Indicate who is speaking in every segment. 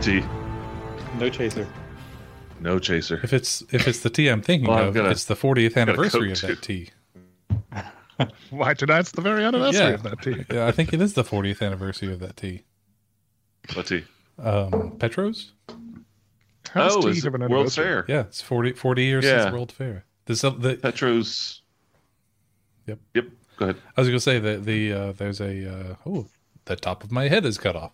Speaker 1: T.
Speaker 2: No chaser.
Speaker 1: No chaser.
Speaker 3: If it's if it's the tea I'm thinking
Speaker 1: Well, I'm
Speaker 3: of,
Speaker 1: gonna-
Speaker 3: it's the 40th anniversary
Speaker 1: Coke
Speaker 3: of that tea.
Speaker 4: Why tonight's the very anniversary
Speaker 3: Yeah.
Speaker 4: of that tea?
Speaker 3: Yeah, I think it is the 40th anniversary of that tea.
Speaker 1: What tea?
Speaker 3: Um, Petros?
Speaker 4: How's
Speaker 1: Oh,
Speaker 4: tea
Speaker 1: is
Speaker 4: have
Speaker 1: it
Speaker 4: an
Speaker 1: World
Speaker 4: anniversary?
Speaker 1: Fair.
Speaker 3: Yeah, it's 40, 40 years
Speaker 1: Yeah.
Speaker 3: since World Fair. This, uh, the,
Speaker 1: Petros.
Speaker 3: Yep.
Speaker 1: Yep. Go ahead.
Speaker 3: I was going to say that the uh, there's a uh, oh the top of my head is cut off.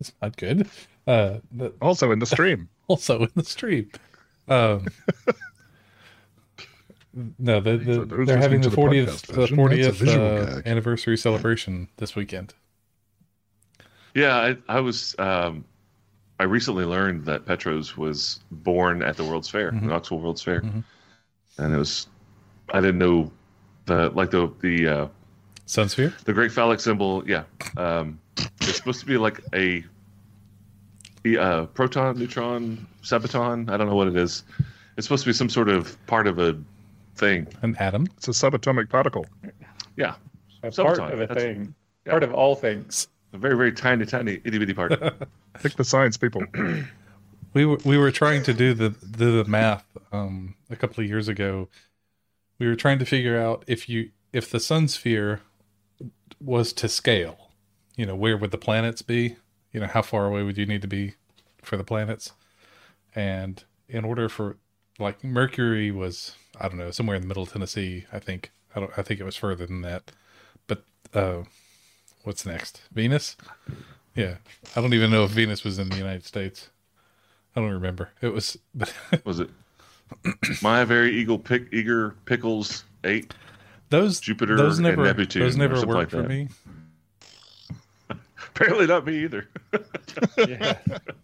Speaker 3: It's not good. Uh, but
Speaker 4: Also in the stream.
Speaker 3: also in the stream. Um, no, the,
Speaker 4: For
Speaker 3: the,
Speaker 4: those
Speaker 3: they're
Speaker 4: listening
Speaker 3: having
Speaker 4: to the
Speaker 3: the fortieth
Speaker 4: podcast
Speaker 3: the
Speaker 4: version, that's a
Speaker 3: fortieth
Speaker 4: visual
Speaker 3: uh,
Speaker 4: gag.
Speaker 3: anniversary celebration this weekend.
Speaker 1: Yeah, I, I was. Um, I recently learned that Petros was born at the World's Fair,
Speaker 3: Mhm.
Speaker 1: Knoxville World's Fair,
Speaker 3: Mhm.
Speaker 1: and it was. I didn't know the like the the uh,
Speaker 3: Sunsphere.
Speaker 1: the great phallic symbol. Yeah, um, it's supposed to be like a, a uh, proton, neutron, sabaton. I don't know what it is. It's supposed to be some sort of part of a thing.
Speaker 3: An atom.
Speaker 4: It's a subatomic particle.
Speaker 1: Yeah,
Speaker 2: A
Speaker 1: Sometime,
Speaker 2: part of a
Speaker 1: that's-
Speaker 2: thing.
Speaker 1: yeah.
Speaker 2: Part of all things.
Speaker 1: a very very tiny tiny itty bitty part.
Speaker 4: Pick the science people.
Speaker 3: we were we were trying to do the do the math um a couple of years ago we were trying to figure out if you if the sun sphere was to scale you know where would the planets be you know how far away would you need to be for the planets and in order for like mercury was i don't know somewhere in the middle of tennessee i think i don't i think it was further than that but uh what's next venus yeah i don't even know if venus was in the united states I don't remember. It was but
Speaker 1: Was it my very eagle pick eager pickles eight?
Speaker 3: those
Speaker 1: Jupiter
Speaker 3: those
Speaker 1: and
Speaker 3: never
Speaker 1: Neptune
Speaker 3: those
Speaker 1: or
Speaker 3: never
Speaker 1: something
Speaker 3: worked
Speaker 1: like
Speaker 3: for
Speaker 1: that.
Speaker 3: me.
Speaker 1: Apparently not me either.
Speaker 2: Yeah.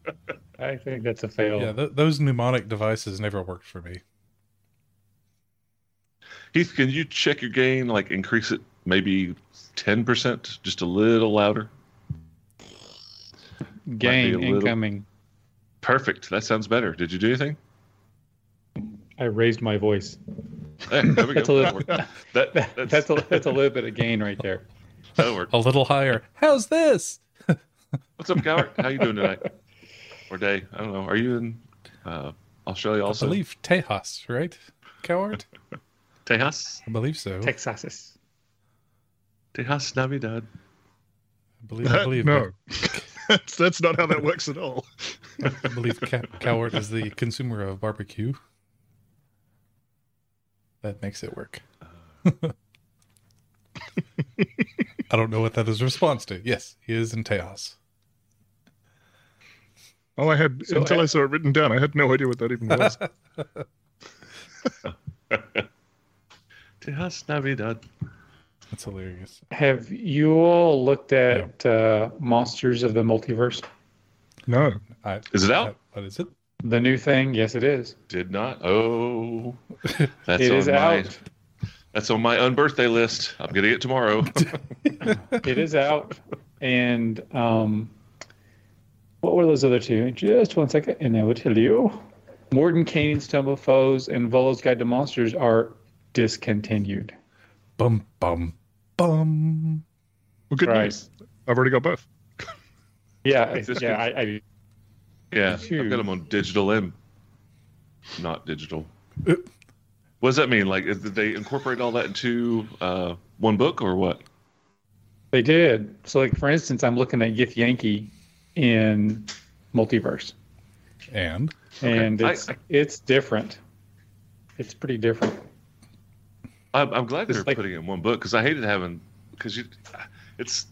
Speaker 2: I think that's a fail.
Speaker 3: Yeah, th- those mnemonic devices never worked for me.
Speaker 1: Heath, can you check your gain, like increase it maybe ten percent, just a little louder?
Speaker 2: Gain
Speaker 1: Might be a little-
Speaker 2: incoming.
Speaker 1: Perfect. That sounds better. Did you do anything?
Speaker 2: I raised my voice.
Speaker 1: There, there we go.
Speaker 2: That's a little-
Speaker 1: That, worked. that that's,
Speaker 2: That's a, that's a little bit of gain right there.
Speaker 1: that worked.
Speaker 3: A little higher. How's this?
Speaker 1: What's up, Cowart? How you doing tonight or day? I don't know. Are you in uh, Australia also?
Speaker 3: I believe Tejas, right? Coward?
Speaker 1: Tejas,
Speaker 3: I believe so. I
Speaker 2: Texas.
Speaker 1: Tejas Navidad.
Speaker 3: believe I believe
Speaker 4: no. that's, that's not how that works at all.
Speaker 3: I believe Ca- Coward is the consumer of barbecue. That makes it work. I don't know what that is response to. Yes, he is in Tejas.
Speaker 4: Oh, I had
Speaker 2: So
Speaker 4: until
Speaker 2: I-
Speaker 4: I saw it written down, I had no idea what that even was.
Speaker 1: Tejas Navidad.
Speaker 3: That's hilarious.
Speaker 2: Have you all looked at uh, Monsters of the Multiverse?
Speaker 4: no.
Speaker 3: I,
Speaker 1: Is it out?
Speaker 3: What is it?
Speaker 2: The new thing? Yes, it is.
Speaker 1: Did not. Oh, that's
Speaker 2: it
Speaker 1: on
Speaker 2: is
Speaker 1: my
Speaker 2: out.
Speaker 1: that's on my unbirthday list. I'm getting it tomorrow.
Speaker 2: it is out. And um, what were those other two? Just one second, and I will tell you. Morton Kane's Tumble of Foes and Volo's Guide to Monsters are discontinued.
Speaker 3: Bum bum bum.
Speaker 4: Well, good news. I've already got both.
Speaker 2: Yeah, I-
Speaker 1: Discon-
Speaker 2: yeah, I, I,
Speaker 1: yeah, I've
Speaker 2: Huge.
Speaker 1: got them on digital and not digital.
Speaker 3: Oop.
Speaker 1: What does that mean? Like, is, did they incorporate all that into uh, one book or what?
Speaker 2: they did. So, like for instance, I'm looking at Gith Yankee in Multiverse,
Speaker 3: And
Speaker 2: and
Speaker 1: I-
Speaker 2: it's it's different. It's pretty different.
Speaker 1: I'm, I'm glad they're
Speaker 2: It's like-
Speaker 1: putting it in one book because I hated having because you, it's.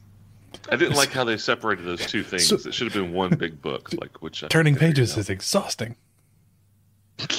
Speaker 1: I didn't like how they separated those two things.
Speaker 3: So-
Speaker 1: it should have been one big book, like which I think
Speaker 3: turning
Speaker 1: they figured
Speaker 3: pages
Speaker 1: out.
Speaker 3: is exhausting.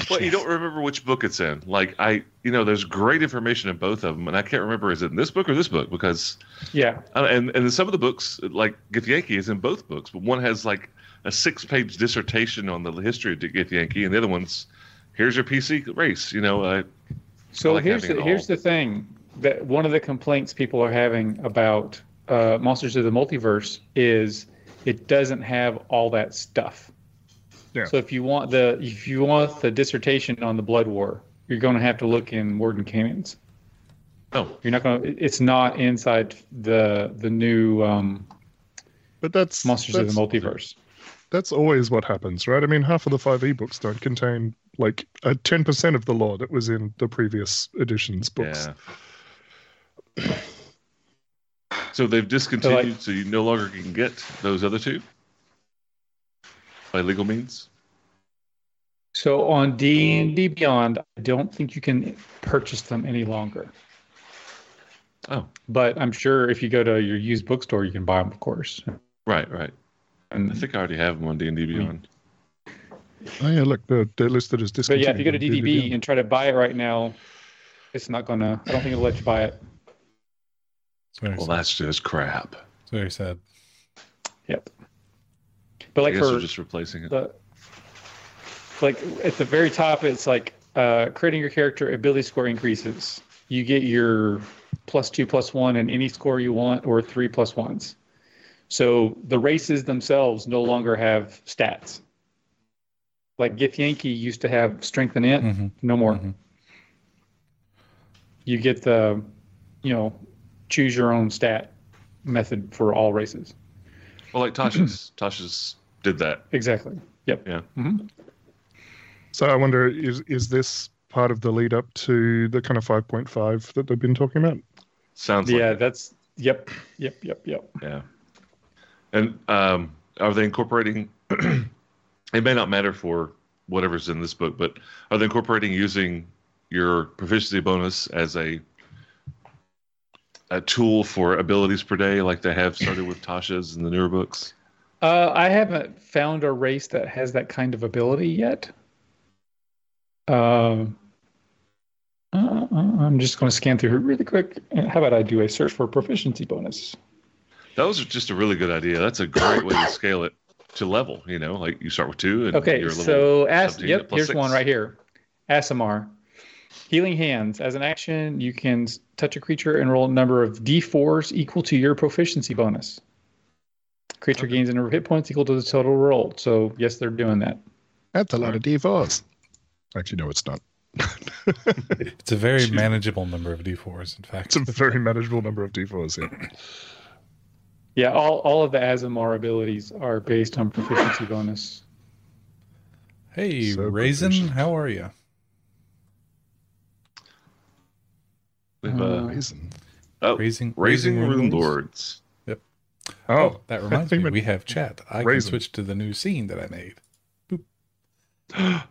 Speaker 1: Well, you don't remember which book it's in. Like I, you know, there's great information in both of them, and I can't remember is it in this book or this book because,
Speaker 2: Yeah,
Speaker 1: uh, and and in some of the books, like Githyanki is in both books, but one has like a six-page dissertation on the history of Githyanki, and the other one's, here's your PC race. You know, uh, I
Speaker 2: So
Speaker 1: like
Speaker 2: here's
Speaker 1: having
Speaker 2: the,
Speaker 1: it all.
Speaker 2: here's the thing that one of the complaints people are having about uh, Monsters of the Multiverse is it doesn't have all that stuff.
Speaker 4: Yeah.
Speaker 2: So if you want the if you want the dissertation on the Blood War, you're going to have to look in Warden Canons.
Speaker 1: oh,
Speaker 2: You're not going. to It's not inside the the new um,
Speaker 4: But that's
Speaker 2: Monsters of
Speaker 4: that's-
Speaker 2: the Multiverse.
Speaker 4: that's always what happens, right? I mean, half of the five ebooks don't contain like a ten percent of the lore that was in the previous edition's books.
Speaker 1: Yeah. so they've discontinued, so, like, so you no longer can get those other two by legal means.
Speaker 2: So on D and D Beyond, I don't think you can purchase them any longer.
Speaker 1: Oh,
Speaker 2: but I'm sure if you go to your used bookstore, you can buy them, of course.
Speaker 1: Right, right. And I think I already have them on D and D Beyond.
Speaker 4: Oh yeah, look, they're, they're listed as
Speaker 2: But yeah, if you go to DDB D&D and try to buy it right now, it's not gonna. I don't think it'll let you buy it.
Speaker 1: Well, sad. that's just crap.
Speaker 3: It's very sad.
Speaker 2: Yep. But like
Speaker 1: I
Speaker 2: for
Speaker 1: are just replacing it.
Speaker 2: The, like at the very top, it's like uh, creating your character ability score increases. You get your plus two plus one and any score you want, or three plus ones. So the races themselves no longer have stats. Like Gith Yankee used to have strength and int,
Speaker 3: Mhm.
Speaker 1: Mm-hmm.
Speaker 2: no more.
Speaker 3: Mhm.
Speaker 2: You get the, you know, choose your own stat method for all races.
Speaker 1: Well, like Tasha's. Tasha's did that.
Speaker 2: Exactly. Yep.
Speaker 1: Yeah.
Speaker 2: Mhm.
Speaker 4: So I wonder is is this part of the lead up to the kind of five point five that they've been talking about?
Speaker 1: Sounds
Speaker 2: Yeah,
Speaker 1: like it.
Speaker 2: that's yep, yep, yep, yep.
Speaker 1: yeah. And um, are they incorporating? it may not matter for whatever's in this book, but are they incorporating using your proficiency bonus as a a tool for abilities per day, like they have started with Tasha's in the newer books?
Speaker 2: Uh, I haven't found a race that has that kind of ability yet. Um, uh, uh, I'm just going to scan through here really quick. And How about I do a search for proficiency bonus?
Speaker 1: That was just a really good idea. That's a great way to scale it to level. You know, like you start with two, and
Speaker 2: Okay,
Speaker 1: you're level.
Speaker 2: so as
Speaker 1: 17
Speaker 2: yep,
Speaker 1: plus
Speaker 2: here's
Speaker 1: six.
Speaker 2: one right here. Asimar, healing hands. As an action, you can s- touch a creature and roll a number of d4s equal to your proficiency bonus. Creature gains a number of hit points equal to the total rolled. So yes, they're doing that.
Speaker 4: That's a lot of D4s. Actually, no, it's not.
Speaker 3: It's a very manageable number of d4s. In fact,
Speaker 4: It's a very manageable number of D4s here.
Speaker 2: Yeah, all, all of the Azamar abilities are based on proficiency bonus.
Speaker 3: hey,
Speaker 4: So
Speaker 3: Raisin,
Speaker 4: proficient.
Speaker 3: how are you?
Speaker 1: We have, uh,
Speaker 4: Reason.
Speaker 1: oh,
Speaker 3: Raising,
Speaker 1: raising rune
Speaker 3: Lords?
Speaker 1: lords.
Speaker 4: Oh,
Speaker 3: Oh, that reminds me, we have chat. I can
Speaker 4: Raisin.
Speaker 3: switch to the new scene that I made. Boop. There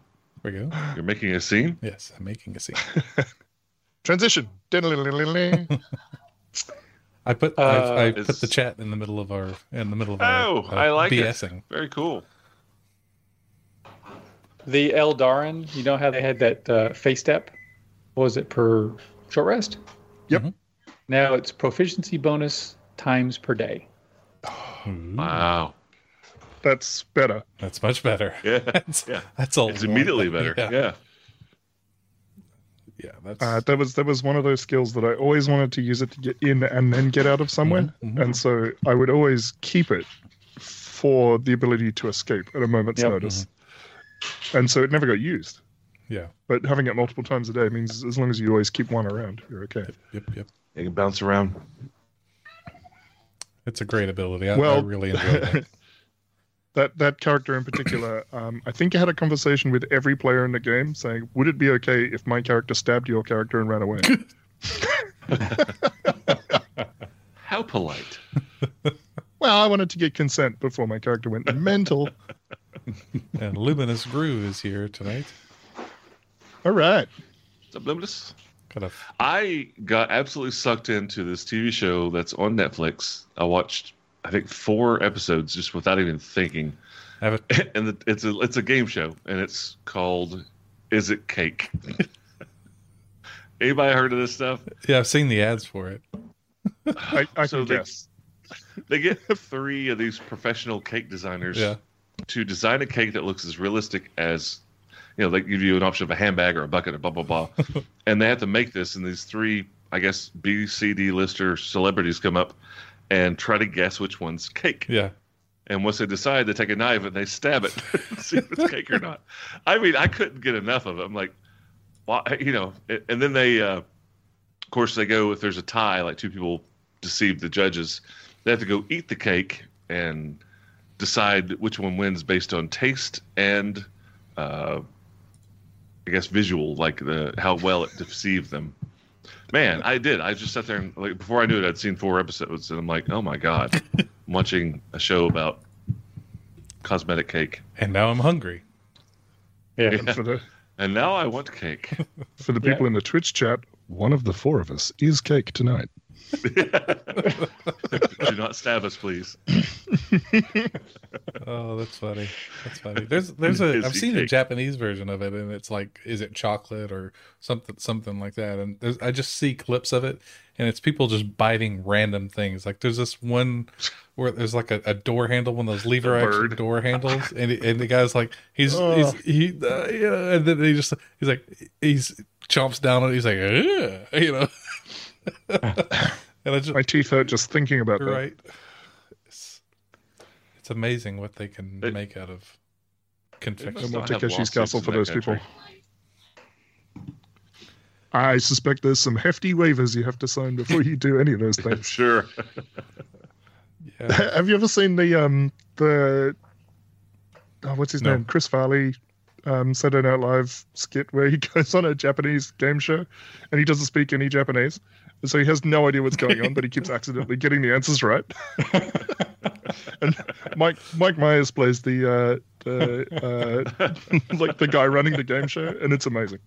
Speaker 3: we go.
Speaker 1: You're making a scene.
Speaker 3: Yes, I'm making a scene.
Speaker 4: transition.
Speaker 3: I put
Speaker 2: Uh,
Speaker 3: I, I put
Speaker 1: it's-
Speaker 3: the chat in the middle of our in the middle of
Speaker 1: Oh,
Speaker 3: our, uh, our
Speaker 1: I like it.
Speaker 3: BSing.
Speaker 1: Very cool.
Speaker 2: The Eldarin, you know how they had that uh, face step? What was it per short rest?
Speaker 4: Yep.
Speaker 3: Mhm.
Speaker 2: Now it's proficiency bonus times per day.
Speaker 3: Ooh,
Speaker 1: Wow.
Speaker 4: That's better.
Speaker 3: That's much better.
Speaker 1: Yeah.
Speaker 3: That's,
Speaker 1: Yeah.
Speaker 3: that's all.
Speaker 1: It's immediately better.
Speaker 3: Yeah,
Speaker 1: Yeah.
Speaker 3: yeah. that's
Speaker 4: Uh, that was that was one of those skills that I always wanted to use it to get in and then get out of somewhere,
Speaker 3: Mhm, mhm.
Speaker 4: and so I would always keep it for the ability to escape at a moment's
Speaker 2: Yep.
Speaker 4: notice, and so it never got used.
Speaker 3: yeah.
Speaker 4: But having it multiple times a day means as long as you always keep one around, you're okay.
Speaker 3: Yep, yep.
Speaker 1: You can bounce around.
Speaker 3: It's a great ability. I, I
Speaker 4: Well-
Speaker 3: really enjoy it.
Speaker 4: That that character in particular, um, I think I had a conversation with every player in the game saying, "Would it be okay if my character stabbed your character and ran away?"
Speaker 1: How polite.
Speaker 4: well, I wanted to get consent before my character went mental.
Speaker 3: and Luminous Groove is here tonight.
Speaker 4: All right.
Speaker 1: Subliminous.
Speaker 3: Got a
Speaker 1: I got absolutely sucked into this TV show that's on Netflix. I watched, I think, four episodes just without even thinking.
Speaker 3: I have a
Speaker 1: And the, it's a it's a game show, and it's called "Is It Cake." Anybody heard of this stuff?
Speaker 3: yeah. I've seen the ads for it.
Speaker 4: I, I
Speaker 1: So
Speaker 4: can
Speaker 1: they-
Speaker 4: guess.
Speaker 1: They get three of these professional cake designers
Speaker 3: Yeah.
Speaker 1: to design a cake that looks as realistic as you know they give you an option of a handbag or a bucket or blah blah blah and they have to make this and these three i guess b c d lister celebrities come up and try to guess which one's cake
Speaker 3: Yeah.
Speaker 1: and once they decide they take a knife and they stab it to see if it's cake or not i mean i couldn't get enough of it i'm like why you know a- and then they uh, of course they go if there's a tie like two people deceive the judges they have to go eat the cake and decide which one wins based on taste and, uh, I guess, visual, like the how well it deceived them. Man, I did. I just sat there and like before I knew it, I'd seen four episodes, and I'm like, oh my god, I'm watching a show about cosmetic cake,
Speaker 3: And now I'm hungry.
Speaker 2: Yeah.
Speaker 1: Yeah.
Speaker 4: And for the
Speaker 1: and now I want cake.
Speaker 4: for the
Speaker 2: Yeah.
Speaker 4: people in the Twitch chat, one of the four of us is cake tonight.
Speaker 1: Do not stab us, please.
Speaker 3: Oh, that's funny. That's funny. There's there's a
Speaker 1: Is
Speaker 3: I've
Speaker 1: he
Speaker 3: seen a
Speaker 1: cake?
Speaker 3: Japanese version of it and it's like is it chocolate or something something like that and there's I just see clips of it and it's people just biting random things. Like there's this one where there's like a, a door handle one of those lever action
Speaker 1: bird.
Speaker 3: door handles and it- and the guy's like he's
Speaker 2: Oh.
Speaker 3: he's he uh, yeah and then he just he's like he's chomps down on it he's like "Ugh," you know and I just
Speaker 4: My teeth hurt just thinking about that.
Speaker 3: right it's, it's amazing what they can
Speaker 1: It-
Speaker 3: make out of
Speaker 1: They
Speaker 3: confection
Speaker 1: must
Speaker 4: Come on,
Speaker 1: not have
Speaker 4: Takeshi's
Speaker 1: lawsuits
Speaker 4: Castle
Speaker 1: in
Speaker 4: for
Speaker 1: that
Speaker 4: those
Speaker 1: country.
Speaker 4: I suspect there's some hefty waivers you have to sign before you do any of those
Speaker 1: I'm
Speaker 4: things.
Speaker 1: sure.
Speaker 3: yeah
Speaker 4: have you ever seen the um the oh, what's his
Speaker 3: No.
Speaker 4: name? Chris Farley um Saturday Night Live skit where he goes on a Japanese game show and he doesn't speak any Japanese. And so he has no idea what's going on, but he keeps accidentally getting the answers right. and Mike Mike Myers plays the uh the uh like the guy running the game show and it's amazing.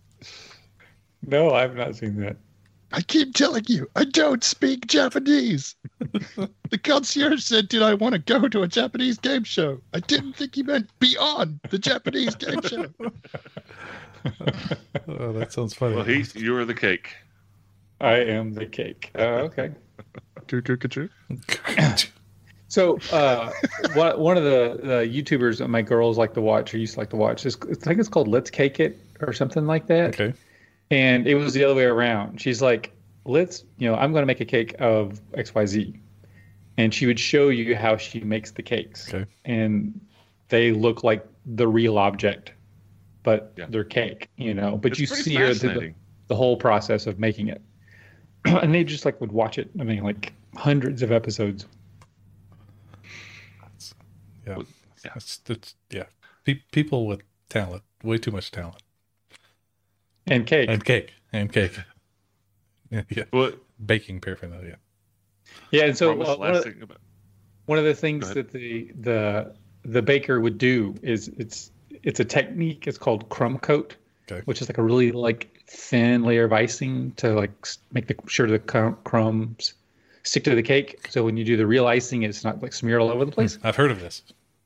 Speaker 2: No, I've not seen that.
Speaker 4: I keep telling you, I don't speak Japanese. the concierge said, Did I want to go to a Japanese game show? I didn't think he meant beyond the Japanese game show.
Speaker 3: oh that sounds funny
Speaker 1: Well, Heath, you are the cake.
Speaker 2: I am the cake. Oh, okay.
Speaker 4: Cuckoo, cuckoo.
Speaker 2: So, uh, one one of the, the YouTubers that my girls like to watch or used to like to watch is I think it's called Let's Cake It or something like that.
Speaker 3: okay
Speaker 2: And it was the other way around. She's like, let's, you know, I'm going to make a cake of XYZ. And she would show you how she makes the cakes.
Speaker 3: Okay.
Speaker 2: And they look like the real object, but
Speaker 1: Yeah.
Speaker 2: they're cake, you know. But
Speaker 1: It's
Speaker 2: you
Speaker 1: pretty
Speaker 2: see her through the,
Speaker 1: fascinating.
Speaker 2: the whole process of making it. and they just like would watch it. I mean, like hundreds of episodes.
Speaker 3: yeah
Speaker 1: Well, yeah.
Speaker 3: That's, that's, yeah Pe- people with talent way too much talent
Speaker 2: And cake.
Speaker 3: and cake and cake yeah, yeah.
Speaker 1: Well,
Speaker 3: baking paraphernalia
Speaker 2: yeah. And so,
Speaker 1: what was
Speaker 2: uh,
Speaker 1: the
Speaker 2: one,
Speaker 1: last
Speaker 2: of,
Speaker 1: thing about?
Speaker 2: one of the
Speaker 1: Go
Speaker 2: things
Speaker 1: ahead.
Speaker 2: that the the the baker would do is it's it's a technique. It's called crumb coat,
Speaker 3: Okay.
Speaker 2: which is like a really like thin layer of icing to like s- make the, sure the crum- crumbs stick to the cake. So when you do the real icing, it's not like smeared all over the place.
Speaker 3: i've heard of this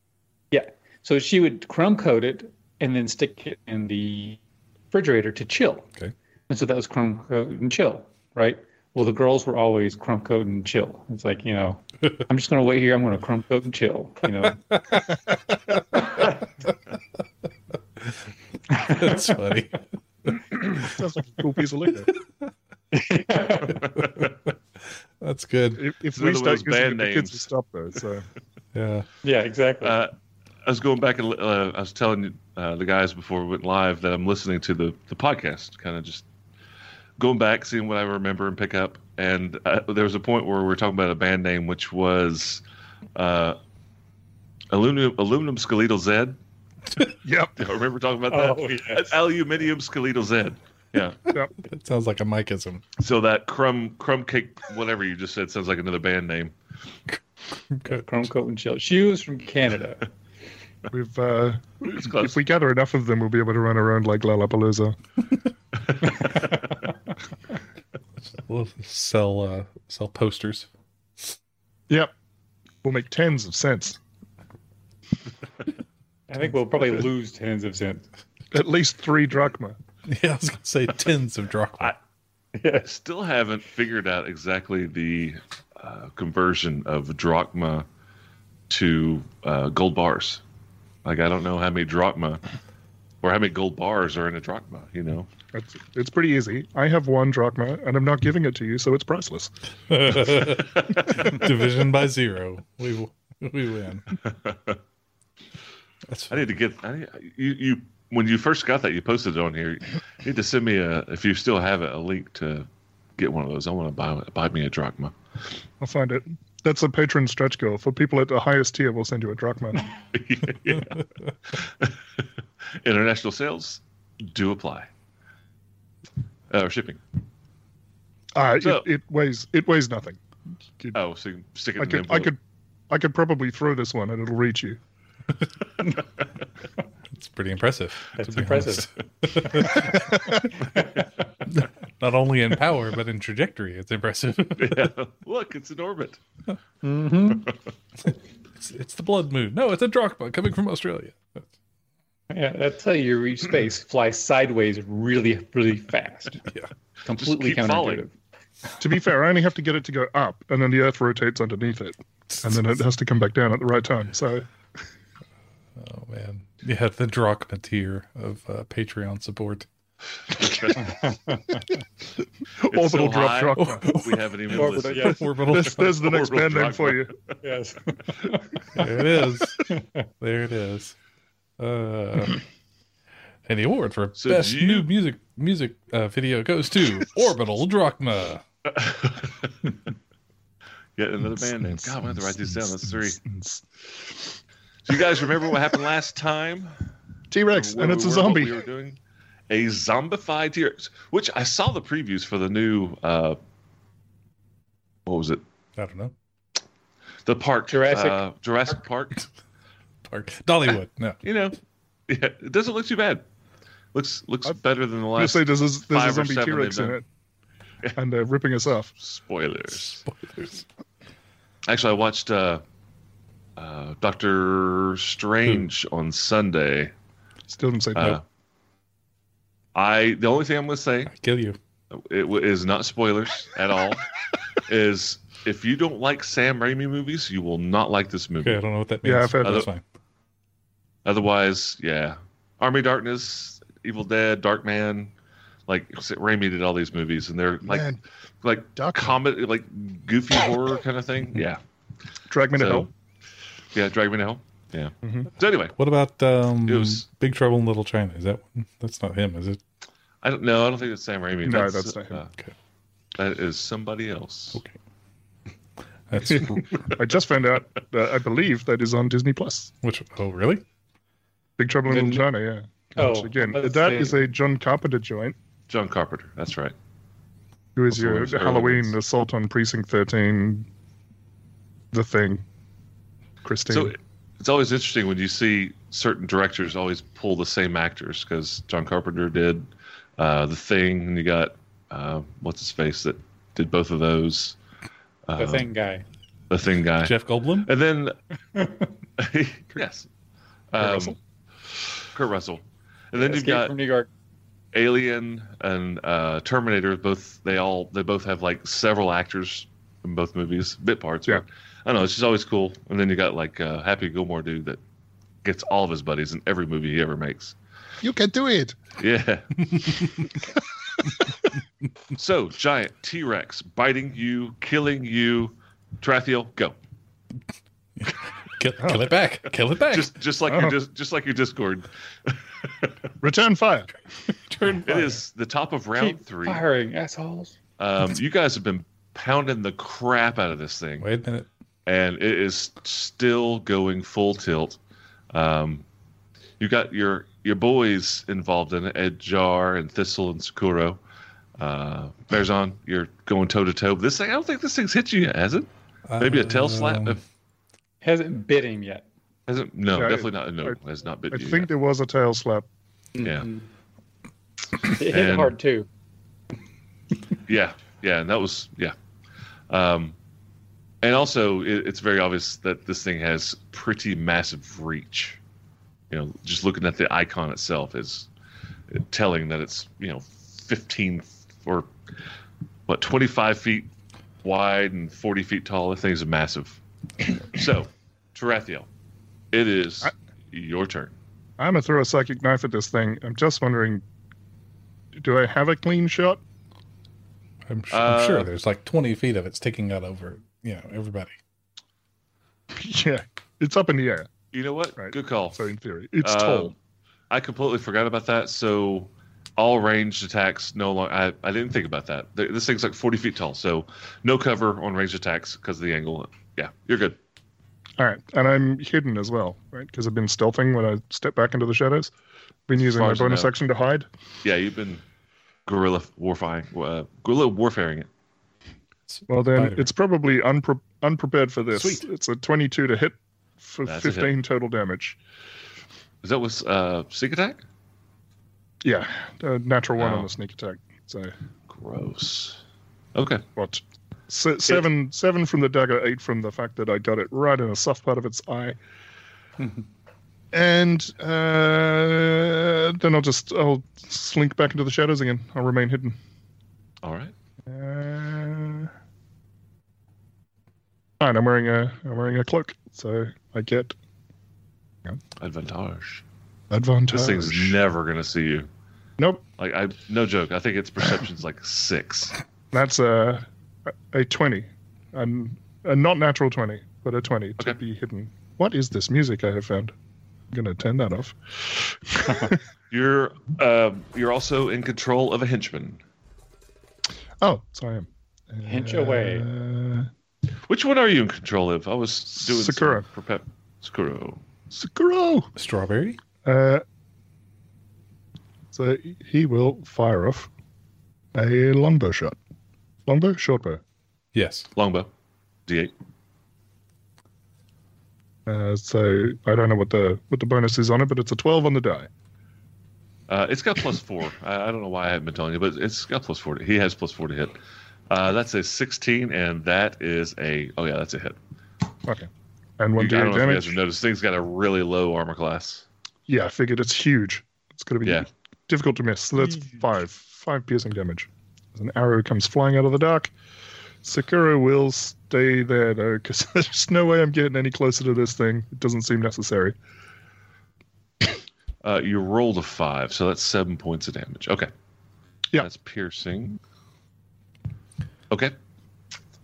Speaker 2: Yeah. So she would crumb coat it and then stick it in the refrigerator to chill.
Speaker 3: Okay.
Speaker 2: And so that was crumb coat and chill, right? Well, the girls were always crumb coat and chill. It's like, you know, I'm just going to wait here. I'm going to crumb coat and chill, you know.
Speaker 3: that's funny
Speaker 4: Sounds like a cool piece of liquor.
Speaker 3: that's good
Speaker 4: If, if
Speaker 1: It's one
Speaker 4: we
Speaker 1: of
Speaker 4: start
Speaker 1: those
Speaker 4: using it,
Speaker 1: band
Speaker 4: the kids will
Speaker 1: names.
Speaker 4: stop though. So
Speaker 3: yeah
Speaker 2: yeah, exactly.
Speaker 1: Uh, I was going back and uh, I was telling uh, the guys before we went live that I'm listening to the the podcast, kind of just going back, seeing what I remember and pick up. And uh, there was a point where we were talking about a band name, which was uh, aluminum aluminum skeletal Z.
Speaker 4: Yep.
Speaker 1: Do you remember talking about that?
Speaker 2: oh, yeah.
Speaker 1: That's Aluminium skeletal Z. Yeah.
Speaker 3: that sounds like a micism
Speaker 1: So that crumb crumb cake, whatever you just said, sounds like another band name.
Speaker 3: okay.
Speaker 2: Crumb coat and chill. She was from Canada.
Speaker 4: we've uh,
Speaker 1: It's
Speaker 4: if
Speaker 1: close.
Speaker 4: we gather enough of them, we'll be able to run around like Lollapalooza.
Speaker 3: we'll sell uh sell posters
Speaker 4: Yep. We'll make tens of cents.
Speaker 2: I think we'll probably lose tens of cents.
Speaker 4: At least three drachma.
Speaker 3: yeah i was gonna say tins of drachma
Speaker 1: I- I still haven't figured out exactly the uh, conversion of drachma to uh, gold bars. Like I don't know how many drachma or how many gold bars are in a drachma. You know,
Speaker 4: It's, it's pretty easy. I have one drachma, and I'm not giving it to you, so it's priceless.
Speaker 3: division by zero we w- we win that's
Speaker 1: I need to get. I need, you you when you first got that you posted it on here. You need to send me a if you still have it a link to get one of those. I want to buy buy me a drachma.
Speaker 4: I'll find it. That's a patron stretch goal. For people at the highest tier, we'll send you a drachma.
Speaker 1: Yeah. International sales do apply. Uh, shipping.
Speaker 4: Uh,
Speaker 1: So-
Speaker 4: it, it weighs it weighs nothing.
Speaker 1: Oh, so you can stick it
Speaker 4: I
Speaker 1: in the
Speaker 4: could I
Speaker 1: envelope.
Speaker 4: could I could probably throw this one and it'll reach you.
Speaker 3: It's pretty impressive.
Speaker 2: That's
Speaker 3: be
Speaker 2: impressive.
Speaker 3: honest. Not only in power, but in trajectory, it's impressive.
Speaker 1: Yeah. Look, it's in orbit.
Speaker 2: Mm-hmm.
Speaker 3: It's, it's the blood moon. No, it's a drachma coming from Australia.
Speaker 2: Yeah, that's how you reach space. Fly sideways really, really fast.
Speaker 3: Yeah.
Speaker 2: Completely
Speaker 1: keep falling.
Speaker 2: counterintuitive.
Speaker 4: To be fair, I only have to get it to go up, and then the Earth rotates underneath it, and then it has to come back down at the right time. So
Speaker 3: Oh man, yeah, the drachma tier of uh, Patreon support.
Speaker 4: orbital
Speaker 1: so
Speaker 4: drop
Speaker 1: high.
Speaker 4: drachma.
Speaker 1: We haven't even
Speaker 2: Orbital,
Speaker 1: listened.
Speaker 2: yeah.
Speaker 3: Orbital
Speaker 4: There's,
Speaker 3: drachma.
Speaker 4: there's the next
Speaker 1: Orbital
Speaker 4: band name for you.
Speaker 1: drachma.
Speaker 2: Yes.
Speaker 3: There it is. There it is. Uh, and the award for
Speaker 1: So
Speaker 3: best
Speaker 1: do you-
Speaker 3: new music music uh, video goes to Orbital Drachma.
Speaker 1: Yet another band name. God, I'm going to write these down. That's three. So you guys remember what happened last time?
Speaker 4: T Rex,
Speaker 1: Where
Speaker 4: and it's
Speaker 1: we
Speaker 4: a
Speaker 1: were, what
Speaker 4: zombie.
Speaker 1: We were doing a zombified year, which I saw the previews for the new. Uh, what was it?
Speaker 3: I don't know.
Speaker 1: The park,
Speaker 2: Jurassic
Speaker 1: uh, Jurassic Park.
Speaker 3: Park Dollywood. No.
Speaker 1: You know, yeah, it doesn't look too bad. Looks looks
Speaker 4: I've-
Speaker 1: better than the
Speaker 4: You
Speaker 1: last.
Speaker 4: say there's a, there's a
Speaker 1: five or
Speaker 4: zombie
Speaker 1: seven
Speaker 4: T Rex
Speaker 1: they've
Speaker 4: in it, and they're ripping us off.
Speaker 1: Spoilers.
Speaker 3: Spoilers.
Speaker 1: Actually, I watched uh, uh, Doctor Strange
Speaker 4: Hmm.
Speaker 1: on Sunday.
Speaker 4: Still didn't say
Speaker 1: Uh,
Speaker 4: no.
Speaker 1: I the only thing I'm going to say
Speaker 3: I kill you.
Speaker 1: it w- is not spoilers at all. is if you don't like Sam Raimi movies, you will not like this movie.
Speaker 3: Okay, I don't know what that means.
Speaker 4: Yeah, I've heard
Speaker 3: That's
Speaker 1: that.
Speaker 3: fine.
Speaker 1: Otherwise, yeah, Army of Darkness, Evil Dead, Dark Man, like Raimi did all these movies, and they're like
Speaker 4: Man,
Speaker 1: like
Speaker 4: Dark Man.
Speaker 1: comedy, like goofy horror kind of thing. Yeah,
Speaker 4: drag me to
Speaker 1: so-
Speaker 4: hell.
Speaker 1: yeah, Drag Me to Hell. Yeah.
Speaker 4: Mhm.
Speaker 1: So anyway,
Speaker 3: What about um,
Speaker 1: It was-
Speaker 3: Big Trouble in Little China? Is that one? That's not him, is it?
Speaker 1: I don't know. I don't think it's Sam Raimi. uh,
Speaker 4: No, that's not him.
Speaker 3: Okay.
Speaker 1: That is somebody else.
Speaker 3: Okay. That's
Speaker 4: I just found out that I believe that is on Disney Plus.
Speaker 3: which. Oh, really?
Speaker 4: Big Trouble in
Speaker 2: Then-
Speaker 4: Little China, yeah.
Speaker 2: Oh,
Speaker 4: Which, again,
Speaker 2: let's
Speaker 4: that
Speaker 2: see.
Speaker 4: is a John Carpenter joint.
Speaker 1: John Carpenter. That's right.
Speaker 4: Who is
Speaker 1: Also
Speaker 4: your
Speaker 2: oh,
Speaker 1: was early
Speaker 4: Halloween
Speaker 1: ones.
Speaker 4: Assault on Precinct 13? The thing. Christine.
Speaker 1: So it's always interesting when you see certain directors always pull the same actors because John Carpenter did uh, The Thing, and you got uh, what's his face that did both of those. Uh,
Speaker 2: the thing guy.
Speaker 1: The Thing guy.
Speaker 3: Jeff Goldblum.
Speaker 1: And then, yes, um,
Speaker 4: Russell?
Speaker 1: Kurt Russell. And then you've
Speaker 2: Escape
Speaker 1: got
Speaker 2: from New York.
Speaker 1: Alien and uh, Terminator. Both they all they both have like several actors in both movies, bit parts. but
Speaker 4: Yeah.
Speaker 1: I don't know. It's just always cool. And then you got like uh, Happy Gilmore dude that gets all of his buddies in every movie he ever makes.
Speaker 4: you can do it!
Speaker 1: Yeah. so giant T Rex biting you, killing you. Trathiel, go.
Speaker 3: Kill, kill it back. Kill it back.
Speaker 1: Just just like
Speaker 4: Oh.
Speaker 1: your dis- just like your Discord.
Speaker 4: Return fire!
Speaker 3: turn.
Speaker 1: It is the top of round
Speaker 2: Keep
Speaker 1: three.
Speaker 2: firing, assholes.
Speaker 1: Um, you guys have been pounding the crap out of this thing,
Speaker 3: Wait a minute.
Speaker 1: and it is still going full tilt. Um, you got your your boys involved in it, Ed Jar and Thistle and Sakuro. Uh, Bearzon, you're going toe to toe. This thing, I don't think this thing's hit you yet, has it? Maybe a tail slap?
Speaker 3: Um,
Speaker 2: Hasn't bit him yet.
Speaker 1: Hasn't? No,
Speaker 4: Uh, Yeah, I-
Speaker 1: definitely not. No, has not been.
Speaker 4: I think there was a tail slap.
Speaker 1: Yeah.
Speaker 2: Mm. It hit
Speaker 1: And-
Speaker 2: hard too.
Speaker 1: Yeah, yeah, and that was yeah, um, and also it, it's very obvious that this thing has pretty massive reach. You know, just looking at the icon itself is telling that it's you know fifteen or what twenty five feet wide and forty feet tall. The thing's massive. so, Tarathiel, it is
Speaker 4: I-
Speaker 1: your turn.
Speaker 4: I'm gonna throw a psychic knife at this thing. I'm just wondering, do I have a clean shot?
Speaker 3: I'm, su- I'm sure
Speaker 1: Uh,
Speaker 3: there's like 20 feet of it sticking out over, you know, everybody.
Speaker 4: Yeah, it's up in the air.
Speaker 1: You know what?
Speaker 4: Right.
Speaker 1: Good call.
Speaker 4: So in theory, it's
Speaker 2: Uh,
Speaker 1: Um,
Speaker 4: tall.
Speaker 1: I completely forgot about that. So all ranged attacks no longer. I, I didn't think about that. Th- This thing's like 40 feet tall, so no cover on ranged attacks because of the angle. yeah, you're good.
Speaker 4: All right, and I'm hidden as well, right? Because I've been stealthing when I step back into the shadows. Been using
Speaker 1: far
Speaker 4: my
Speaker 1: as I
Speaker 4: bonus
Speaker 1: know.
Speaker 4: action to hide.
Speaker 1: Yeah, you've been guerrilla warfaring, uh, guerrilla warfaring it.
Speaker 4: Well, then
Speaker 3: Spider.
Speaker 4: it's probably unpre- unprepared for this.
Speaker 1: Sweet.
Speaker 4: It's a 22 to hit for
Speaker 1: That's a hit.
Speaker 4: 15 total damage.
Speaker 1: Is that was uh, sneak attack?
Speaker 4: Yeah, a natural one
Speaker 1: Wow.
Speaker 4: on the sneak attack. So
Speaker 1: Gross. Okay.
Speaker 4: what? Se- seven, seven from the dagger, eight from the fact that I got it right in a soft part of its eye. and uh, then I'll just I'll slink back into the shadows again. I'll remain hidden.
Speaker 1: All right.
Speaker 4: Uh, and I'm wearing a I'm wearing a cloak, so I get
Speaker 1: Advantage.
Speaker 4: advantage.
Speaker 1: This thing's never gonna see you.
Speaker 4: nope.
Speaker 1: Like I, no joke. I think its perception's like six.
Speaker 4: That's a a twenty, and a not natural twenty, but a twenty to
Speaker 1: Okay.
Speaker 4: be hidden. What is this music I have found? I'm gonna turn that off.
Speaker 1: You're, um, you're also in control of a henchman.
Speaker 4: Oh, so I am.
Speaker 2: Inch away.
Speaker 4: Uh,
Speaker 1: Which one are you in control of? I was doing some
Speaker 4: Sakura.
Speaker 1: prepar- Sakura.
Speaker 4: Sakuro.
Speaker 3: Strawberry?
Speaker 4: Uh, so he will fire off a longbow shot. Longbow, short bow.
Speaker 3: Yes.
Speaker 1: Longbow. D8.
Speaker 4: Uh, so I don't know what the what the bonus is on it, but it's a twelve on the die.
Speaker 1: Uh, it's got plus four. I, I don't know why I haven't been telling you, but it's got plus four. To, he has plus four to hit. Uh, that's a 16, and that is a. Oh, yeah, that's a hit.
Speaker 4: Okay. And
Speaker 1: You, I
Speaker 4: one
Speaker 1: don't know
Speaker 4: d8
Speaker 1: if you guys
Speaker 4: damage.
Speaker 1: have noticed. Thing's got a really low armor class.
Speaker 4: Yeah, I figured it's huge. It's going to be
Speaker 1: Yeah.
Speaker 4: difficult to miss. So that's five. Five piercing damage. As an arrow comes flying out of the dark. Sakura will stay there, though, because there's no way I'm getting any closer to this thing. It doesn't seem necessary.
Speaker 1: Uh, you rolled a five, so that's seven points of damage. Okay.
Speaker 4: Yeah.
Speaker 1: That's piercing. Okay.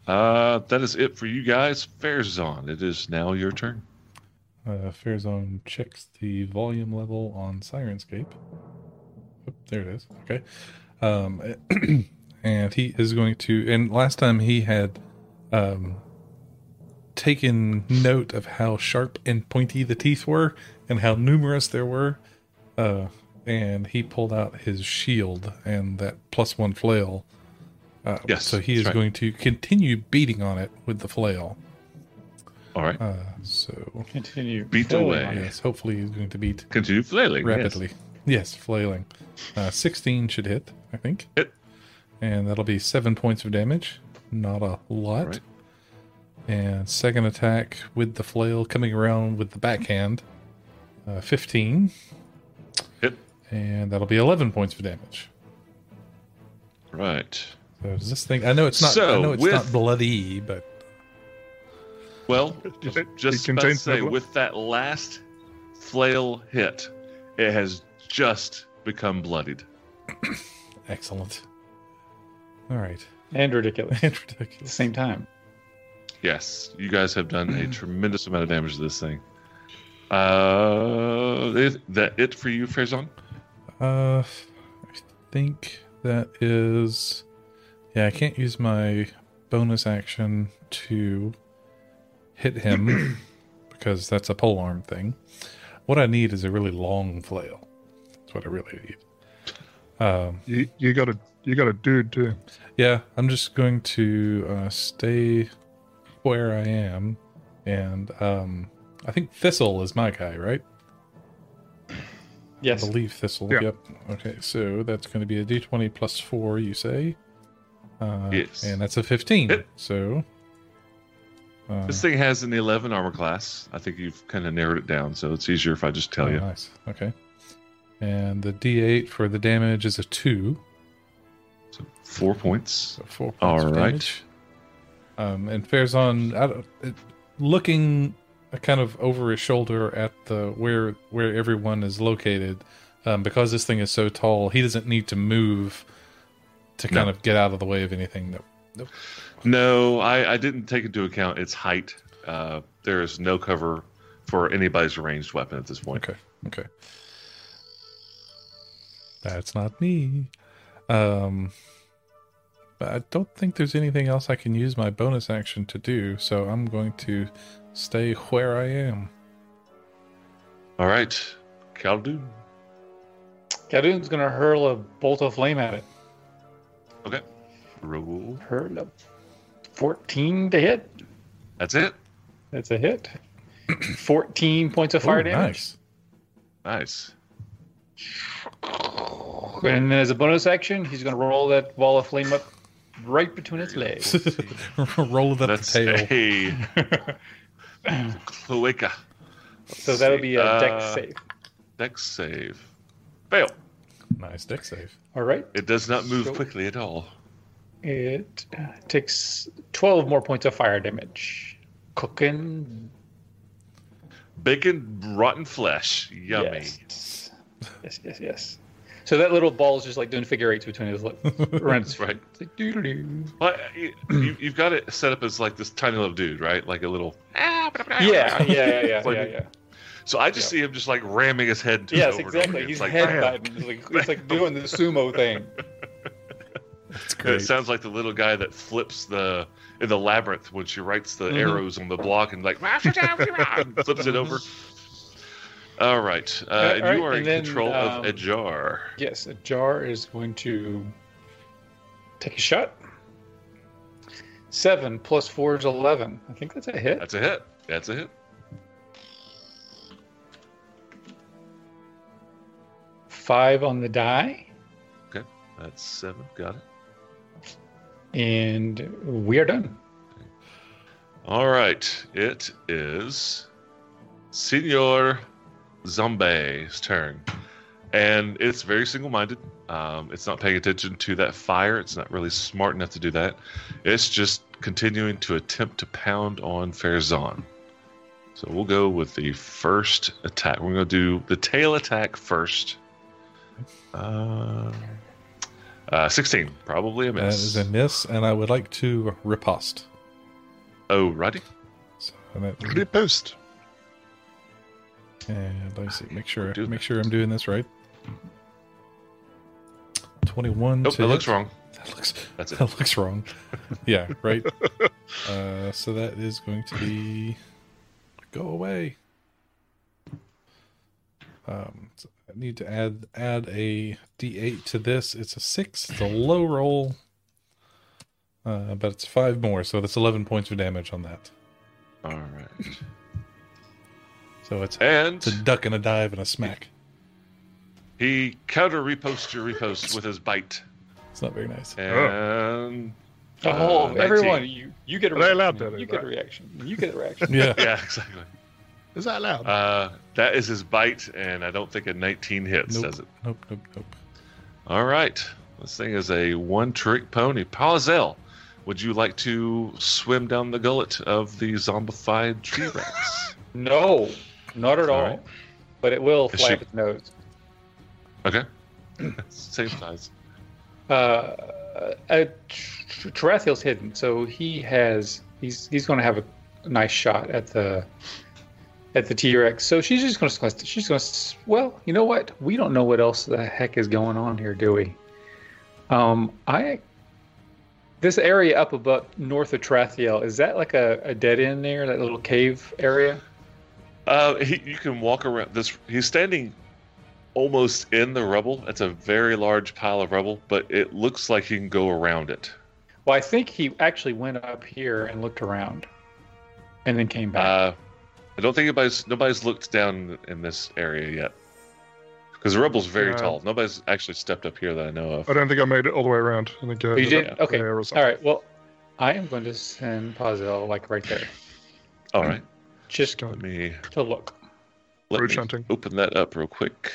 Speaker 1: Uh, that is it for you guys. Fair's on. It is now your turn.
Speaker 3: Uh, Fair Zone checks the volume level on Sirenscape. Oh, there it is. Okay. Um, and he is going to. And last time he had um, taken note of how sharp and pointy the teeth were and how numerous there were. Uh, and he pulled out his shield and that plus one flail. Uh,
Speaker 1: Yes,
Speaker 3: So he
Speaker 1: that's
Speaker 3: is
Speaker 1: right.
Speaker 3: going to continue beating on it with the flail.
Speaker 1: All right.
Speaker 3: Uh, so.
Speaker 2: Continue.
Speaker 1: Beat
Speaker 2: flailing
Speaker 1: away.
Speaker 2: on it.
Speaker 3: Yes, hopefully he's going to beat
Speaker 1: Continue flailing. yes.
Speaker 3: rapidly. Yes, flailing. Uh, 16 should hit, I think.
Speaker 1: Hit.
Speaker 3: And that'll be seven points of damage. Not a lot.
Speaker 1: Right.
Speaker 3: And second attack with the flail coming around with the backhand. Uh, 15.
Speaker 1: Hit.
Speaker 3: And that'll be 11 points of damage.
Speaker 1: Right.
Speaker 3: So does this thing? I know it's not. I
Speaker 1: So,
Speaker 3: know it's
Speaker 1: with-
Speaker 3: not bloody, but
Speaker 1: Well,
Speaker 4: It- it
Speaker 1: just about to
Speaker 4: contains
Speaker 1: say,
Speaker 4: Nebula.
Speaker 1: with that last flail hit, it has just become bloodied.
Speaker 3: excellent. All right,
Speaker 2: And ridiculous.
Speaker 3: and
Speaker 2: At the
Speaker 3: ridiculous.
Speaker 2: same time.
Speaker 1: Yes, you guys have done a tremendous amount of damage to this thing. Uh, is that it for you, Farazan?
Speaker 3: Uh, I think that is. Yeah, I can't use my bonus action to hit him because that's a pole arm thing. What I need is a really long flail. That's what I really need. Um,
Speaker 4: You, you got a you got a dude too.
Speaker 3: yeah, I'm just going to uh, stay where I am, and um, I think Thistle is my guy, right? I
Speaker 2: Yes.
Speaker 3: believe thistle.
Speaker 4: Yeah.
Speaker 3: Yep. Okay, so that's going to be a d20 plus four, you say? Uh,
Speaker 1: Yes.
Speaker 3: And that's a 15.
Speaker 1: Yep.
Speaker 3: So. Uh,
Speaker 1: This thing has an 11 armor class. I think you've kind of narrowed it down, so it's easier if I just tell
Speaker 3: oh,
Speaker 1: you.
Speaker 3: Nice. Okay. And the d8 for the damage is a two.
Speaker 1: So four points.
Speaker 3: So four points
Speaker 1: All
Speaker 3: of
Speaker 1: right.
Speaker 3: damage. Um, and Farazan, I don't, it- looking uh, kind of over his shoulder at the where where everyone is located, um, because this thing is so tall, he doesn't need to move to kind
Speaker 1: No.
Speaker 3: of get out of the way of anything that
Speaker 1: No, I, I didn't take into account its height. Uh, there is no cover for anybody's ranged weapon at this point.
Speaker 3: Okay. Okay. That's not me. Um But I don't think there's anything else I can use my bonus action to do, so I'm going to stay where I am.
Speaker 1: All right, Khaldun.
Speaker 2: Khaldun's gonna hurl a bolt of flame at it.
Speaker 1: Okay, roll.
Speaker 2: Hurl a 14 to hit.
Speaker 1: That's it.
Speaker 2: That's a hit. 14 points of fire
Speaker 3: Ooh,
Speaker 2: damage.
Speaker 3: nice.
Speaker 1: Nice.
Speaker 2: Oh, And then as a bonus action, he's gonna roll that ball of flame up right between its legs.
Speaker 3: Roll it up
Speaker 1: That's
Speaker 3: the tail.
Speaker 1: a cloaca.
Speaker 2: So that would be a deck
Speaker 1: Uh,
Speaker 2: save.
Speaker 1: Dex save. Fail.
Speaker 3: Nice deck save.
Speaker 2: All right.
Speaker 1: It does not move
Speaker 2: So-
Speaker 1: quickly at all.
Speaker 2: It uh, takes 12 more points of fire damage. Cooking.
Speaker 1: Bacon, rotten flesh. Yummy.
Speaker 2: Yes. yes, yes, yes. So that little ball is just like doing figure eights between his legs. around his
Speaker 1: Right.
Speaker 2: It's like, doo-doo-doo.
Speaker 1: Well, you, you- you've got it set up as like this tiny little dude, right? Like a little. Yeah,
Speaker 2: Yeah, yeah, yeah, yeah,
Speaker 1: Ah. Like-
Speaker 2: yeah, yeah.
Speaker 1: So I just see him just like ramming his head. To it
Speaker 2: Yes,
Speaker 1: over and
Speaker 2: exactly.
Speaker 1: over.
Speaker 2: He's
Speaker 1: It's like,
Speaker 2: head
Speaker 1: "Bam."
Speaker 2: button. He's like, it's like doing the sumo thing.
Speaker 3: That's
Speaker 1: And It
Speaker 3: great.
Speaker 1: sounds like the little guy that flips the in the labyrinth when she writes the
Speaker 2: Mhm.
Speaker 1: arrows on the block and like and flips it over. All right, uh, and
Speaker 2: all
Speaker 1: you
Speaker 2: right,
Speaker 1: are
Speaker 2: and
Speaker 1: in
Speaker 2: then,
Speaker 1: control
Speaker 2: um,
Speaker 1: of a jar.
Speaker 2: Yes, a jar is going to take a shot. Seven plus four is 11. I think that's a hit.
Speaker 1: That's a hit. That's a hit.
Speaker 2: Five on the die.
Speaker 1: That's seven. Got it.
Speaker 2: And we are done.
Speaker 1: All right, it is Senor Zombe's turn. And it's very single minded. Um, it's not paying attention to that fire. It's not really smart enough to do that. It's just continuing to attempt to pound on Farazan. So we'll go with the first attack. We're going to do the tail attack first. Uh, uh, 16, probably a
Speaker 3: That is
Speaker 1: miss.
Speaker 3: a miss, and I would like to riposte.
Speaker 1: oh, righty.
Speaker 3: So that,
Speaker 4: Repost.
Speaker 3: and let me see. Make sure.
Speaker 1: Do
Speaker 3: Make
Speaker 1: that.
Speaker 3: sure I'm doing this right. Twenty-one.
Speaker 1: Nope,
Speaker 3: to
Speaker 1: that
Speaker 3: hit.
Speaker 1: looks wrong.
Speaker 3: That looks.
Speaker 1: That's it.
Speaker 3: That looks wrong. yeah. Right. uh, so that is going to be. Go away. Um, so I need to add add a d8 to this. It's a six. It's a low roll. Uh, but it's five more, so that's eleven points of damage on that.
Speaker 1: All right.
Speaker 3: So it's
Speaker 1: And
Speaker 3: It's a duck and a dive and a smack.
Speaker 1: He counter reposts your repost with his bite.
Speaker 3: It's not very nice.
Speaker 1: And
Speaker 2: Oh,
Speaker 1: Uh,
Speaker 2: everyone,
Speaker 1: 19.
Speaker 2: you, you get a
Speaker 4: Are they
Speaker 2: reaction.
Speaker 4: allowed to do
Speaker 2: you get
Speaker 4: that?
Speaker 2: a reaction. You get a reaction.
Speaker 3: Yeah.
Speaker 1: yeah, exactly.
Speaker 4: Is that allowed?
Speaker 1: Uh, that is his bite, and I don't think a 19 hits,
Speaker 3: Nope.
Speaker 1: does it?
Speaker 3: Nope. Nope. Nope.
Speaker 1: All right. This thing is a one trick pony. Pazel, would you like to swim down the gullet of the zombified tree rats?
Speaker 2: no, not at all.
Speaker 1: All right.
Speaker 2: But it will
Speaker 1: Is
Speaker 2: flap
Speaker 1: she-
Speaker 2: its nose.
Speaker 1: okay. Same size.
Speaker 2: Uh, uh, Tr- Tarathiel's hidden, so he has he's he's going to have a nice shot at the at the T Rex. So she's just going to she's going to well, you know what? We don't know what else the heck is going on here, do we? Um, I this area up above north of Tarathiel is that like a, a dead end there? That little cave area?
Speaker 1: Uh, he, you can walk around this. He's standing almost in the rubble. It's a very large pile of rubble, but it looks like you can go around it.
Speaker 2: Well, I think he actually went up here and looked around, and then came back.
Speaker 1: Uh, I don't think anybody's nobody's looked down in this area yet, because the rubble's very
Speaker 4: Yeah.
Speaker 1: tall. Nobody's actually stepped up here that I know of.
Speaker 4: I don't think I made it all the way around. I think I
Speaker 2: you
Speaker 4: ended
Speaker 2: did?
Speaker 4: up
Speaker 2: Okay.
Speaker 4: there or
Speaker 2: All
Speaker 4: something.
Speaker 2: right. Well, I am going to send Pazel like right there,
Speaker 1: All right,
Speaker 2: just
Speaker 4: Go
Speaker 1: let me
Speaker 2: to look.
Speaker 1: let
Speaker 4: Roach
Speaker 1: me
Speaker 4: hunting.
Speaker 1: open that up real quick.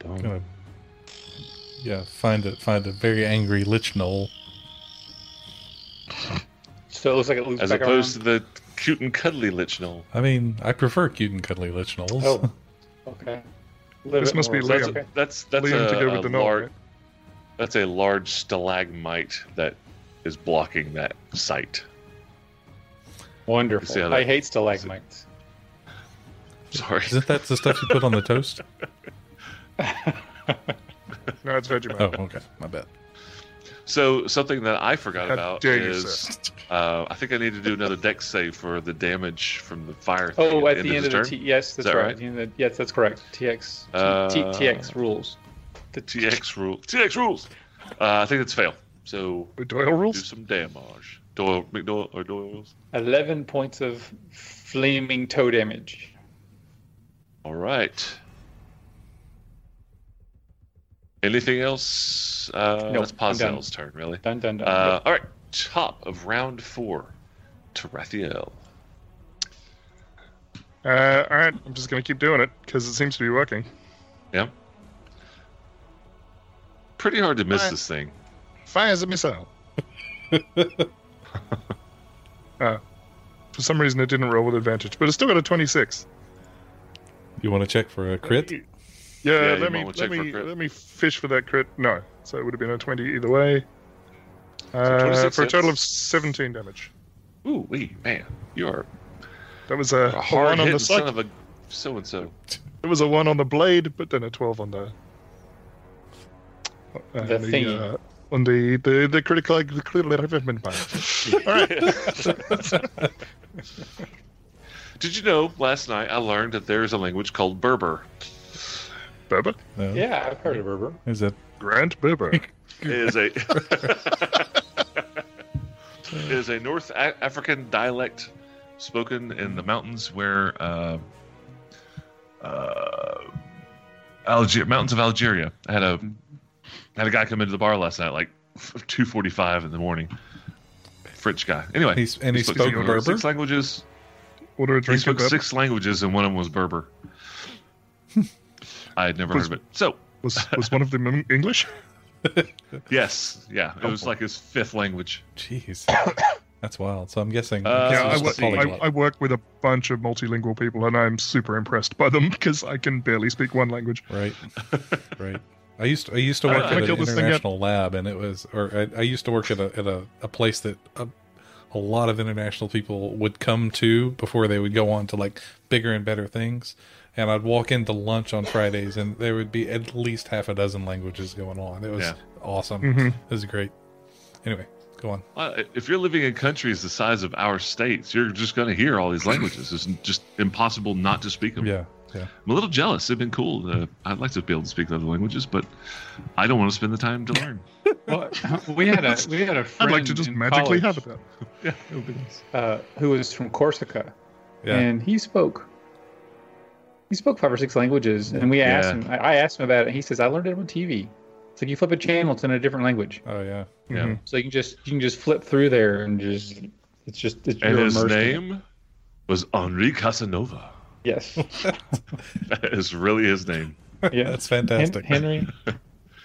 Speaker 3: Gonna, yeah. Find it. Find a very angry lich knoll.
Speaker 2: So it looks like it loops
Speaker 1: As
Speaker 2: back
Speaker 1: opposed
Speaker 2: around.
Speaker 1: to the cute and cuddly lichnol.
Speaker 3: I mean, I prefer cute and cuddly lich knolls.
Speaker 2: Oh, okay. Little
Speaker 4: This
Speaker 2: bit
Speaker 4: must be
Speaker 2: more.
Speaker 1: That's
Speaker 4: Liam.
Speaker 1: a, that's that's
Speaker 4: Liam
Speaker 1: a,
Speaker 4: to go
Speaker 1: a
Speaker 4: with the knoll,
Speaker 1: large
Speaker 4: right?
Speaker 1: that's a large stalagmite that is blocking that sight.
Speaker 2: Wonderful.
Speaker 1: See how that-
Speaker 2: I hate stalagmites.
Speaker 1: Sorry.
Speaker 3: Isn't that the stuff you put on the toast?
Speaker 4: No, it's Vegemite.
Speaker 3: Oh, okay. My bad.
Speaker 1: So something that I forgot
Speaker 4: How
Speaker 1: about
Speaker 4: dare you,
Speaker 1: is uh, I think I need to do another deck save for the damage from the fire. thing
Speaker 2: Oh, at the end of the
Speaker 1: his
Speaker 2: T. Yes, that's
Speaker 1: that
Speaker 2: right.
Speaker 1: right?
Speaker 2: At the end of the- yes, that's correct. TX T-
Speaker 1: Uh,
Speaker 2: T- TX rules. The T-
Speaker 1: turn. TX rule. TX rules. Uh, I think it's fail. So
Speaker 4: The Doyle
Speaker 1: do
Speaker 4: rules?
Speaker 1: some damage. Doyle McDoyle or Doyle rules.
Speaker 2: Eleven points of flaming toe damage.
Speaker 1: All right. Anything else? Uh,
Speaker 2: No,
Speaker 1: that's
Speaker 2: I'm done.
Speaker 1: Pazel's turn, really.
Speaker 2: Dun dun dun.
Speaker 1: Uh, all right. Top of round four. Tarathiel.
Speaker 4: Uh, all right, I'm just going to keep doing it because it seems to be working.
Speaker 1: Yeah. Pretty hard to miss
Speaker 4: Alright.
Speaker 1: this thing.
Speaker 4: Fires a missile. uh, for some reason, it didn't roll with advantage, but it's still got a 26.
Speaker 3: You want to check for a crit?
Speaker 1: Yeah,
Speaker 4: Yeah,
Speaker 1: you
Speaker 4: let me
Speaker 1: might wanna check
Speaker 4: let
Speaker 1: for
Speaker 4: me
Speaker 1: crit.
Speaker 4: let me fish for that crit. No, so it would have been a 20 either way. Uh,
Speaker 1: 26
Speaker 4: for a total of
Speaker 1: hits.
Speaker 4: 17 damage.
Speaker 1: Ooh, wee, man. You are
Speaker 4: That was a,
Speaker 1: a
Speaker 4: one
Speaker 1: hard
Speaker 4: on
Speaker 1: hitting
Speaker 4: the
Speaker 1: son
Speaker 4: cycle.
Speaker 1: of a so and so.
Speaker 4: It was a one on the blade, but then a twelve on the uh,
Speaker 2: The thingy.
Speaker 4: uh, on the the the critical the critical equipment part. All right.
Speaker 1: Did you know last night I learned that there is a language called Berber?
Speaker 4: Berber,
Speaker 3: No.
Speaker 2: yeah, I've heard of Berber.
Speaker 3: Is it?
Speaker 4: Grant Berber.
Speaker 1: It is a it is a North a- African dialect spoken in the mountains where uh, uh, Alger- mountains of Algeria. I had a had a guy come into the bar last night, like two forty five in the morning. French guy. Anyway,
Speaker 3: He's, and he
Speaker 1: spoke
Speaker 3: spoke
Speaker 1: six-
Speaker 3: Berber?
Speaker 1: Six languages.
Speaker 4: Order a
Speaker 1: He
Speaker 4: drink of
Speaker 1: spoke
Speaker 4: Berber.
Speaker 1: six languages, and one of them was Berber. I had never heard of it. So
Speaker 4: Was was one of them in English?
Speaker 1: yes, yeah, it was like his fifth language.
Speaker 3: Jeez. That's wild. So I'm guessing.
Speaker 1: Uh,
Speaker 4: yeah,
Speaker 1: I
Speaker 4: I,
Speaker 1: was
Speaker 4: work,
Speaker 1: the
Speaker 4: I, I work with a bunch of multilingual people, and I'm super impressed by them because I can barely speak one language.
Speaker 3: Right. Right. I used to, I used to work
Speaker 1: Alright,
Speaker 3: at
Speaker 1: I'm
Speaker 3: an
Speaker 4: gonna kill this thing
Speaker 3: international lab, and it was, or I, I used to work at a at a, a place that a, a lot of international people would come to before they would go on to like bigger and better things. And I'd walk into lunch on Fridays, and there would be at least half a dozen languages going on. It was
Speaker 1: Yeah.
Speaker 3: awesome.
Speaker 4: Mhm.
Speaker 3: It was great. Anyway, go on.
Speaker 1: Well, if you're living in countries the size of our states, you're just going to hear all these languages. It's just impossible not to speak them.
Speaker 3: Yeah, yeah.
Speaker 1: I'm a little jealous. It'd been cool. Uh, I'd like to be able to speak other languages, but I don't want to spend the time to learn.
Speaker 2: Well, we had a we had a
Speaker 4: I'd
Speaker 2: friend
Speaker 4: like to just
Speaker 2: in
Speaker 4: magically
Speaker 2: college,
Speaker 4: have it. Then.
Speaker 1: yeah, it would be nice.
Speaker 2: uh, who was from Corsica,
Speaker 3: Yeah.
Speaker 2: and he spoke. He spoke five or six languages, and we asked
Speaker 1: Yeah.
Speaker 2: him. I I asked him about it. And he says, "I learned it on TV. It's like you flip a channel; it's in a different language,
Speaker 3: Oh yeah.
Speaker 1: Yeah.
Speaker 4: Mhm.
Speaker 2: so you can just you can just flip through there and just it's just it's
Speaker 1: And
Speaker 2: you're
Speaker 1: his
Speaker 2: immersed in it.
Speaker 1: name was Henri Casanova.
Speaker 2: Yes,
Speaker 1: That is really his name.
Speaker 2: yeah,
Speaker 3: That's
Speaker 2: Hen-
Speaker 3: fantastic.
Speaker 2: Henry,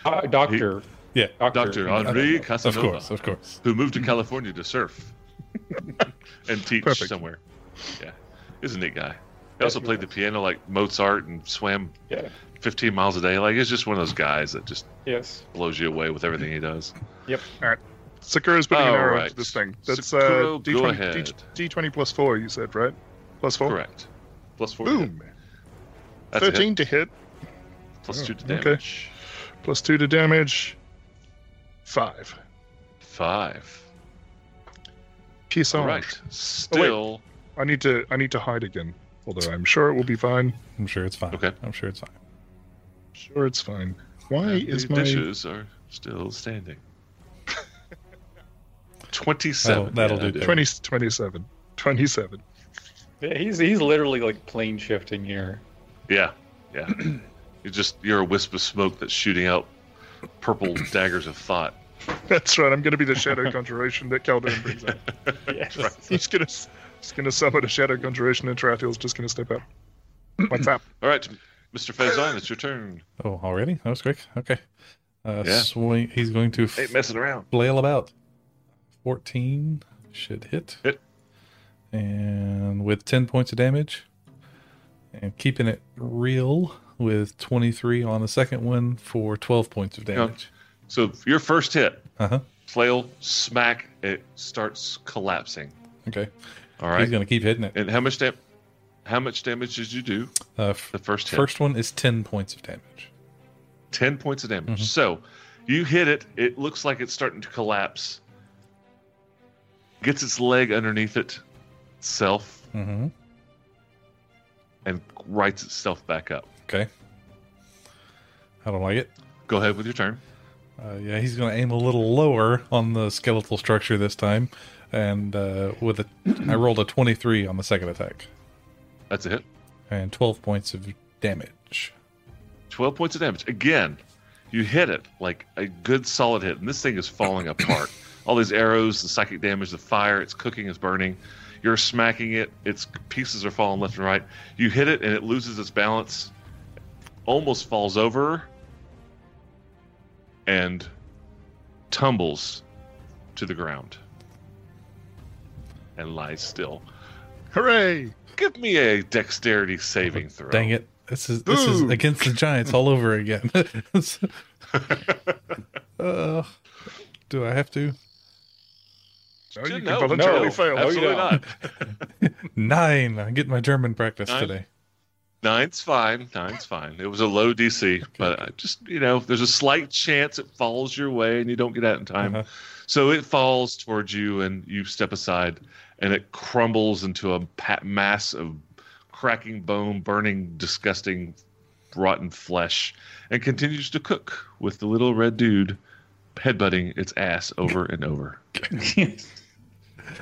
Speaker 2: uh, Doctor,
Speaker 3: Yeah.
Speaker 1: Dr. Henri
Speaker 3: Of
Speaker 1: Casanova.
Speaker 3: course, of course.
Speaker 1: Who moved to California to surf and teach
Speaker 4: Perfect.
Speaker 1: somewhere. Yeah. He's a neat guy. He also played the piano like Mozart and swam
Speaker 2: Yeah.
Speaker 1: 15 miles a day. Like, he's just one of those guys that just
Speaker 2: Yes.
Speaker 1: blows you away with everything he does.
Speaker 4: Sakura's putting an
Speaker 1: All
Speaker 4: arrow
Speaker 1: right.
Speaker 4: into this thing. That's
Speaker 1: Sakura,
Speaker 4: uh,
Speaker 1: go
Speaker 4: D20,
Speaker 1: ahead.
Speaker 4: D- D20 plus four. You said right? Plus four.
Speaker 1: Correct. Plus four. to hit.
Speaker 4: Boom.
Speaker 1: That's a hit.
Speaker 4: Thirteen to hit.
Speaker 1: Plus
Speaker 4: Oh,
Speaker 1: two to
Speaker 4: okay.
Speaker 1: damage.
Speaker 4: plus two to damage, five.
Speaker 1: Five.
Speaker 4: Peace
Speaker 1: All
Speaker 4: on.
Speaker 1: right. Still.
Speaker 4: I need to. I need to hide again. Although I'm sure it will be fine.
Speaker 3: I'm sure it's fine.
Speaker 1: Okay.
Speaker 3: I'm sure it's fine.
Speaker 4: Sure, it's fine. Why is
Speaker 1: the
Speaker 4: my
Speaker 1: dishes are still standing.
Speaker 3: That'll,
Speaker 1: 27.
Speaker 3: that'll
Speaker 1: Yeah, I
Speaker 3: do.
Speaker 1: did.
Speaker 4: 20, 27. 27.
Speaker 2: Yeah, he's he's literally like plane shifting here.
Speaker 1: Yeah, yeah. you just you're a wisp of smoke that's shooting out purple daggers of thought.
Speaker 4: That's right. I'm going to be the shadow conjuration that Calderon brings out.
Speaker 2: Yes.
Speaker 4: He's going to. He's going to summon a shadow conjuration, and Tarathiel's just going to step up. What's up?
Speaker 1: All right, Mr. Fezon, it's your turn.
Speaker 3: Oh, already? That was quick. Okay. Uh,
Speaker 1: Yeah.
Speaker 3: swing. He's going to f-
Speaker 1: Ain't messing around.
Speaker 3: flail about. 14 should hit.
Speaker 1: Hit.
Speaker 3: And with 10 points of damage. And keeping it real with 23 on the second one for 12 points of damage.
Speaker 1: So your first hit,
Speaker 3: Uh huh.
Speaker 1: flail, smack, it starts collapsing.
Speaker 3: Okay.
Speaker 1: All
Speaker 3: He's
Speaker 1: right.
Speaker 3: going to keep hitting it.
Speaker 1: And how much dam- how much damage did you do
Speaker 3: Uh, f-
Speaker 1: the first hit?
Speaker 3: first one is 10 points of damage.
Speaker 1: 10 points of damage.
Speaker 3: Mhm.
Speaker 1: So you hit it, it looks like it's starting to collapse. Gets its leg underneath it, self,
Speaker 3: Mm-hmm.
Speaker 1: and rights itself back up.
Speaker 3: Okay. I don't like it.
Speaker 1: Go ahead with your turn.
Speaker 3: Uh, yeah, he's going to aim a little lower on the skeletal structure this time, and uh, with a, I rolled a twenty-three on the second attack
Speaker 1: That's a hit.
Speaker 3: and twelve points of damage.
Speaker 1: 12 points of damage. Again, you hit it like a good solid hit, and this thing is falling apart. All these arrows, the psychic damage, the fire, it's cooking, it's burning. You're smacking it, its pieces are falling left and right. You hit it, and it loses its balance, almost falls over, and tumbles to the ground and lies still.
Speaker 4: Hooray!
Speaker 1: Give me a dexterity saving throw.
Speaker 3: Dang it! This is this is
Speaker 4: Boo.
Speaker 3: against the Giants all over again. uh, do I have to?
Speaker 4: No, you can
Speaker 1: No,
Speaker 4: voluntarily
Speaker 1: no,
Speaker 4: fail.
Speaker 2: That's-
Speaker 1: Absolutely
Speaker 2: don't.
Speaker 1: not.
Speaker 3: Nine. I get my German practice
Speaker 1: Nine?
Speaker 3: today.
Speaker 1: Nine's fine. Nine's fine. It was a low DC, but I just you know, there's a slight chance it falls your way and you don't get out in time.
Speaker 3: Uh-huh.
Speaker 1: So it falls towards you, and you step aside, and it crumbles into a pa- mass of cracking bone, burning, disgusting, rotten flesh, and continues to cook with the little red dude headbutting its ass over and over.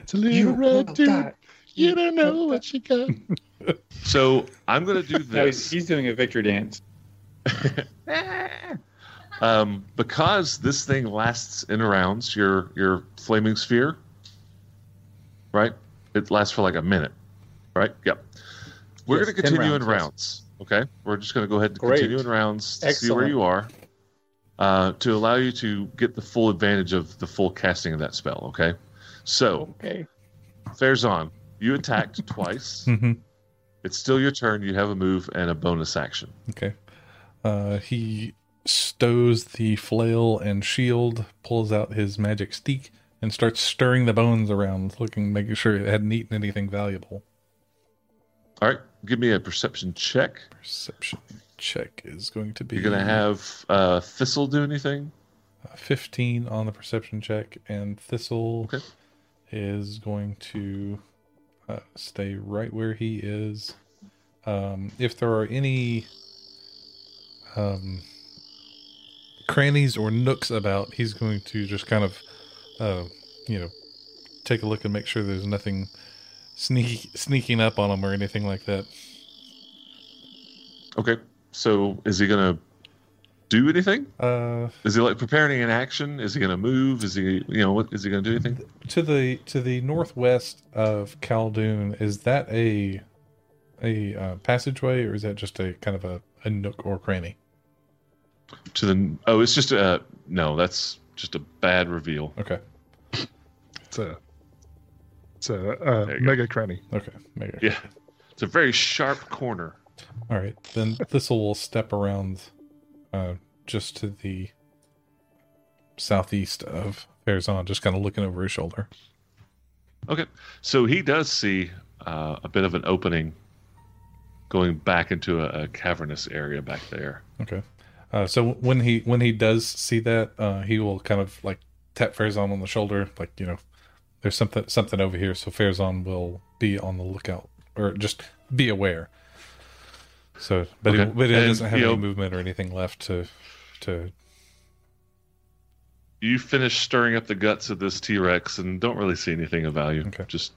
Speaker 4: It's a little red dude. You don't know what you got.
Speaker 1: So I'm gonna do
Speaker 2: No, he's,
Speaker 1: this.
Speaker 2: he's doing a victory dance.
Speaker 1: um, because this thing lasts in rounds. Your your flaming sphere, right? It lasts for like a minute, right? Yep. We're
Speaker 5: Yes,
Speaker 1: going to
Speaker 5: 10
Speaker 1: continue
Speaker 5: rounds,
Speaker 1: in
Speaker 5: yes.
Speaker 1: rounds. Okay, we're just going to go ahead and
Speaker 2: Great.
Speaker 1: continue in rounds. to See where
Speaker 2: Excellent.
Speaker 1: you are. Uh, to allow you to get the full advantage of the full casting of that spell, okay? So,
Speaker 2: Okay.
Speaker 1: fares on. You attacked twice.
Speaker 3: Mhm.
Speaker 1: It's still your turn. You have a move and a bonus action.
Speaker 3: Okay. Uh, he stows the flail and shield, pulls out his magic steak, and starts stirring the bones around, looking, making sure it hadn't eaten anything valuable.
Speaker 1: All right, give me a perception check.
Speaker 3: Perception check is going to be.
Speaker 1: You're gonna have uh, Thistle do anything?
Speaker 3: uh, fifteen on the perception check, and Thistle
Speaker 1: Okay.
Speaker 3: is going to uh, stay right where he is. Um, if there are any um, crannies or nooks about, he's going to just kind of, uh, you know, take a look and make sure there's nothing sneaky sneaking up on him or anything like that.
Speaker 1: Okay. So is he gonna do anything?
Speaker 3: Uh,
Speaker 1: Is he like preparing an action? Is he gonna move? Is he you know what is he gonna do anything?
Speaker 3: to the to the northwest of Caldoon, is that a a uh, passageway or is that just a kind of a, a nook or cranny?
Speaker 1: To the oh, it's just a no. That's just a bad reveal.
Speaker 3: Okay,
Speaker 4: It's a, it's a uh,
Speaker 1: There you go.
Speaker 4: mega cranny.
Speaker 3: okay, maybe.
Speaker 1: Yeah, it's a very sharp corner.
Speaker 3: All right, then Thistle will step around, uh, just to the southeast of Farazan, just kind of looking over his shoulder.
Speaker 1: Okay. So he does see uh, a bit of an opening, going back into a, a cavernous area back there.
Speaker 3: Okay. Uh, so when he when he does see that, uh, he will kind of like tap Farazan on the shoulder, like you know, there's something something over here. So Farazan will be on the lookout or just be aware. So, but he,
Speaker 1: Okay.
Speaker 3: but he
Speaker 1: And,
Speaker 3: doesn't have
Speaker 1: you
Speaker 3: any
Speaker 1: know-
Speaker 3: movement or anything left to to.
Speaker 1: you finish stirring up the guts of this T Rex and don't really see anything of value.
Speaker 3: Okay.
Speaker 1: Just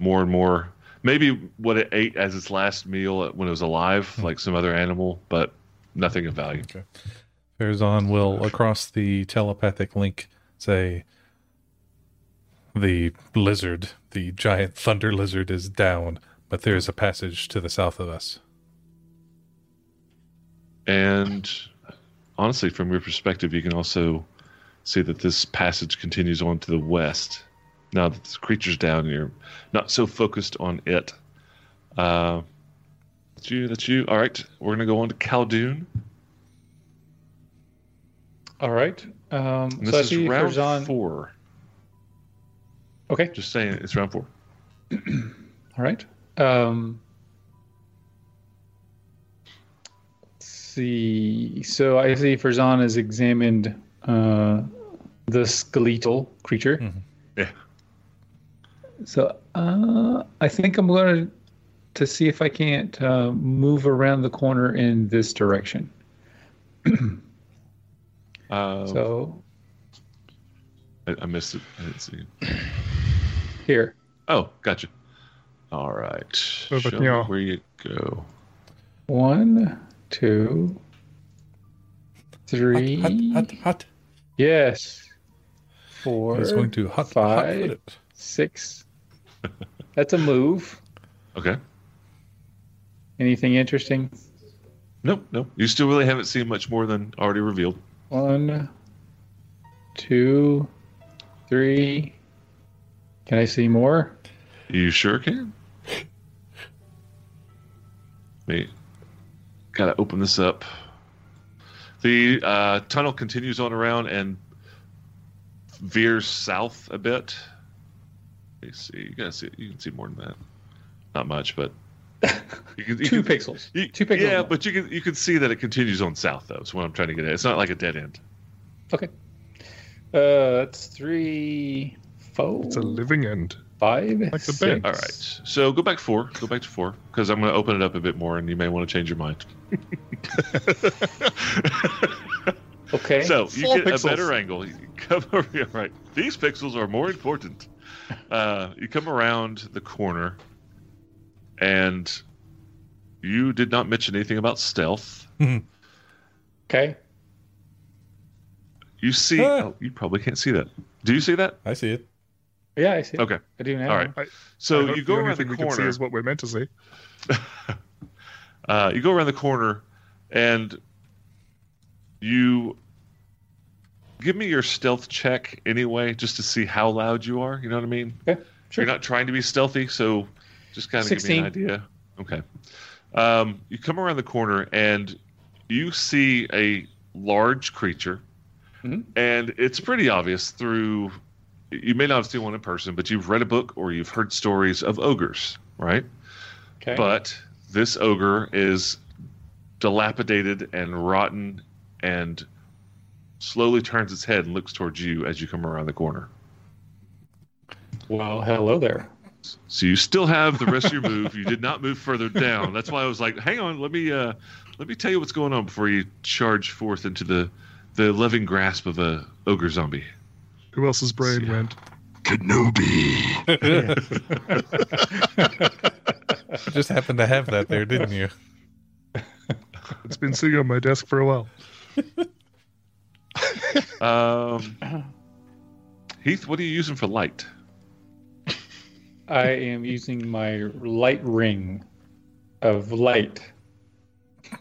Speaker 1: more and more. Maybe what it ate as its last meal when it was alive, like some other animal, but nothing of value.
Speaker 3: Farazan will across the telepathic link say, "The lizard, the giant thunder lizard, is down, but there is a passage to the south of us."
Speaker 1: And honestly, from your perspective, you can also see that this passage continues on to the west. Now that this creature's down, you're not so focused on it. Uh, that's you. That's you. All right, we're gonna go on to Caldoon.
Speaker 2: All right. Um,
Speaker 1: And
Speaker 2: so I
Speaker 1: this
Speaker 2: see
Speaker 1: is round
Speaker 2: Farzan-
Speaker 1: four.
Speaker 2: Okay.
Speaker 1: Just saying, it's round four.
Speaker 2: All right. Um, let's see. So I see Ferzan has examined uh, the skeletal creature.
Speaker 3: Mhm.
Speaker 1: Yeah.
Speaker 2: So uh, I think I'm going to to see if I can't uh, move around the corner in this direction.
Speaker 1: Uh,
Speaker 2: So
Speaker 1: I, I missed it. I didn't see it.
Speaker 2: here,
Speaker 1: Oh, gotcha. All right.
Speaker 4: but
Speaker 1: Show me
Speaker 4: yeah.
Speaker 1: Where you go?
Speaker 2: one, two,
Speaker 3: Hot,
Speaker 2: three.
Speaker 3: hot, hot, hot.
Speaker 2: Yes. Four.
Speaker 3: It's going to hot,
Speaker 2: five.
Speaker 3: hot foot
Speaker 2: Six. That's a move.
Speaker 1: Okay.
Speaker 2: Anything interesting?
Speaker 1: Nope, nope. You still really haven't seen much more than already revealed.
Speaker 2: One, two, three. Can I see more?
Speaker 1: You sure can. Wait. Gotta open this up. The uh, tunnel continues on around and veers south a bit. Let me see. You gotta see. You can see more than that. Not much, but you can, you
Speaker 2: Two
Speaker 1: can-
Speaker 2: pixels.
Speaker 1: you-
Speaker 2: Two pixels.
Speaker 1: Yeah, but you can you can see that it continues on south though. That's what I'm trying to get at. It's not like a dead end.
Speaker 2: Uh, that's three, four,
Speaker 4: It's a living end.
Speaker 2: five,
Speaker 4: the
Speaker 2: six.
Speaker 4: band.
Speaker 1: All right. So go back four. Go back to four because I'm going to open it up a bit more, and you may want to change your mind.
Speaker 2: Okay.
Speaker 1: so you
Speaker 4: Four
Speaker 1: get
Speaker 4: pixels.
Speaker 1: a better angle. You come over here. Right. These pixels are more important. Uh, you come around the corner, and you did not mention anything about stealth.
Speaker 2: okay.
Speaker 1: You see?
Speaker 3: Ah.
Speaker 1: Oh, you probably can't see that. Do you see that?
Speaker 3: I see it.
Speaker 2: Yeah, I see. it.
Speaker 1: Okay.
Speaker 2: I do now.
Speaker 1: All right.
Speaker 4: I
Speaker 1: So
Speaker 4: hope
Speaker 1: you go
Speaker 4: the only
Speaker 1: around the
Speaker 4: thing we can see
Speaker 1: corner.
Speaker 4: is what we're meant to see.
Speaker 1: uh, you go around the corner and you give me your stealth check anyway just to see how loud you are you know what i mean
Speaker 2: Okay, sure.
Speaker 1: you're not trying to be stealthy so just kind of give me an
Speaker 2: 16.
Speaker 1: idea okay um, you come around the corner and you see a large creature
Speaker 2: Mhm.
Speaker 1: and it's pretty obvious through you may not have seen one in person but you've read a book or you've heard stories of ogres right
Speaker 2: Okay.
Speaker 1: but this ogre is dilapidated and rotten and slowly turns its head and looks towards you as you come around the corner.
Speaker 2: well, hello there.
Speaker 1: So you still have the rest of your move. You did not move further down. That's why I was like, hang on, let me uh let me tell you what's going on before you charge forth into the the loving grasp of a ogre zombie.
Speaker 4: Who else's brain
Speaker 1: Yeah.
Speaker 4: went? Kenobi.
Speaker 3: You just happened to have that there, didn't you?
Speaker 4: It's been sitting on my desk for a while.
Speaker 1: Um Heath, what are you using for light?
Speaker 2: I am using my light ring of light.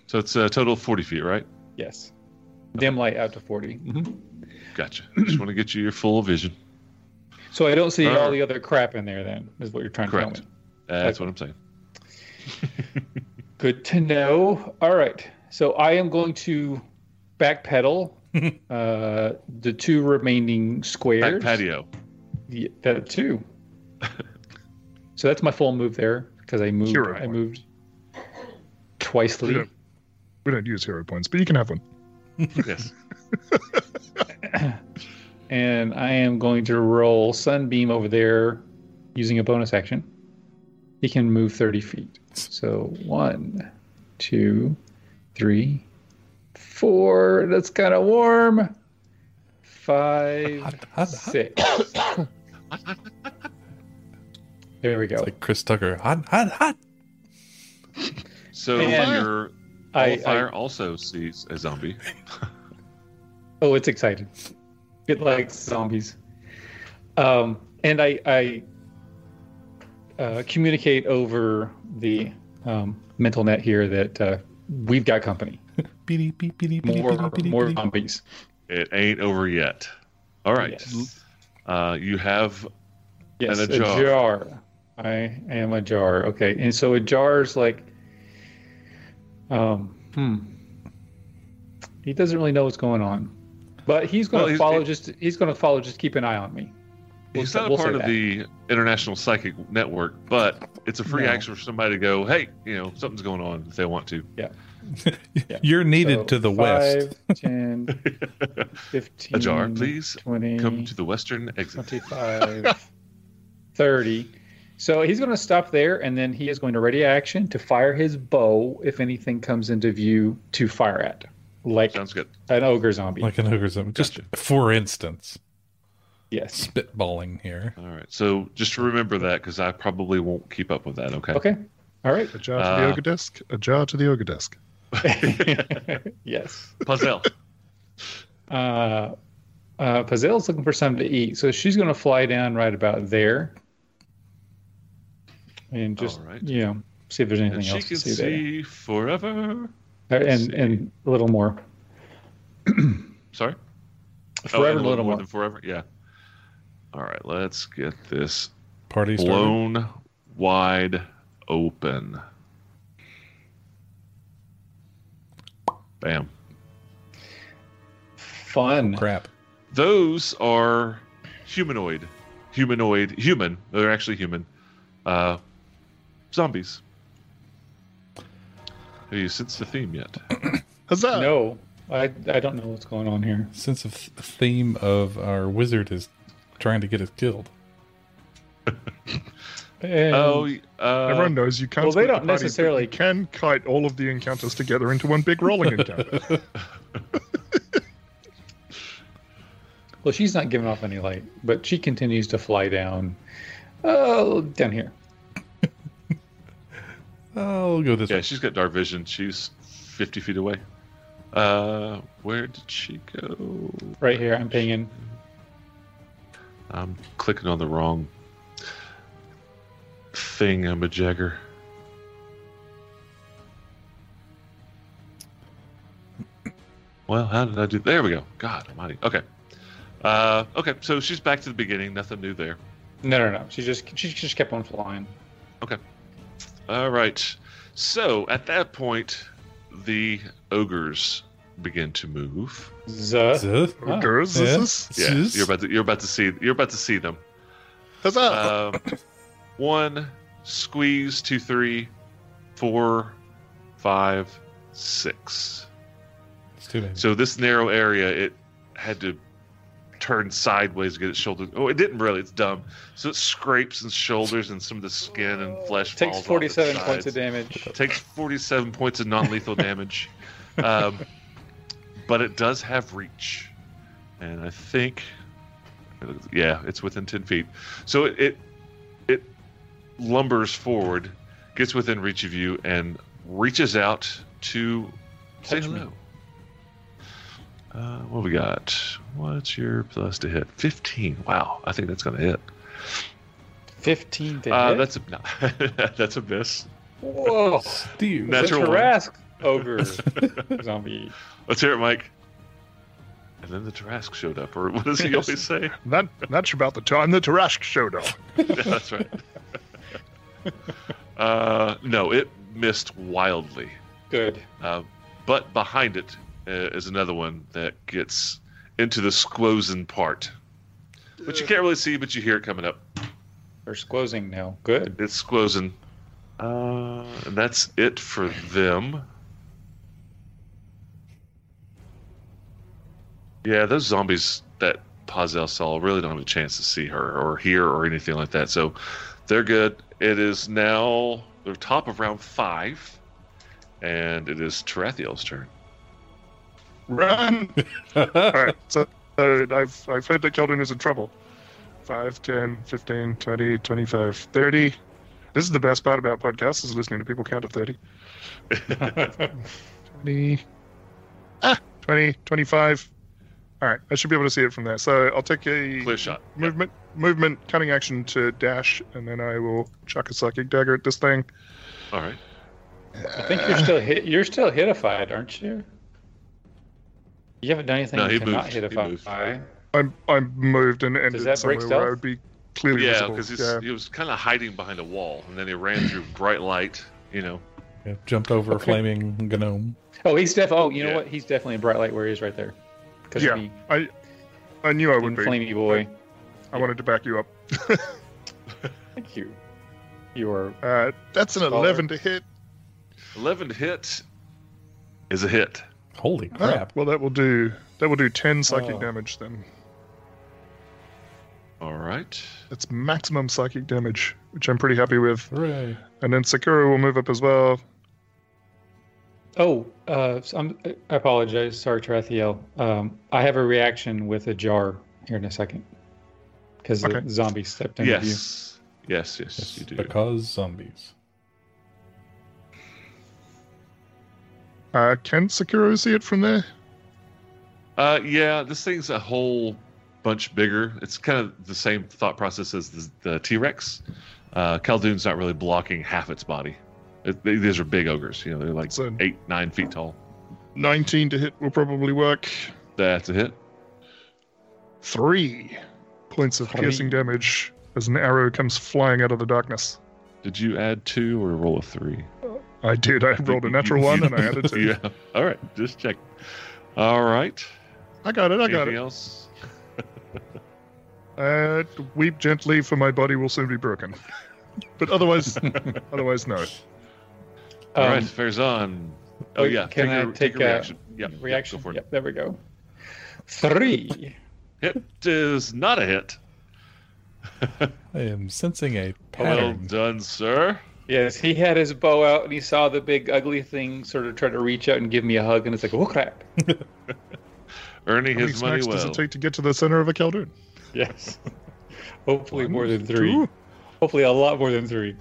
Speaker 1: So it's a total of forty feet, right?
Speaker 2: Yes. Dim light out to 40.
Speaker 1: Mm-hmm. Gotcha. Just want to get you your full vision.
Speaker 2: So I don't see
Speaker 1: Uh.
Speaker 2: all the other crap in there, then, is what you're trying to
Speaker 1: Correct.
Speaker 2: tell me.
Speaker 1: That's what I'm saying.
Speaker 2: Good to know. All right. So I am going to backpedal uh, the two remaining squares.
Speaker 1: Back patio.
Speaker 2: Yeah, that too. so that's my full move there because I moved.
Speaker 4: Hero
Speaker 2: I
Speaker 4: point.
Speaker 2: moved twice.
Speaker 4: Yeah. We don't use hero points, but you can have one.
Speaker 1: Yes.
Speaker 2: and I am going to roll Sunbeam over there using a bonus action. He can move 30 feet. So one, two, three, four. That's kind of warm. Five,
Speaker 3: Hot, hot, hot.
Speaker 2: six. there we go.
Speaker 3: It's like Chris Tucker. Hot, hot, hot.
Speaker 1: So
Speaker 2: And-
Speaker 1: your
Speaker 2: I, I,
Speaker 1: qualifier also sees a zombie.
Speaker 2: oh, it's exciting. It likes zombies. Um, and I, I uh, communicate over the um, mental net here that uh, we've got company.
Speaker 3: Beady, beady, beady, beady,
Speaker 2: more
Speaker 3: beady, beady,
Speaker 2: more
Speaker 3: beady.
Speaker 2: zombies.
Speaker 1: It ain't over yet. All right.
Speaker 2: Yes,
Speaker 1: Uh, you have
Speaker 2: Yes,
Speaker 1: And
Speaker 2: a,
Speaker 1: a jar.
Speaker 2: jar. I am a jar. Okay, and so a jar is like, um, hmm. He doesn't really know what's going on, but he's going
Speaker 1: Well,
Speaker 2: to
Speaker 1: he's-
Speaker 2: follow.
Speaker 1: he-
Speaker 2: just he's going to follow. Just keep an eye on me.
Speaker 1: He's
Speaker 2: say-
Speaker 1: not a
Speaker 2: we'll say
Speaker 1: part of
Speaker 2: that.
Speaker 1: the International Psychic Network, but it's a free
Speaker 2: No.
Speaker 1: action for somebody to go, hey, you know, something's going on if they want to.
Speaker 3: You're needed
Speaker 2: So,
Speaker 3: to the west.
Speaker 2: five, 10, 15,
Speaker 1: A jar, please.
Speaker 2: 20,
Speaker 1: Come to the Western exit.
Speaker 2: 25, 30. So he's going to stop there, and then he is going to ready action to fire his bow if anything comes into view to fire at, like
Speaker 1: Sounds good.
Speaker 2: an ogre zombie.
Speaker 3: Like an ogre zombie. Just for instance,
Speaker 2: yes.
Speaker 3: spitballing here.
Speaker 1: All right. So just remember that because I probably won't keep up with that. Okay.
Speaker 2: Okay. All right.
Speaker 4: A jar to the
Speaker 1: Uh,
Speaker 4: ogre desk. A jar to the ogre desk.
Speaker 2: yes.
Speaker 1: Puzzle.
Speaker 2: Uh, uh, Pazel's looking for something to eat, so she's going to fly down right about there, and just
Speaker 1: All right.
Speaker 2: you know see if there's anything
Speaker 1: and she
Speaker 2: else to
Speaker 1: can
Speaker 2: see,
Speaker 1: see, forever.
Speaker 2: there, Uh, and and a little more.
Speaker 1: Sorry.
Speaker 2: Forever,
Speaker 1: Oh, and
Speaker 2: Oh, a little more.
Speaker 1: than forever. Yeah. All right. Let's get this
Speaker 3: Party started.
Speaker 1: blown wide open. Bam.
Speaker 2: Fun.
Speaker 3: Crap.
Speaker 1: those are humanoid, humanoid, human. They're actually human. Uh, zombies. Have you sensed the theme yet?
Speaker 4: Huzzah!
Speaker 2: No, I I don't know what's going on here.
Speaker 3: Sense of th- theme of our wizard is trying to get us killed.
Speaker 2: And-
Speaker 1: oh, uh,
Speaker 4: Everyone knows you can't.
Speaker 2: well, they
Speaker 4: split the
Speaker 2: don't
Speaker 4: party, but
Speaker 2: necessarily-
Speaker 4: You can kite all of the encounters together into one big rolling encounter.
Speaker 2: well, she's not giving off any light, but she continues to fly down. Oh, down here.
Speaker 3: I'll go this
Speaker 1: yeah,
Speaker 3: way.
Speaker 1: she's got dark vision. She's fifty feet away. Uh, where did she go?
Speaker 2: Right here, I'm pinging.
Speaker 1: I'm clicking on the wrong thing. I'm a jagger. Well, how did I do? There we go. God Almighty. Okay. Uh, okay. So she's back to the beginning. Nothing new there.
Speaker 2: No, no, no. She just she just kept on flying.
Speaker 1: All right. So at that point, the ogres begin to move.
Speaker 2: Zuh.
Speaker 3: Zuh.
Speaker 2: Ah.
Speaker 4: Ogres,
Speaker 3: Yeah.
Speaker 4: this is-
Speaker 1: Yeah,
Speaker 3: Zeus?
Speaker 1: you're about to you're about to see you're about to see them.
Speaker 4: Huzzah!
Speaker 1: um, one, squeeze, two, three, four, five, six.
Speaker 3: It's too many.
Speaker 1: So this narrow area, it had to turn sideways to get its shoulder. Oh, it didn't really. It's dumb. So it scrapes and shoulders and some of the skin and flesh.
Speaker 2: Takes
Speaker 1: falls off
Speaker 2: 47
Speaker 1: its
Speaker 2: points
Speaker 1: sides.
Speaker 2: of damage.
Speaker 1: Takes forty-seven points of non-lethal damage, um, but it does have reach, and I think, yeah, it's within ten feet. So it it, it lumbers forward, gets within reach of you, and reaches out to say
Speaker 2: Touch me.
Speaker 1: hello. Uh, what we got? What's your plus to hit? Fifteen. Wow, I think that's gonna hit.
Speaker 2: 15 to
Speaker 1: Uh,
Speaker 2: hit.
Speaker 1: that's a no, that's a miss.
Speaker 2: Whoa.
Speaker 3: Dude.
Speaker 1: That's- Natural
Speaker 2: That's
Speaker 1: one.
Speaker 2: harassed ogre zombie.
Speaker 1: Let's hear it, Mike. And then the Tarask showed up, or what does he
Speaker 2: Yes.
Speaker 1: always say?
Speaker 4: That that's about the time the Tarashk showed up.
Speaker 1: Yeah, that's right. uh, no, it missed wildly.
Speaker 2: Good.
Speaker 1: Uh, but behind it uh, is another one that gets into the squozen part, which you can't really see, but you hear it coming up.
Speaker 2: They're squozing now. Good.
Speaker 1: It's squozen. Uh, and that's it for them. Yeah, those zombies that Pazel saw really don't have a chance to see her or hear or anything like that. So they're good. It is now the top of round five, and it is Tarathiel's turn.
Speaker 4: Run! All right, so, so I've, I've heard that Keldon is in trouble. 5, 10, 15, 20, 25, 30. This is the best part about podcasts is listening to people count to 30. 20, ah, 20, 25. All right, I should be able to see it from there. So I'll take a
Speaker 1: Clear shot. Yeah.
Speaker 4: movement, movement, cunning action to dash, and then I will chuck a psychic dagger at this thing.
Speaker 1: All right.
Speaker 2: I think you're still hit. You're still hitified, aren't you? You haven't done anything
Speaker 1: No, he
Speaker 2: you cannot
Speaker 1: moved. He
Speaker 2: hitify.
Speaker 4: I'm I'm moved and ended
Speaker 2: that
Speaker 4: somewhere
Speaker 2: break
Speaker 4: where I
Speaker 2: stealth?
Speaker 4: would be clearly
Speaker 1: Yeah,
Speaker 4: visible.
Speaker 1: because
Speaker 4: Yeah.
Speaker 1: he was kind of hiding behind a wall, and then he ran through bright light. You know,
Speaker 3: Yeah, jumped over a
Speaker 2: Okay.
Speaker 3: flaming gnome.
Speaker 2: Oh, he's def. Oh, you know
Speaker 1: Yeah.
Speaker 2: what? He's definitely in bright light where he is right there. Because
Speaker 4: Yeah,
Speaker 2: me,
Speaker 4: I knew I would
Speaker 2: being
Speaker 4: be.
Speaker 2: flamey boy.
Speaker 4: I wanted to back you up.
Speaker 2: Thank you. You are
Speaker 4: Uh, that's an
Speaker 2: Scholar.
Speaker 4: 11 to hit.
Speaker 1: 11 hit is a hit.
Speaker 3: Holy
Speaker 4: Ah,
Speaker 3: crap!
Speaker 4: well, that will do. That will do 10 psychic
Speaker 3: Oh.
Speaker 4: damage then.
Speaker 1: All right.
Speaker 4: That's maximum psychic damage, which I'm pretty happy with.
Speaker 3: Hooray!
Speaker 4: And then Sakura will move up as well.
Speaker 2: Oh, uh, so I'm, I apologize. Sorry, Tarathiel. Um, I have a reaction with a jar here in a second because
Speaker 4: Okay.
Speaker 2: the zombie stepped into view.
Speaker 1: Yes. yes. Yes,
Speaker 3: Yes,
Speaker 1: you do.
Speaker 3: because zombies.
Speaker 4: Uh, can Sakura see it from there?
Speaker 1: Uh, yeah, this thing's a whole bunch bigger. It's kind of the same thought process as the, the T Rex. Uh, Khaldun's not really blocking half its body. It, they- these are big ogres. You know, they're like
Speaker 4: So-
Speaker 1: eight, nine feet tall.
Speaker 4: 19 to hit will probably work.
Speaker 1: That's a hit.
Speaker 4: Three points of
Speaker 2: Three.
Speaker 4: piercing damage as an arrow comes flying out of the darkness.
Speaker 1: Did you add two or roll a three?
Speaker 4: I did. I rolled a natural one and I added two.
Speaker 1: yeah. All right. Just check. All right.
Speaker 4: I got it. I got
Speaker 1: Anything
Speaker 4: it.
Speaker 1: else?
Speaker 4: Uh, weep gently, for my body will soon be broken. But otherwise, otherwise no.
Speaker 2: Um,
Speaker 1: All right. Fair's on. Oh
Speaker 2: wait,
Speaker 1: yeah.
Speaker 2: can I take a
Speaker 1: reaction? Yeah. yeah,
Speaker 2: Reaction.
Speaker 1: Go for it.
Speaker 2: Yep, there we go. Three.
Speaker 1: Hit is not a hit.
Speaker 3: I am sensing a
Speaker 1: Well
Speaker 3: pattern.
Speaker 1: done, sir.
Speaker 2: yes, he had his bow out and he saw the big ugly thing sort of try to reach out and give me a hug, and it's like, oh crap.
Speaker 1: Earning
Speaker 4: How many
Speaker 1: his money
Speaker 4: smacks does
Speaker 1: well.
Speaker 4: it take to get to the center of a Khaldun?
Speaker 2: Yes. Hopefully
Speaker 4: One,
Speaker 2: more than three.
Speaker 4: two.
Speaker 2: Hopefully a lot more than three.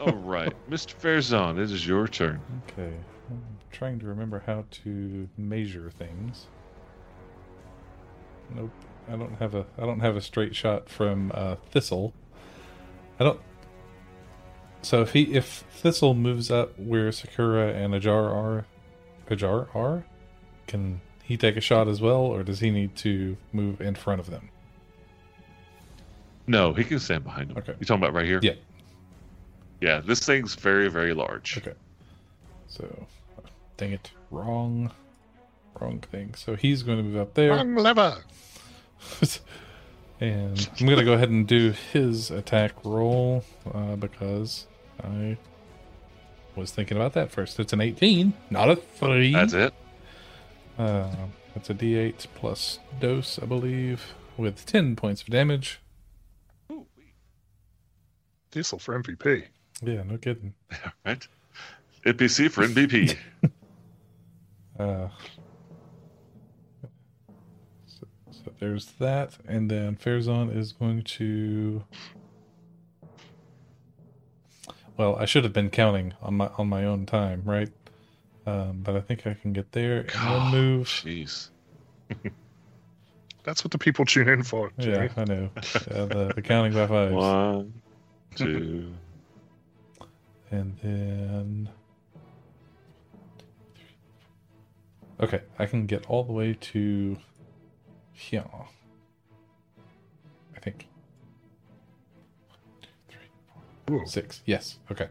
Speaker 1: All right, Mr. Fairzon, it is your turn.
Speaker 3: Okay, I'm trying to remember how to measure things. Nope, I don't have a I don't have a straight shot from uh, Thistle. I don't. So if he if Thistle moves up where Sakura and Ajar are, Ajar are, can he take a shot as well, or does he need to move in front of them?
Speaker 1: No, he can stand behind him.
Speaker 3: Okay.
Speaker 1: You talking about right here?
Speaker 3: Yeah.
Speaker 1: Yeah, this thing's very, very large.
Speaker 3: Okay. So, dang it, wrong, wrong thing. So he's going to move up there.
Speaker 4: Wrong lever.
Speaker 3: and I'm gonna go ahead and do his attack roll uh, because I was thinking about that first. It's an 18, not a three.
Speaker 1: That's it.
Speaker 3: Uh, that's a D8 plus dose, I believe, with 10 points of damage.
Speaker 4: Thistle for MVP.
Speaker 3: Yeah, no kidding.
Speaker 1: Right? NPC for MVP.
Speaker 3: Uh, so, so there's that, and then Fairzon is going to. Well, I should have been counting on my on my own time, right? Um, but I think I can get there and
Speaker 1: God,
Speaker 3: then move.
Speaker 1: Jeez.
Speaker 4: That's what the people tune in for.
Speaker 3: Yeah,
Speaker 4: Jimmy.
Speaker 3: I know. Uh, the, the counting by fives,
Speaker 1: One, two.
Speaker 3: and then. Okay, I can get all the way to here. I think.
Speaker 4: Ooh.
Speaker 3: Six. Yes. Okay.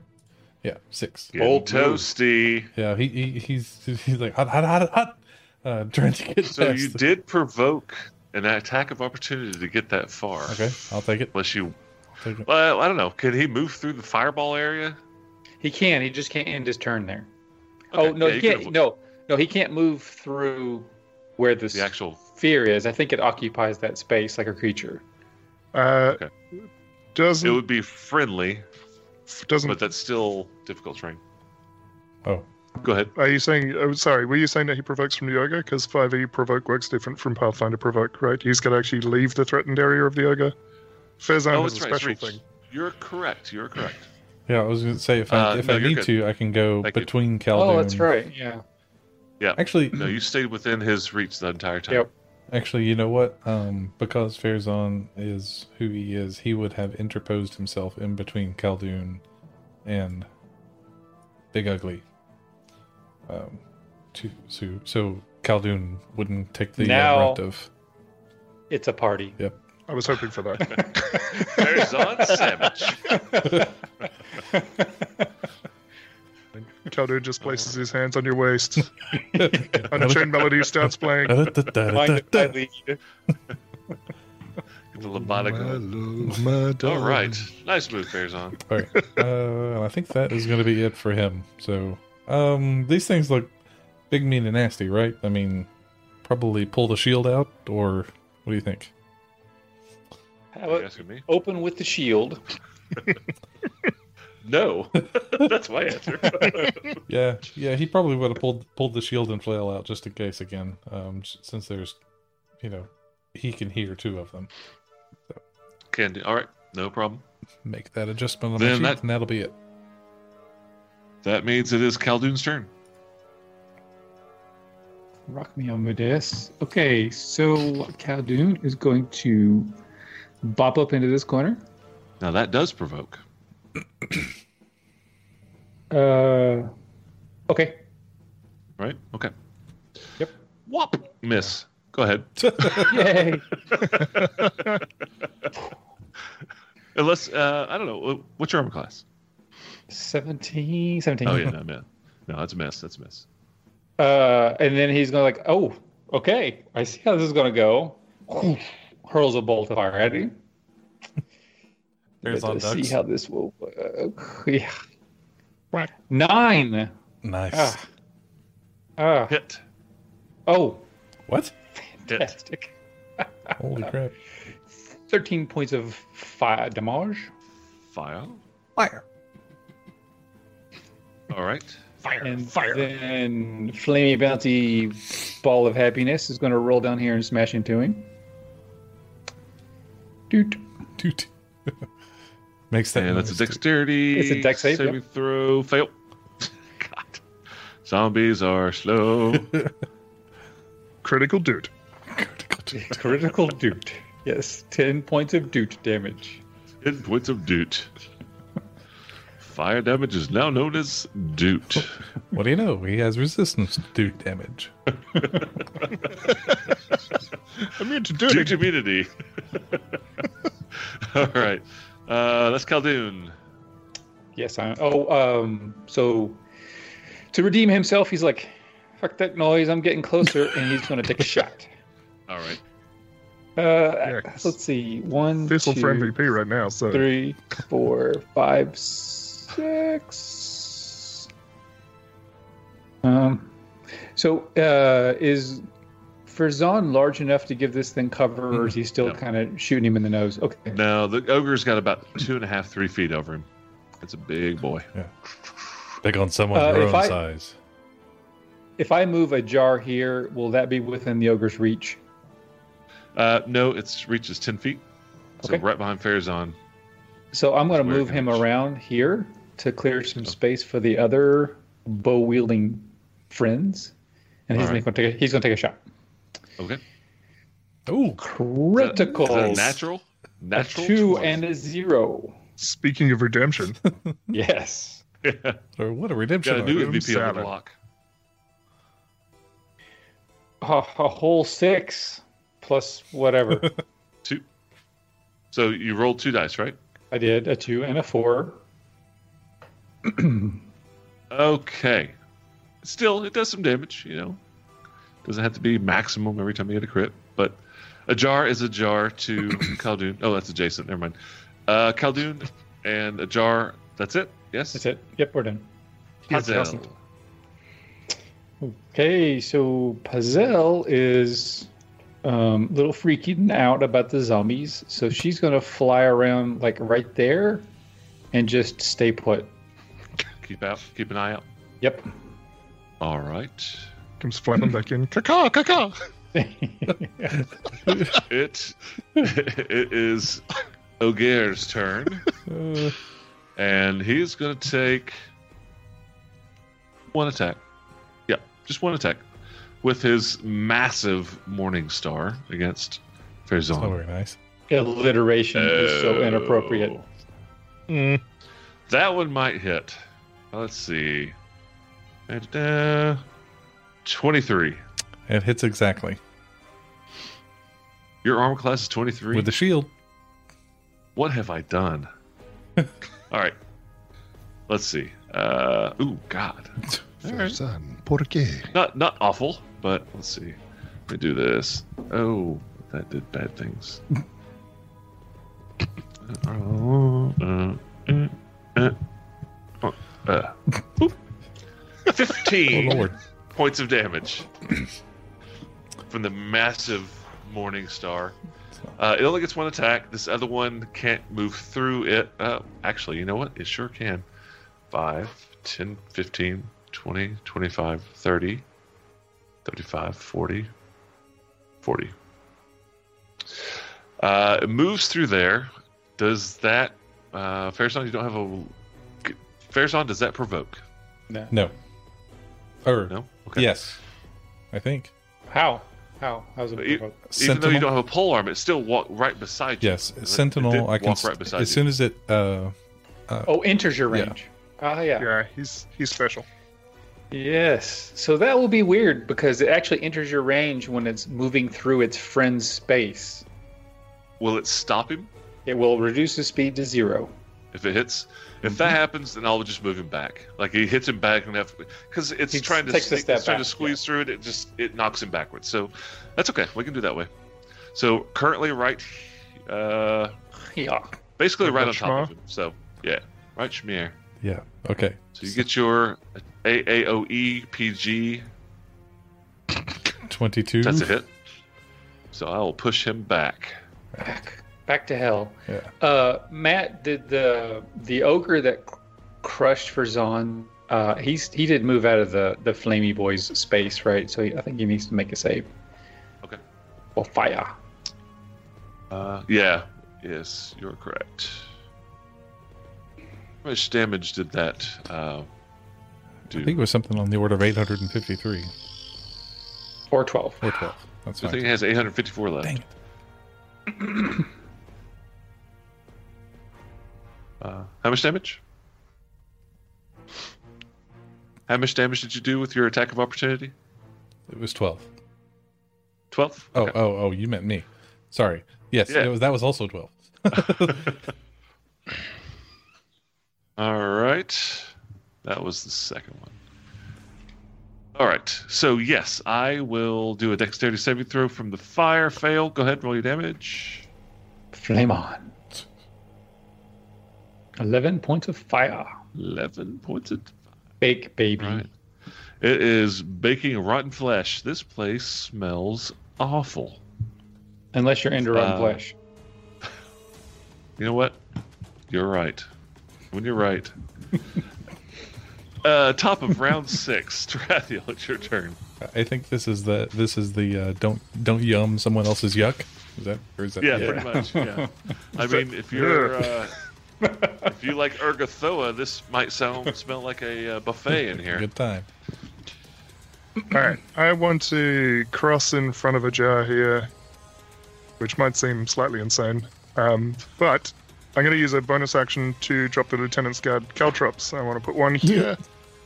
Speaker 3: Yeah. Six.
Speaker 1: Getting
Speaker 2: Old
Speaker 1: toasty.
Speaker 3: Yeah. He, he he's he's like hot hot hot hot. Uh, trying to get
Speaker 1: So you
Speaker 3: past.
Speaker 1: did provoke an attack of opportunity to get that far.
Speaker 3: Okay. I'll take it.
Speaker 1: Unless you,
Speaker 3: I'll take it.
Speaker 1: well, I don't know. Could he move through the fireball area?
Speaker 2: He can. He just can't end his turn there.
Speaker 1: Okay,
Speaker 2: oh no,
Speaker 1: yeah,
Speaker 2: he
Speaker 1: you could
Speaker 2: can't.
Speaker 1: avo-
Speaker 2: No, no, he can't move through where the
Speaker 1: The actual.
Speaker 2: sphere is. I think it occupies that space like a creature.
Speaker 4: Uh,
Speaker 1: Okay. It
Speaker 4: Doesn't
Speaker 1: would be friendly,
Speaker 4: doesn't.
Speaker 1: but that's still difficult terrain.
Speaker 3: Oh.
Speaker 1: Go ahead.
Speaker 4: Are you saying? Oh, sorry. Were you saying that he provokes from the ogre? Because five E provoke works different from Pathfinder provoke, right? He's got to actually leave the threatened area of the ogre. Fezan
Speaker 1: Oh,
Speaker 4: has
Speaker 1: it's
Speaker 4: a
Speaker 1: right. It's
Speaker 4: special
Speaker 1: reach.
Speaker 4: thing.
Speaker 1: You're correct. You're correct.
Speaker 3: Yeah. I was gonna say if I
Speaker 1: Uh,
Speaker 3: if
Speaker 1: no,
Speaker 3: I
Speaker 1: you're
Speaker 3: need
Speaker 1: good.
Speaker 3: to, I can go
Speaker 1: Thank you.
Speaker 3: between Khaldun.
Speaker 2: Oh, that's right. Yeah.
Speaker 3: Actually,
Speaker 1: No, you stayed within his reach the entire time.
Speaker 2: Yep.
Speaker 3: Actually, you know what? Um, because Fairzon is who he is, he would have interposed himself in between Khaldun and Big Ugly. Um, to, so, so Khaldun wouldn't take the
Speaker 2: Now-
Speaker 3: uh, brunt of.
Speaker 2: It's a party.
Speaker 4: I was hoping for that.
Speaker 1: There's on Savage.
Speaker 4: Caldoon just places his hands on your waist. Unchained Melody starts playing.
Speaker 2: Mind if I lead?
Speaker 1: Get the lobotic on. All right. Nice move, Farazan.
Speaker 3: All right. Uh, I think that is going to be it for him. So, um, these things look big, mean, and nasty, right? I mean, probably pull the shield out, or what do you think?
Speaker 2: How
Speaker 1: Are you
Speaker 2: about
Speaker 1: asking me?
Speaker 2: open with the shield?
Speaker 1: No. That's my answer.
Speaker 3: Yeah, yeah. He probably would have pulled pulled the shield and flail out just in case again, um, s- since there's, you know, he can hear two of them.
Speaker 1: Can do. All right. No problem.
Speaker 3: Make that adjustment on
Speaker 1: Then
Speaker 3: the sheet,
Speaker 1: that-
Speaker 3: and that'll be it.
Speaker 1: That means it is Caldoon's turn.
Speaker 2: Rock me on Modest. Okay, so Khaldun is going to bop up into this corner.
Speaker 1: Now that does provoke.
Speaker 2: Uh, okay.
Speaker 1: right? Okay.
Speaker 2: Yep.
Speaker 1: Whop. Miss. Go ahead.
Speaker 2: Yay.
Speaker 1: Unless uh, I don't know. What's your armor class?
Speaker 2: 17, 17.
Speaker 1: Oh yeah, no, no, no. That's a miss. That's a miss.
Speaker 2: Uh, and then he's going to like, oh, okay. I see how this is going to go. Hurls a bolt of fire at him.
Speaker 3: There's on
Speaker 2: Let's see
Speaker 3: ducks.
Speaker 2: how this will work. Yeah. Nine.
Speaker 3: Nice.
Speaker 2: Ah. Ah.
Speaker 1: Hit.
Speaker 2: Oh,
Speaker 3: What?
Speaker 1: Hit.
Speaker 2: fantastic.
Speaker 3: Holy crap!
Speaker 2: 13 points of fire damage.
Speaker 1: Fire.
Speaker 3: Fire.
Speaker 1: All right.
Speaker 2: And then Flamey Bounty Ball of Happiness is going to roll down here and smash into him. Dude.
Speaker 3: Toot. Makes that.
Speaker 1: And that's a
Speaker 3: noise, too.
Speaker 1: dexterity.
Speaker 2: It's a dex save,
Speaker 1: Saving throw. Fail. God. Zombies are slow.
Speaker 4: Critical dude.
Speaker 3: Critical toot.
Speaker 2: Critical dude. Yes, 10 points of dude damage.
Speaker 1: Ten points of doot. Fire damage is now known as doot.
Speaker 3: What do you know? He has resistance to dude damage.
Speaker 4: Immune to
Speaker 1: Dude
Speaker 4: dude.
Speaker 1: immunity. All right. Uh, that's Caldoon.
Speaker 2: Yes, I Oh, um, so to redeem himself, he's like, fuck that noise, I'm getting closer, and he's going to take a shot.
Speaker 1: All right.
Speaker 2: Uh,
Speaker 4: Yes.
Speaker 2: Let's see. One,
Speaker 4: Thistle for
Speaker 2: two,
Speaker 4: MVP right now, so
Speaker 2: three, four, five, six. Um, so uh, is Ferzan large enough to give this thing cover, or is he still
Speaker 1: Mm-hmm. No.
Speaker 2: kind of shooting him in the nose? Okay.
Speaker 1: Now the ogre's got about two and a half, three feet over him. It's a big boy.
Speaker 3: Big on someone
Speaker 2: Uh,
Speaker 3: your
Speaker 2: if
Speaker 3: own
Speaker 2: I-
Speaker 3: size.
Speaker 2: If I move a jar here, will that be within the ogre's reach?
Speaker 1: Uh, no, its reach is ten feet. So
Speaker 2: Okay.
Speaker 1: right behind Farazan.
Speaker 2: So I'm going to
Speaker 1: That's where it
Speaker 2: move him
Speaker 1: goes.
Speaker 2: around here to clear some space for the other bow wielding friends, and he's
Speaker 1: All right.
Speaker 2: going to take a, he's going to take a shot.
Speaker 1: Okay. Is
Speaker 3: Ooh,
Speaker 1: that- is that a
Speaker 2: Critical.
Speaker 1: natural.
Speaker 2: A
Speaker 1: Natural.
Speaker 2: two
Speaker 1: 20.
Speaker 2: and a zero.
Speaker 4: speaking of redemption,
Speaker 2: Yes.
Speaker 3: or what a
Speaker 1: got a
Speaker 3: redemption! arc.
Speaker 1: new
Speaker 4: Give him
Speaker 1: MVP on the
Speaker 4: salad.
Speaker 1: block.
Speaker 2: A, a whole six plus whatever.
Speaker 1: Two. So you rolled two dice, right?
Speaker 2: I did a two and a four.
Speaker 1: Okay. Still, it does some damage, you know. Doesn't have to be maximum every time you get a crit, but a jar is a jar to Khaldun. Oh, that's adjacent. Never mind. Uh, Khaldun and a jar. That's it. Yes.
Speaker 2: That's it. Yep, we're done.
Speaker 1: Hazel.
Speaker 2: Okay, so Pazel is um, a little freaking out about the zombies, so she's gonna fly around like right there, and just stay put.
Speaker 1: Keep out. Keep an eye out.
Speaker 2: Yep.
Speaker 1: All right.
Speaker 4: comes flapping back in. Caca, caca.
Speaker 1: It. it is Oger's turn,
Speaker 3: Uh,
Speaker 1: and he's going to take one attack. Yeah, just one attack with his massive Morning Star against
Speaker 3: it's not
Speaker 1: Farazan.
Speaker 3: oh, very nice.
Speaker 2: Alliteration is so inappropriate.
Speaker 1: Oh.
Speaker 4: Mm.
Speaker 1: That one might hit. Let's see. Da-da-da. 23.
Speaker 3: It hits exactly
Speaker 1: Your armor class is 23.
Speaker 3: with the shield.
Speaker 1: What have I done? All right. Let's see. Uh, ooh, God.
Speaker 4: Frozen. Por qué?
Speaker 1: Not not awful, but let's see. Let me do this. Oh, that did bad things. Uh, uh, uh, uh, uh. Oop. Fifteen
Speaker 3: Oh, Lord.
Speaker 1: points of damage from the massive Morning Star. Uh, it only gets one attack. This other one can't move through it. Uh, actually, you know what? It sure can. 5, 10, 15, 20, 25, 30, 35, 40, 40. Uh, it moves through there. Does that, uh, Farazan, you don't have a. Farazan, does that provoke?
Speaker 2: No.
Speaker 3: No. Or
Speaker 1: No? Okay.
Speaker 3: yes, I think
Speaker 2: How? How? How's it?
Speaker 1: You-
Speaker 2: provoked?
Speaker 1: Even though you
Speaker 3: Sentinel?
Speaker 1: don't have a pole arm, it's still walk right beside you.
Speaker 3: yes.
Speaker 1: It- it did
Speaker 3: Sentinel, I can
Speaker 1: walk right
Speaker 3: st-
Speaker 1: beside
Speaker 3: as
Speaker 1: you.
Speaker 3: soon as it uh
Speaker 2: Oh, enters your
Speaker 3: Yeah.
Speaker 2: range. Ah, yeah.
Speaker 4: Yeah, he's he's special.
Speaker 2: Yes. So that will be weird because it actually enters your range when it's moving through its friend's space.
Speaker 1: Will it stop him
Speaker 2: It will reduce his speed to zero.
Speaker 1: if it hits? If that happens, then I'll just move him back. Like he hits him back and have because it's
Speaker 2: He
Speaker 1: trying to
Speaker 2: takes a
Speaker 1: sneak-
Speaker 2: step
Speaker 1: it's trying to
Speaker 2: back,
Speaker 1: squeeze through it. It just it knocks him backwards. So that's okay. We can do that way. So currently, right, uh,
Speaker 2: Yeah.
Speaker 1: basically
Speaker 4: Like
Speaker 1: right
Speaker 4: that
Speaker 1: on top
Speaker 4: Shmar?
Speaker 1: of him. So yeah, right Shmir.
Speaker 3: yeah okay
Speaker 1: So you get your AAOE PG.
Speaker 3: twenty two.
Speaker 1: That's a hit. So I'll push him back.
Speaker 2: Back. Back to hell.
Speaker 3: Yeah.
Speaker 2: Uh, Matt, did the the ogre that c- crushed for Zahn? Uh, he's he did move out of the the flamey boy's space, right? So he, I think he needs to make a save.
Speaker 1: Okay.
Speaker 2: Or fire.
Speaker 1: Uh, yeah. Yes, you're correct. How much damage did that uh, do?
Speaker 3: I think it was something on the order of eight hundred and fifty three
Speaker 2: Or twelve.
Speaker 3: or twelve. That's
Speaker 1: I think it
Speaker 3: fine.
Speaker 1: has 854 left.
Speaker 3: Dang it.
Speaker 1: Uh, how much damage? How much damage did you do with your attack of opportunity?
Speaker 3: It was twelve.
Speaker 1: 12?
Speaker 3: Oh, oh, oh! You meant me. Sorry. Yes,
Speaker 1: Yeah.
Speaker 3: it was, that was also twelve.
Speaker 1: All right. That was the second one. All right. So, yes, I will do a dexterity saving throw from the fire fail. Go ahead, roll your damage.
Speaker 2: Flame on. Eleven points of fire.
Speaker 1: 11 points of
Speaker 2: Big baby.
Speaker 1: Right. It is baking rotten flesh. This place smells awful.
Speaker 2: Unless you're into rotten
Speaker 1: Uh,
Speaker 2: flesh.
Speaker 1: You know what? You're right. When you're right. uh, top of round six, Tarathiel, it's your turn.
Speaker 3: I think this is the this is the uh, don't don't yum someone else's yuck. Is that or is that?
Speaker 1: Yeah, pretty much. Yeah. I mean, if you're uh, if you like ergothoa, this might sound smell like a uh, buffet in here.
Speaker 3: Good time.
Speaker 4: All right, I want to cross in front of a jar here, which might seem slightly insane, um, but I'm going to use a bonus action to drop the lieutenant's guard caltrops. I want to put one here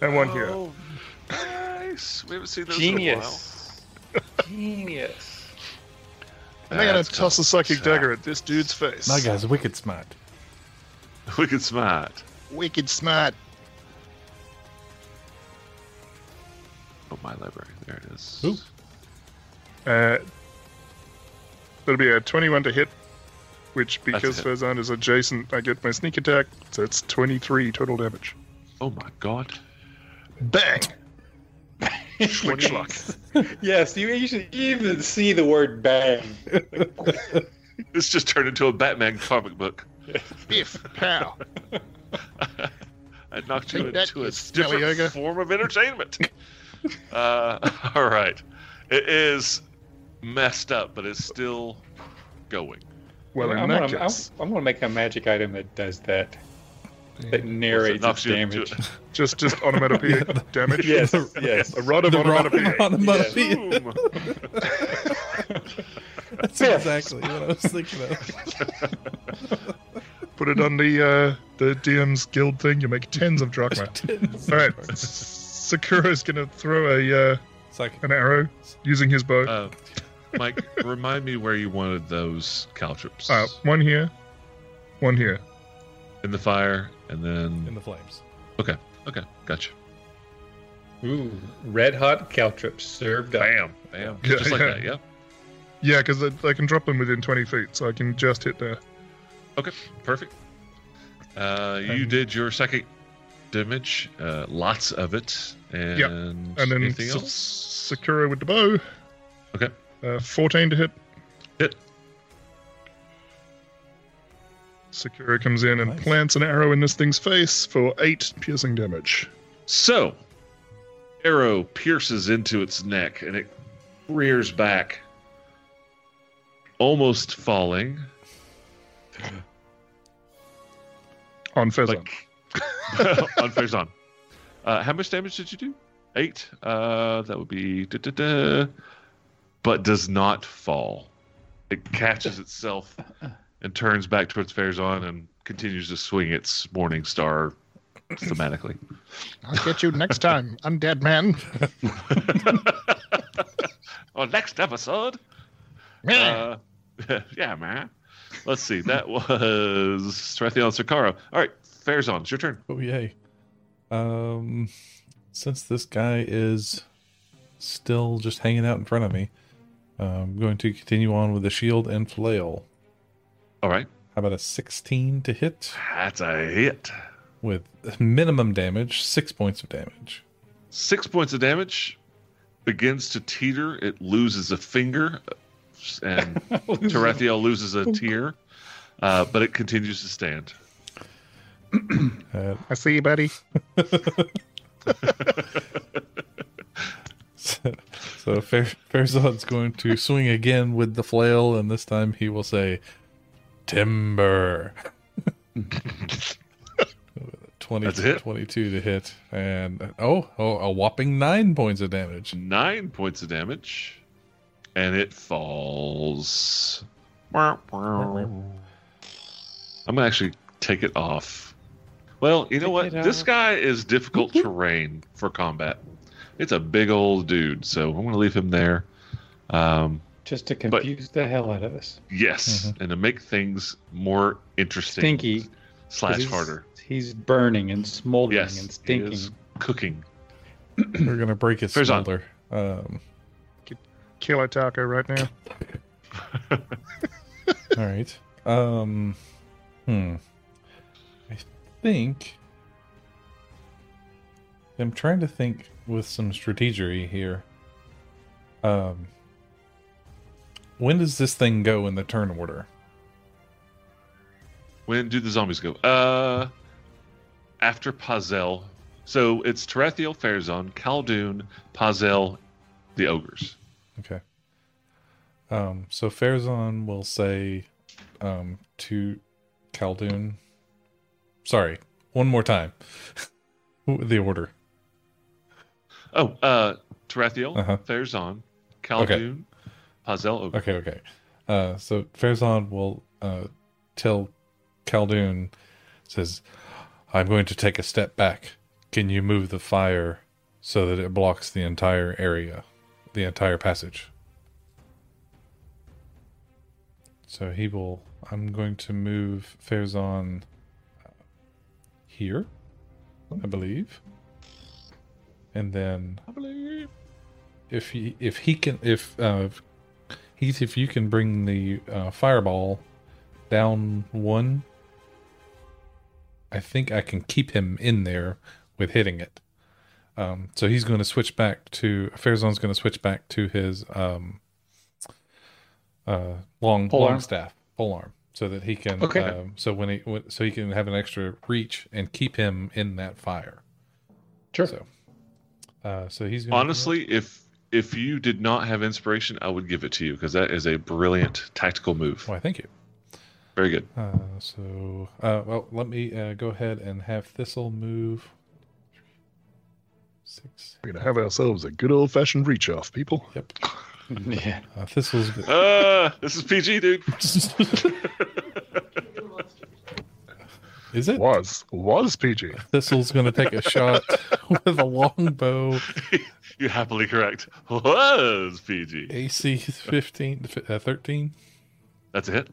Speaker 4: and one here.
Speaker 1: Oh, nice. We haven't seen those
Speaker 2: Genius. Genius.
Speaker 1: in a while.
Speaker 4: And I'm going
Speaker 1: That's
Speaker 4: to toss a
Speaker 1: called
Speaker 4: psychic
Speaker 1: Zap.
Speaker 4: dagger at this dude's face.
Speaker 3: My guy's wicked smart.
Speaker 1: Wicked smart.
Speaker 4: wicked smart.
Speaker 1: Oh, my library. There it is.
Speaker 3: Ooh.
Speaker 4: Uh, that'll be a 21 to hit, which
Speaker 1: a
Speaker 4: because
Speaker 1: hit.
Speaker 4: Fezan is adjacent, I get my sneak attack, so it's 23 total damage.
Speaker 1: Oh my god.
Speaker 4: Bang! Schlick schlock.
Speaker 2: Yes, you, you should even see the word bang.
Speaker 1: This just turned into a Batman comic book.
Speaker 4: Biff! Pow!
Speaker 1: I knocked you
Speaker 4: Take that,
Speaker 1: into
Speaker 4: you
Speaker 1: a
Speaker 4: smelly
Speaker 1: different
Speaker 4: ogre.
Speaker 1: form of entertainment. uh, all right. It is messed up, but it's still going.
Speaker 4: Well, in
Speaker 2: I'm,
Speaker 4: that
Speaker 2: gonna, I'm,
Speaker 4: case,
Speaker 2: I'm gonna make a magic item that does that. That
Speaker 1: So it
Speaker 2: narrates
Speaker 1: knocks
Speaker 2: its
Speaker 1: you into
Speaker 2: damage.
Speaker 4: just just onomatopoeia damage.
Speaker 2: Yes, yes.
Speaker 4: a rod of
Speaker 3: The wrong
Speaker 4: onomatopoeia.
Speaker 3: onomatopoeia.
Speaker 1: Boom.
Speaker 3: That's exactly what I was thinking of.
Speaker 4: Put it on the uh, the DM's guild thing. You make tens of drachma. All right, Sakura's gonna throw a uh,
Speaker 3: Psychic.
Speaker 4: an arrow using his bow.
Speaker 1: Uh, Mike, remind me where you wanted those caltrops.
Speaker 4: Oh. Uh, one here, one here.
Speaker 1: in the fire, and then
Speaker 3: in the flames.
Speaker 1: Okay. Okay. Gotcha.
Speaker 5: Ooh, red hot caltrops served up.
Speaker 1: Bam. Bam.
Speaker 4: Yeah,
Speaker 1: Just like
Speaker 4: yeah.
Speaker 1: that. Yeah.
Speaker 4: Yeah, because I can drop them within 20 feet, so I can just hit there.
Speaker 1: Okay, perfect. Uh, you did your psychic damage, uh, lots of it, and,
Speaker 4: And then
Speaker 1: anything
Speaker 4: S-
Speaker 1: else?
Speaker 4: Sakura with the bow.
Speaker 1: Okay.
Speaker 4: Uh, 14 to hit.
Speaker 1: Hit.
Speaker 4: Sakura comes in and
Speaker 3: Nice.
Speaker 4: plants an arrow in this thing's face for 8 piercing damage.
Speaker 1: So, arrow pierces into its neck, and it rears back, almost falling.
Speaker 4: On Fezon.
Speaker 1: Like on Faison. Uh, how much damage did you do? Eight. Uh, that would be. duh, duh, duh. But does not fall. It catches itself and turns back towards Faison and continues to swing its Morning Star thematically.
Speaker 4: I'll get you next time, undead man.
Speaker 1: On next episode. uh, yeah, man. Let's see. That was Strathion Sakara. All right, Faison, it's your turn.
Speaker 3: Oh yay! Um, since this guy is still just hanging out in front of me, I'm going to continue on with the shield and flail.
Speaker 1: All right,
Speaker 3: How about a 16 to hit
Speaker 1: that's a hit.
Speaker 3: with minimum damage, six points of damage.
Speaker 1: six points of damage begins to teeter it loses a finger and Tarathiel loses a tear uh, but it continues to stand
Speaker 3: Uh,
Speaker 4: I see you, buddy.
Speaker 3: so so Fer- Ferzod's going to swing again with the flail, and this time he will say, "Timber."
Speaker 1: That's
Speaker 3: 20,
Speaker 1: it.
Speaker 3: 22 to hit, and oh, oh, a whopping nine points of damage.
Speaker 1: nine points of damage and it falls i'm gonna actually take it off well you know what
Speaker 2: Take it
Speaker 1: this
Speaker 2: off.
Speaker 1: guy is difficult terrain for combat it's a big old dude so i'm gonna leave him there um,
Speaker 2: Just to confuse the hell out of us.
Speaker 1: Yes, and to make things more interesting,
Speaker 2: Mm-hmm. Stinky. 'cause
Speaker 1: slash
Speaker 2: he's-
Speaker 1: harder.
Speaker 2: He's burning and smoldering
Speaker 1: Yes,
Speaker 2: and
Speaker 1: he
Speaker 2: stinking.
Speaker 1: is cooking.
Speaker 3: We're gonna break his
Speaker 1: Ferzan.
Speaker 3: shoulder. Um,
Speaker 4: Kill a taco right now.
Speaker 3: all right. Um, hmm. I think I'm trying to think with some strategery here. Um, when does this thing go in the turn order?
Speaker 1: When do the zombies go? Uh, after Pazel. So it's Tarathiel, Farazon, Khaldun, Pazel, the ogres.
Speaker 3: Okay. Um, so Farazan will say um, to Khaldun, sorry, one more time, the order.
Speaker 1: Oh, uh, Tarathiel,
Speaker 3: Uh-huh.
Speaker 1: Farazon, Khaldun, Pazel, ogres.
Speaker 3: Okay, okay. Uh, so Farazan will uh, tell Khaldun, says, I'm going to take a step back. Can you move the fire so that it blocks the entire area, the entire passage? So he will. I'm going to move Farazan here, I believe. And then
Speaker 1: I believe.
Speaker 3: if he if he can if uh Heath if you can bring the uh, fireball down one I think I can keep him in there with hitting it um so he's going to switch back to Farazan's going to switch back to his um uh long
Speaker 2: Pole
Speaker 3: long
Speaker 2: arm.
Speaker 3: staff pole arm so that he can
Speaker 5: Okay.
Speaker 3: um, so when he when, so he can have an extra reach and keep him in that fire
Speaker 5: Sure.
Speaker 3: so uh so he's gonna do that.
Speaker 1: Honestly, if if you did not have inspiration, I would give it to you because that is a brilliant tactical move.
Speaker 3: why thank you
Speaker 1: Very good.
Speaker 3: Uh, so, uh, well, let me uh, go ahead and have Thistle move. Six.
Speaker 4: We're going to have ourselves a good old fashioned reach off, people.
Speaker 3: Yep.
Speaker 2: yeah.
Speaker 3: Uh, Thistle's.
Speaker 1: Uh, this is PG, dude.
Speaker 3: Is it?
Speaker 4: Was. Was PG.
Speaker 3: Thistle's going to take a shot with a longbow.
Speaker 1: You're happily correct. Was PG.
Speaker 3: AC 15, uh, 13.
Speaker 1: That's a hit.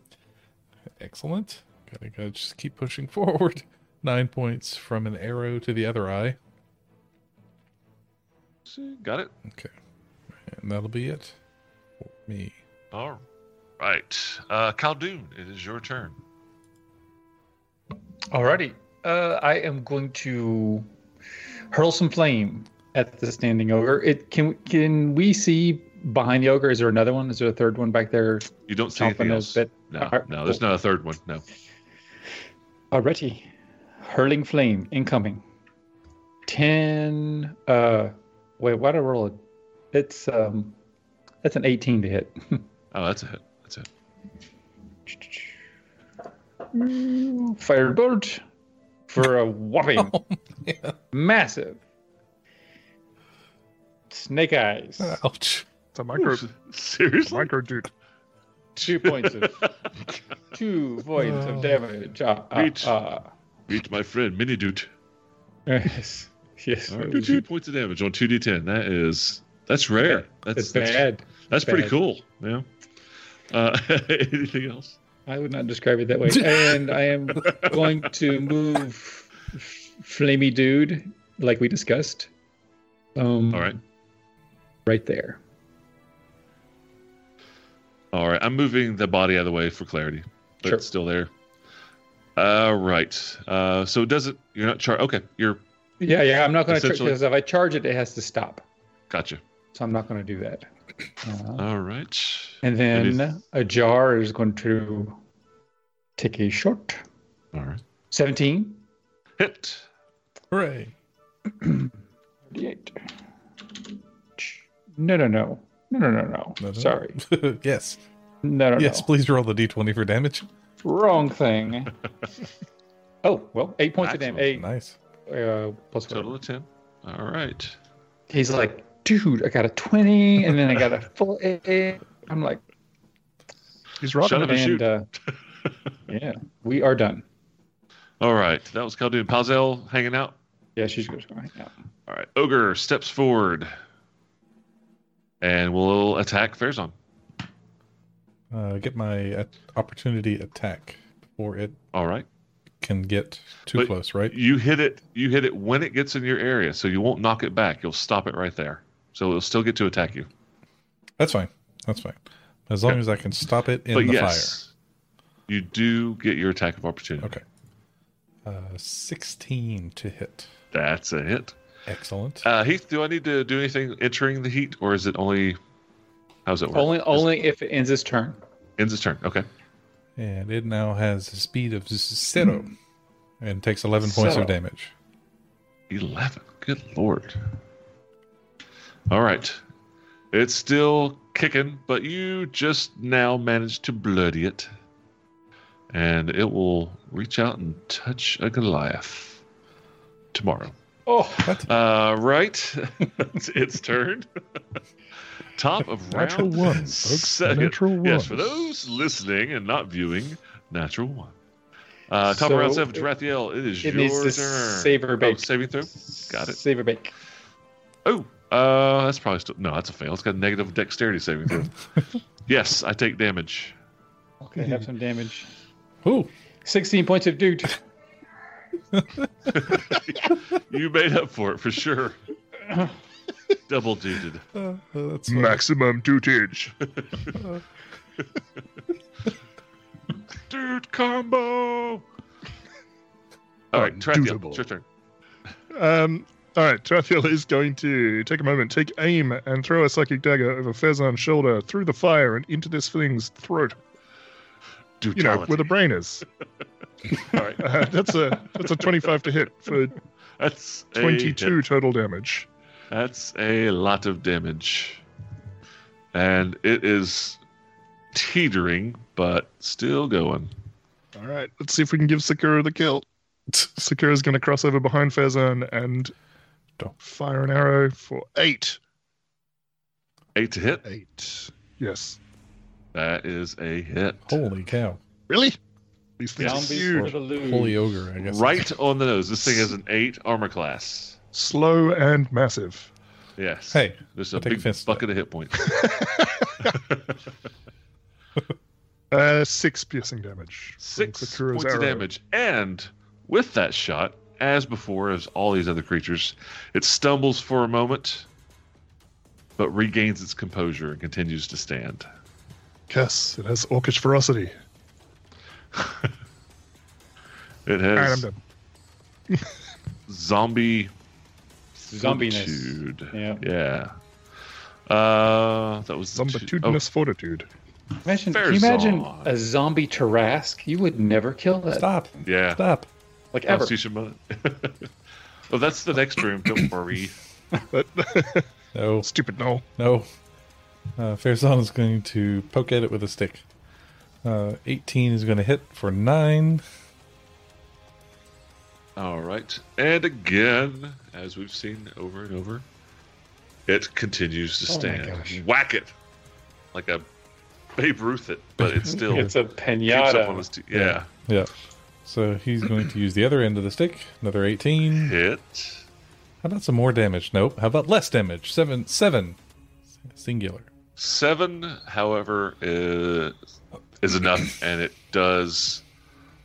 Speaker 3: Excellent. Gotta, gotta just keep pushing forward. nine points from an arrow to the other eye,
Speaker 1: See, Got it.
Speaker 3: and that'll be it for me.
Speaker 1: All right. Uh, Khaldun, it is your turn.
Speaker 2: Alrighty. Uh, I am going to hurl some flame at the standing ogre. It can can we see behind the ogre? Is there another one? Is there a third one back there?
Speaker 1: You don't see
Speaker 2: Chomping
Speaker 1: anything
Speaker 2: his
Speaker 1: else.
Speaker 2: bit.
Speaker 1: No,
Speaker 2: All right,
Speaker 1: no, there's not a third one. No.
Speaker 2: Alrighty. Hurling flame incoming. Ten uh wait, why did I roll it? It's um that's an eighteen to hit.
Speaker 1: Oh, that's a hit. That's a hit.
Speaker 2: Firebolt Mm, for a whopping massive snake eyes.
Speaker 3: Ouch.
Speaker 4: It's a micro, a
Speaker 1: Seriously?
Speaker 4: micro dude.
Speaker 2: Two points of two points
Speaker 3: Oh.
Speaker 2: of damage. Ah, ah,
Speaker 1: Reach.
Speaker 2: ah.
Speaker 1: Meet my friend, Mini Dude.
Speaker 2: Yes, yes.
Speaker 1: All right, two points of damage on 2d10. That is. That's rare. That's
Speaker 5: It's
Speaker 1: that's,
Speaker 5: bad.
Speaker 1: that's pretty
Speaker 5: bad.
Speaker 1: cool. Yeah. Uh, anything else?
Speaker 2: I would not describe it that way. And I am going to move Flamey Dude, like we discussed. Um,
Speaker 1: All right.
Speaker 2: right there.
Speaker 1: All right, I'm moving the body out of the way for clarity, but
Speaker 2: Sure.
Speaker 1: it's still there. All right. Uh, so it doesn't. You're not char. Okay, you're.
Speaker 2: Yeah, yeah. I'm not going to charge
Speaker 1: Essentially-
Speaker 2: because if I charge it, it has to stop.
Speaker 1: Gotcha.
Speaker 2: So I'm not going to do that. Uh,
Speaker 1: All right.
Speaker 2: and
Speaker 1: is-
Speaker 2: then a jar is going to take a shot.
Speaker 1: All right.
Speaker 2: 17,
Speaker 1: Hit.
Speaker 3: Hooray.
Speaker 2: 38. No, no, no. No, no, no, no.
Speaker 3: No, no.
Speaker 2: Sorry.
Speaker 3: yes.
Speaker 2: No, no,
Speaker 3: Yes,
Speaker 2: no.
Speaker 3: please roll the d20 for damage.
Speaker 2: Wrong thing. oh, well, eight points of
Speaker 1: Maximum.
Speaker 2: damage. Eight
Speaker 3: Nice.
Speaker 2: uh, plus
Speaker 1: Total
Speaker 2: whatever.
Speaker 1: of ten. All right.
Speaker 2: He's like, dude, I got a 20, and then I got a full eight. I'm like,
Speaker 4: He's right.
Speaker 1: Shut up and shoot.
Speaker 2: and uh, yeah, we are done.
Speaker 1: All right. That was Khaldun Pazel hanging out.
Speaker 2: Yeah, she's good. Yeah.
Speaker 1: All right. Ogre steps forward, and we'll attack Fairzon.
Speaker 3: Uh, get my uh, opportunity attack before it
Speaker 1: All right.
Speaker 3: can get too
Speaker 1: But-
Speaker 3: close, right?
Speaker 1: You hit it. You hit it when it gets in your area, so you won't knock it back. You'll stop it right there. So it'll still get to attack you.
Speaker 3: That's fine. That's fine. As long as I can stop it in
Speaker 1: but
Speaker 3: the
Speaker 1: yes, you do get your attack of opportunity.
Speaker 3: Okay. fire. Uh, 16 to hit.
Speaker 1: That's a hit.
Speaker 3: Excellent.
Speaker 1: Uh, Heath, do I need to do anything entering the heat, or is it only? How's it work?
Speaker 2: Only, only if it ends its turn.
Speaker 1: ends its turn. Okay.
Speaker 3: And it now has a speed of z- zero
Speaker 1: Hmm.
Speaker 3: and takes 11 points
Speaker 2: Zero.
Speaker 3: of damage.
Speaker 1: Eleven. Good lord. All right. It's still kicking, but you just now managed to bloody it, and it will reach out and touch a Goliath tomorrow.
Speaker 2: Oh,
Speaker 1: Uh, right. it's its turn. Top of
Speaker 4: Natural
Speaker 1: round
Speaker 4: one, folks.
Speaker 1: second.
Speaker 4: Natural one.
Speaker 1: Yes, for those listening and not viewing, natural one. Uh, top of round
Speaker 2: So
Speaker 1: seven, Drathiel, it is your
Speaker 2: it needs to
Speaker 1: turn.
Speaker 2: save or
Speaker 1: oh,
Speaker 2: bake.
Speaker 1: saving throw. Got it.
Speaker 2: Save a bake.
Speaker 1: Oh, uh, that's probably still no. That's a fail. It's got a negative dexterity saving throw. yes, I take damage.
Speaker 2: Okay, have some damage.
Speaker 3: Ooh,
Speaker 2: 16 points of dude.
Speaker 1: You made up for it for sure. Double duted.
Speaker 3: uh, uh, that's fine.
Speaker 4: Maximum dutage.
Speaker 1: Dude combo. All
Speaker 4: Uh,
Speaker 1: right, Drathiel,
Speaker 4: Undoable.
Speaker 1: it's your turn.
Speaker 4: Um, all right, Trathiel is going to take a moment, take aim, and throw a psychic dagger over Fezan's shoulder, through the fire, and into this thing's throat. You know, where the brain is.
Speaker 1: All right.
Speaker 4: Uh, that's a that's a twenty-five to hit for
Speaker 1: That's a
Speaker 4: twenty-two
Speaker 1: hit.
Speaker 4: total damage.
Speaker 1: That's a lot of damage. And it is teetering, but still going.
Speaker 4: All right, let's see if we can give Sakura the kill. Sakura's going to cross over behind Fezan and
Speaker 3: Don't.
Speaker 4: fire an arrow for eight.
Speaker 1: Eight to hit.
Speaker 4: Eight. Yes.
Speaker 1: That is a hit.
Speaker 4: Oh,
Speaker 3: Holy cow.
Speaker 4: Really? These things are
Speaker 2: Zombies
Speaker 4: huge.
Speaker 2: for the loot.
Speaker 3: Holy ogre, I guess.
Speaker 1: Right on the nose. This thing has an eight armor class.
Speaker 4: Slow and massive.
Speaker 1: Yes.
Speaker 3: Hey,
Speaker 1: This is a
Speaker 3: I take
Speaker 1: big
Speaker 3: offense to
Speaker 1: bucket of hit points.
Speaker 4: Uh, six piercing damage. from
Speaker 1: Six
Speaker 4: Sakura's
Speaker 1: points of
Speaker 4: arrow.
Speaker 1: damage. And With that shot, as before, as all these other creatures, it stumbles for a moment, but regains its composure and continues to stand.
Speaker 4: Yes, it has orcish ferocity.
Speaker 1: It
Speaker 4: All right, I'm
Speaker 1: has
Speaker 4: done.
Speaker 1: zombie
Speaker 2: Zombiness.
Speaker 1: fortitude.
Speaker 2: Yeah.
Speaker 1: Yeah. Uh, that was the two-
Speaker 4: Zombitudinous fortitude.
Speaker 2: Imagine,
Speaker 1: Fair
Speaker 2: can you imagine
Speaker 1: zon.
Speaker 2: a zombie Tarask? You would never kill that.
Speaker 3: Stop.
Speaker 1: Oh, yeah.
Speaker 3: Stop.
Speaker 2: Like ever.
Speaker 1: Constitution bonus. well, that's the next room. Don't worry.
Speaker 4: But
Speaker 3: No.
Speaker 4: stupid no.
Speaker 3: No. Uh, Farazan is going to poke at it with a stick. Uh, 18 is going to hit for 9.
Speaker 1: All right. And again, as we've seen over and over, it continues to
Speaker 2: Oh my
Speaker 1: stand.
Speaker 2: gosh.
Speaker 1: Whack it like a Babe Ruth it, but it still
Speaker 2: It's a
Speaker 1: keeps up on
Speaker 2: pinata.
Speaker 1: his te- yeah.
Speaker 3: Yeah. So he's going to use the other end of the stick. Another 18.
Speaker 1: Hit.
Speaker 3: How about some more damage? Nope. How about less damage? 7. 7. Singular.
Speaker 1: Seven, however, is, is enough, and it does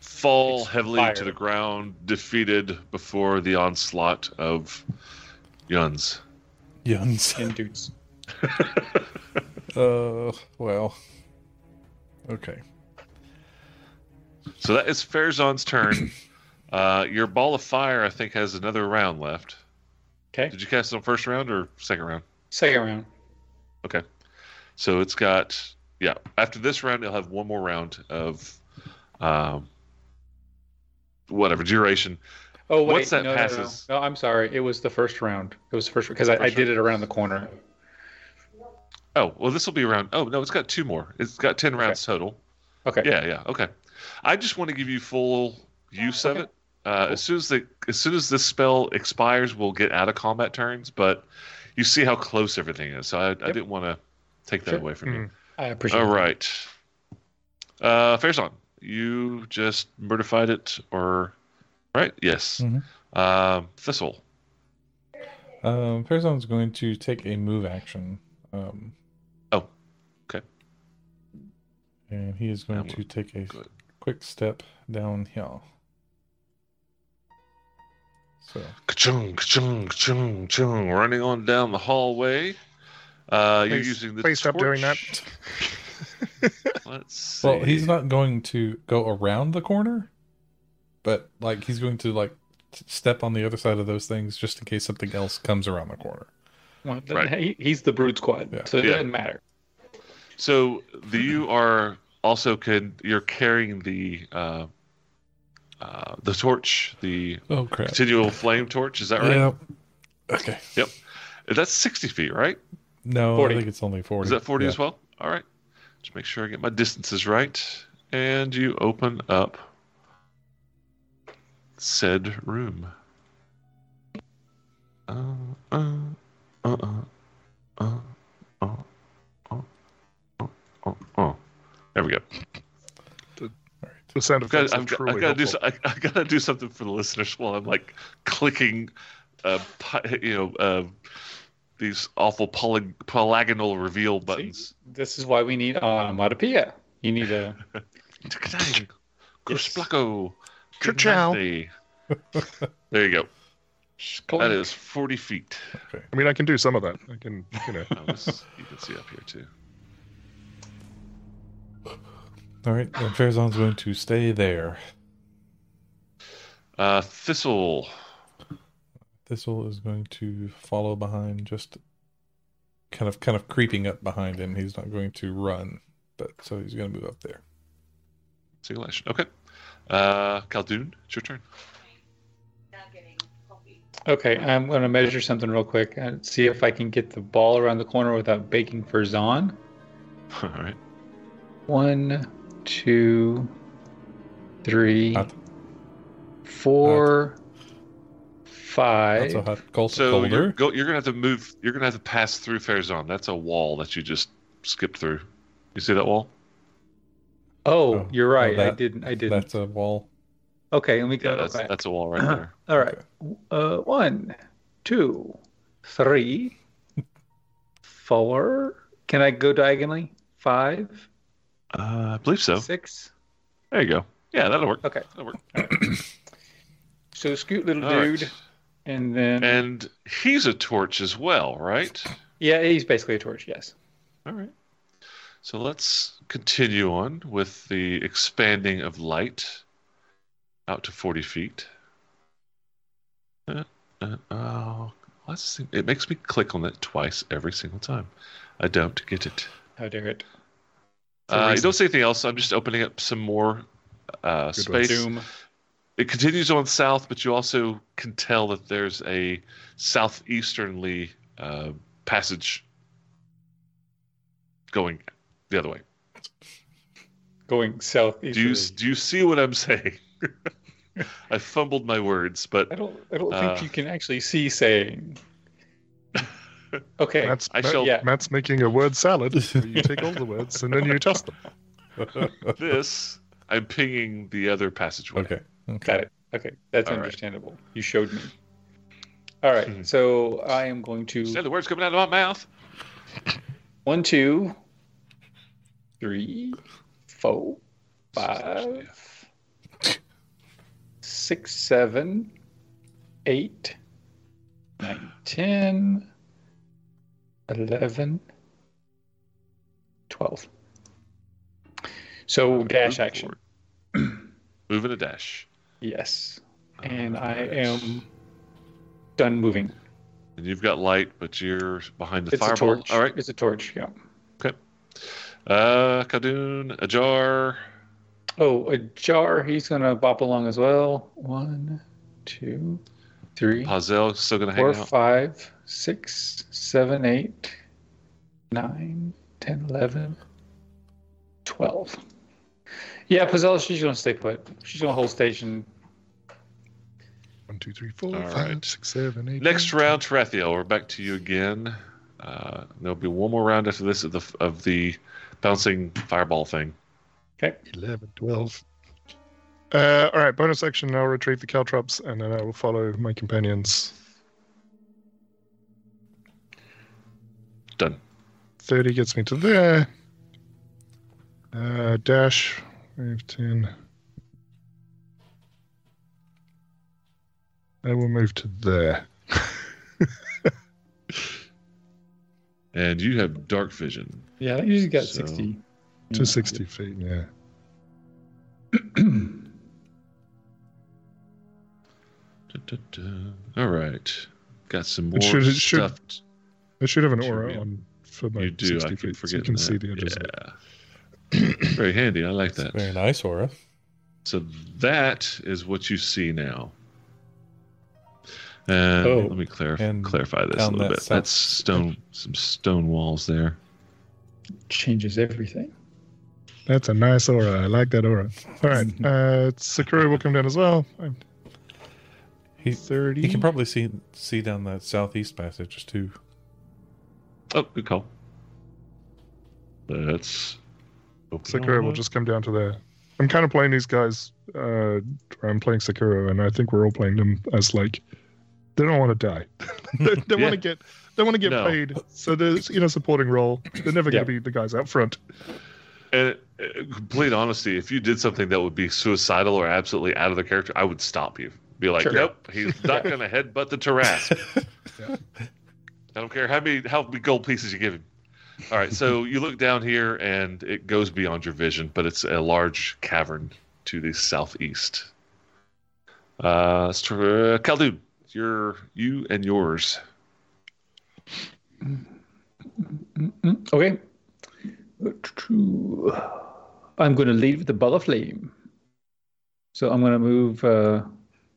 Speaker 1: fall heavily to
Speaker 2: Expire.
Speaker 1: the ground, defeated before the onslaught of Yuns.
Speaker 3: Yuns.
Speaker 2: And dudes.
Speaker 3: Uh, well. Okay.
Speaker 1: So that is Farazan's turn. uh, your ball of fire, I think, has another round left.
Speaker 2: Okay.
Speaker 1: Did you cast it on first round or second round?
Speaker 2: Second round.
Speaker 1: Okay. So it's got yeah. After this round, it'll have one more round of um, whatever duration.
Speaker 2: Oh wait,
Speaker 1: Once that
Speaker 2: no,
Speaker 1: passes-
Speaker 2: No, no, no, I'm sorry. It was the first round. It was the first because I, I
Speaker 1: First
Speaker 2: did it around the corner.
Speaker 1: Oh well, this will be around. Oh no, it's got two more. It's got ten rounds total.
Speaker 2: Okay.
Speaker 1: Yeah, yeah, okay. I just want to give you full use of
Speaker 2: Okay.
Speaker 1: it. Uh, as soon as the as soon as this spell expires, we'll get out of combat turns. But you see how close everything is, so I, I didn't want to take that
Speaker 2: Sure.
Speaker 1: away from you.
Speaker 2: I appreciate.
Speaker 1: All
Speaker 2: it.
Speaker 1: right, uh, Fairson, you just murdified it, or right? Yes.
Speaker 3: Mhm.
Speaker 1: Um, Thistle.
Speaker 3: Um, Farazan's going to take a move action. Um,
Speaker 1: Oh, okay.
Speaker 3: And he is going
Speaker 1: That
Speaker 3: to take a
Speaker 1: good.
Speaker 3: quick step down here. So,
Speaker 1: Ka-chung, ka-chung, ka-chung, ka-chung, running on down the hallway. Uh, you're
Speaker 4: Please-
Speaker 1: using the
Speaker 4: please stop doing
Speaker 1: torch. Let's see.
Speaker 3: well, he's not going to go around the corner, but like he's going to like t- step on the other side of those things just in case something else comes around the corner.
Speaker 2: Well, it
Speaker 1: Right.
Speaker 2: doesn't- he- he's the brood squad,
Speaker 3: Yeah.
Speaker 2: so it
Speaker 1: Yeah.
Speaker 2: doesn't matter.
Speaker 1: So the you are also can you're carrying the uh, uh, the torch, the
Speaker 3: Oh crap!
Speaker 1: continual flame torch. Is that right?
Speaker 3: Yeah. Okay.
Speaker 1: That's sixty feet, right?
Speaker 3: No,
Speaker 2: 40.
Speaker 3: I think it's only forty.
Speaker 1: Is that forty
Speaker 3: Yeah.
Speaker 1: as well? All right. Just make sure I get my distances right, and you open up said room. Uh, uh, uh, uh, uh, uh, uh, uh, uh, uh. There we go.
Speaker 4: The sound
Speaker 1: I've
Speaker 4: of
Speaker 1: got,
Speaker 4: that.
Speaker 1: I've got, I've got to do, so- I, I gotta do something for the listeners while I'm like clicking, uh, pi- you know, uh, these awful poly, polygonal reveal buttons.
Speaker 2: This is why we need onomatopoeia. You need a
Speaker 1: Tkatang,
Speaker 2: Yes.
Speaker 1: Grusplako,
Speaker 4: Ka-chow.
Speaker 1: Gnathy. There you go. That
Speaker 2: Clunk.
Speaker 1: is 40 feet.
Speaker 4: I mean, I can do some of that. I can, you know.
Speaker 1: Oh, this, you can see up here too.
Speaker 3: All right. And Farazan's going to stay there.
Speaker 1: Uh, Thistle.
Speaker 3: Thistle is going to follow behind, just kind of kind of creeping up behind him. He's not going to run, but so he's going to move up there.
Speaker 1: Single action. Okay. Uh, Khaldun, it's your turn.
Speaker 2: Okay, I'm going to measure something real quick and see if I can get the ball around the corner without baking for Zahn.
Speaker 1: All right.
Speaker 2: One, two, three,
Speaker 3: Hot.
Speaker 2: four, five.
Speaker 3: That's a hot cold
Speaker 1: So you're,
Speaker 3: colder.
Speaker 1: go, you're gonna have to move. You're gonna have to pass through Fairzone. That's a wall that you just skipped through. You see that wall?
Speaker 2: Oh,
Speaker 3: Oh,
Speaker 2: you're right.
Speaker 3: oh,
Speaker 2: I
Speaker 3: that-
Speaker 2: didn't. I didn't.
Speaker 3: That's a wall.
Speaker 2: Okay, let me
Speaker 1: Yeah,
Speaker 2: go.
Speaker 1: that's
Speaker 2: back.
Speaker 1: that's a wall right there.
Speaker 2: All right. Uh, one, two, three, four. Can I go diagonally? Five,
Speaker 1: Uh, I believe so.
Speaker 2: six.
Speaker 1: There you go. Yeah, that'll work.
Speaker 2: Okay.
Speaker 1: That'll work.
Speaker 2: So scoot little
Speaker 1: All right.
Speaker 2: dude, and then
Speaker 1: And he's a torch as well, right?
Speaker 2: yeah, he's basically a torch. Yes.
Speaker 1: All right. So let's continue on with the expanding of light out to 40 feet. Uh, uh, oh, let's see. It makes me click on it twice every single time. I don't get it.
Speaker 2: How dare it?
Speaker 5: For a
Speaker 1: Uh, you
Speaker 5: reason.
Speaker 1: don't see anything else. I'm just opening up some more uh,
Speaker 4: Good one.
Speaker 1: space.
Speaker 2: Doom.
Speaker 1: It continues on south, but you also can tell that there's a southeasternly uh, passage going the other way.
Speaker 2: Going southeast.
Speaker 1: Do you do you see what I'm saying? I fumbled my words,
Speaker 2: I
Speaker 1: but
Speaker 2: don't. I don't
Speaker 1: Uh.
Speaker 2: think you can actually see saying. Okay.
Speaker 4: Matt's,
Speaker 1: I
Speaker 4: Matt-
Speaker 1: shall-
Speaker 2: yeah.
Speaker 4: Matt's making a word salad. where you take all the words and then you adjust them.
Speaker 1: this I'm pinging the other passageway.
Speaker 3: okay. Okay.
Speaker 2: Got it. Okay, that's
Speaker 1: All right. Hmm.
Speaker 2: understandable. You showed me. All right, so I am going
Speaker 1: Instead,
Speaker 2: to
Speaker 1: the words coming out of my mouth.
Speaker 2: one, two, three, four, five, six, seven, eight, nine, ten, eleven, twelve. So dash
Speaker 1: Move
Speaker 2: action.
Speaker 1: forward. Move in a dash.
Speaker 2: Yes.
Speaker 1: Uh,
Speaker 2: And I am done moving.
Speaker 1: And you've got light, but you're behind the
Speaker 2: It's a
Speaker 1: fireball.
Speaker 2: torch.
Speaker 1: All right.
Speaker 2: It's a torch, yeah.
Speaker 1: Uh, Khadun, Ajar.
Speaker 2: Oh, a jar. He's going to bop along as well. One, two, three,
Speaker 1: Pazel still gonna hang
Speaker 2: four,
Speaker 1: out.
Speaker 2: five, six, seven, eight, nine, ten, eleven, twelve. Yeah, Pazella, she's going to stay put. She's going to hold station.
Speaker 4: One, two, three, four,
Speaker 1: All
Speaker 4: five,
Speaker 1: right.
Speaker 4: six, seven, eight,
Speaker 1: Next
Speaker 4: nine,
Speaker 1: round, Tarathiel, we're back to you again. Uh, there'll be one more round after this of the of the bouncing fireball thing.
Speaker 4: 11, 12. Uh, all right, bonus action. I'll retrieve the caltrops and then I will follow my companions.
Speaker 1: Done.
Speaker 4: 30 gets me to there. Uh, dash, wave 10. I will move to there.
Speaker 1: And you have dark vision.
Speaker 2: Yeah, I think she's got
Speaker 1: So-
Speaker 2: 60.
Speaker 1: Mm,
Speaker 4: To 60 feet, yeah.
Speaker 1: Dun-dun-dun. All right, got some more
Speaker 4: It should- it should-
Speaker 1: stuff.
Speaker 4: I should have an
Speaker 1: Should
Speaker 4: aura
Speaker 1: be-
Speaker 4: on for my
Speaker 1: you do.
Speaker 4: 60
Speaker 1: I keep
Speaker 4: feet, so you
Speaker 1: forgetting
Speaker 4: can see
Speaker 1: that.
Speaker 4: the edges. of it.
Speaker 1: Yeah. Very handy. I like that.
Speaker 3: Very nice, Aura.
Speaker 1: So that is what you see now. And
Speaker 5: Oh,
Speaker 1: let me clarify
Speaker 3: and
Speaker 1: clarify this a
Speaker 3: down
Speaker 1: little
Speaker 3: that
Speaker 1: bit.
Speaker 3: south
Speaker 1: That's stone, some stone walls there.
Speaker 2: Changes everything.
Speaker 4: That's a nice aura. I like that aura. All right, uh, Sakura will come down as well. I'm
Speaker 3: He
Speaker 4: 30.
Speaker 3: he can probably see see down that southeast passage too.
Speaker 1: Oh, good call. Let's. open
Speaker 4: Sakura
Speaker 1: all
Speaker 3: Uh-huh.
Speaker 4: will
Speaker 1: that.
Speaker 4: just come down to there. I'm kind of playing these guys. Uh, I'm playing Sakura, and I think we're all playing them as like they don't want to die. they they
Speaker 1: Yeah.
Speaker 4: want to get they want to get
Speaker 1: No.
Speaker 4: paid. So there's in a supporting role. They're never going
Speaker 2: Yeah.
Speaker 4: to be the guys out front.
Speaker 1: And uh, complete honesty, if you did something that would be suicidal or absolutely out of the character, I would stop you. Be like,
Speaker 2: Sure.
Speaker 1: nope, he's not going to headbutt the Tarrasque.
Speaker 4: Yeah.
Speaker 1: I don't care how many how many gold pieces you give him. All right, so you look down here, and it goes beyond your vision, but it's a large cavern to the southeast. Uh, let's try- uh, Khaldun, your you and yours.
Speaker 2: Mm, Okay. True. I'm going to lead with the ball of flame. So I'm going to move uh,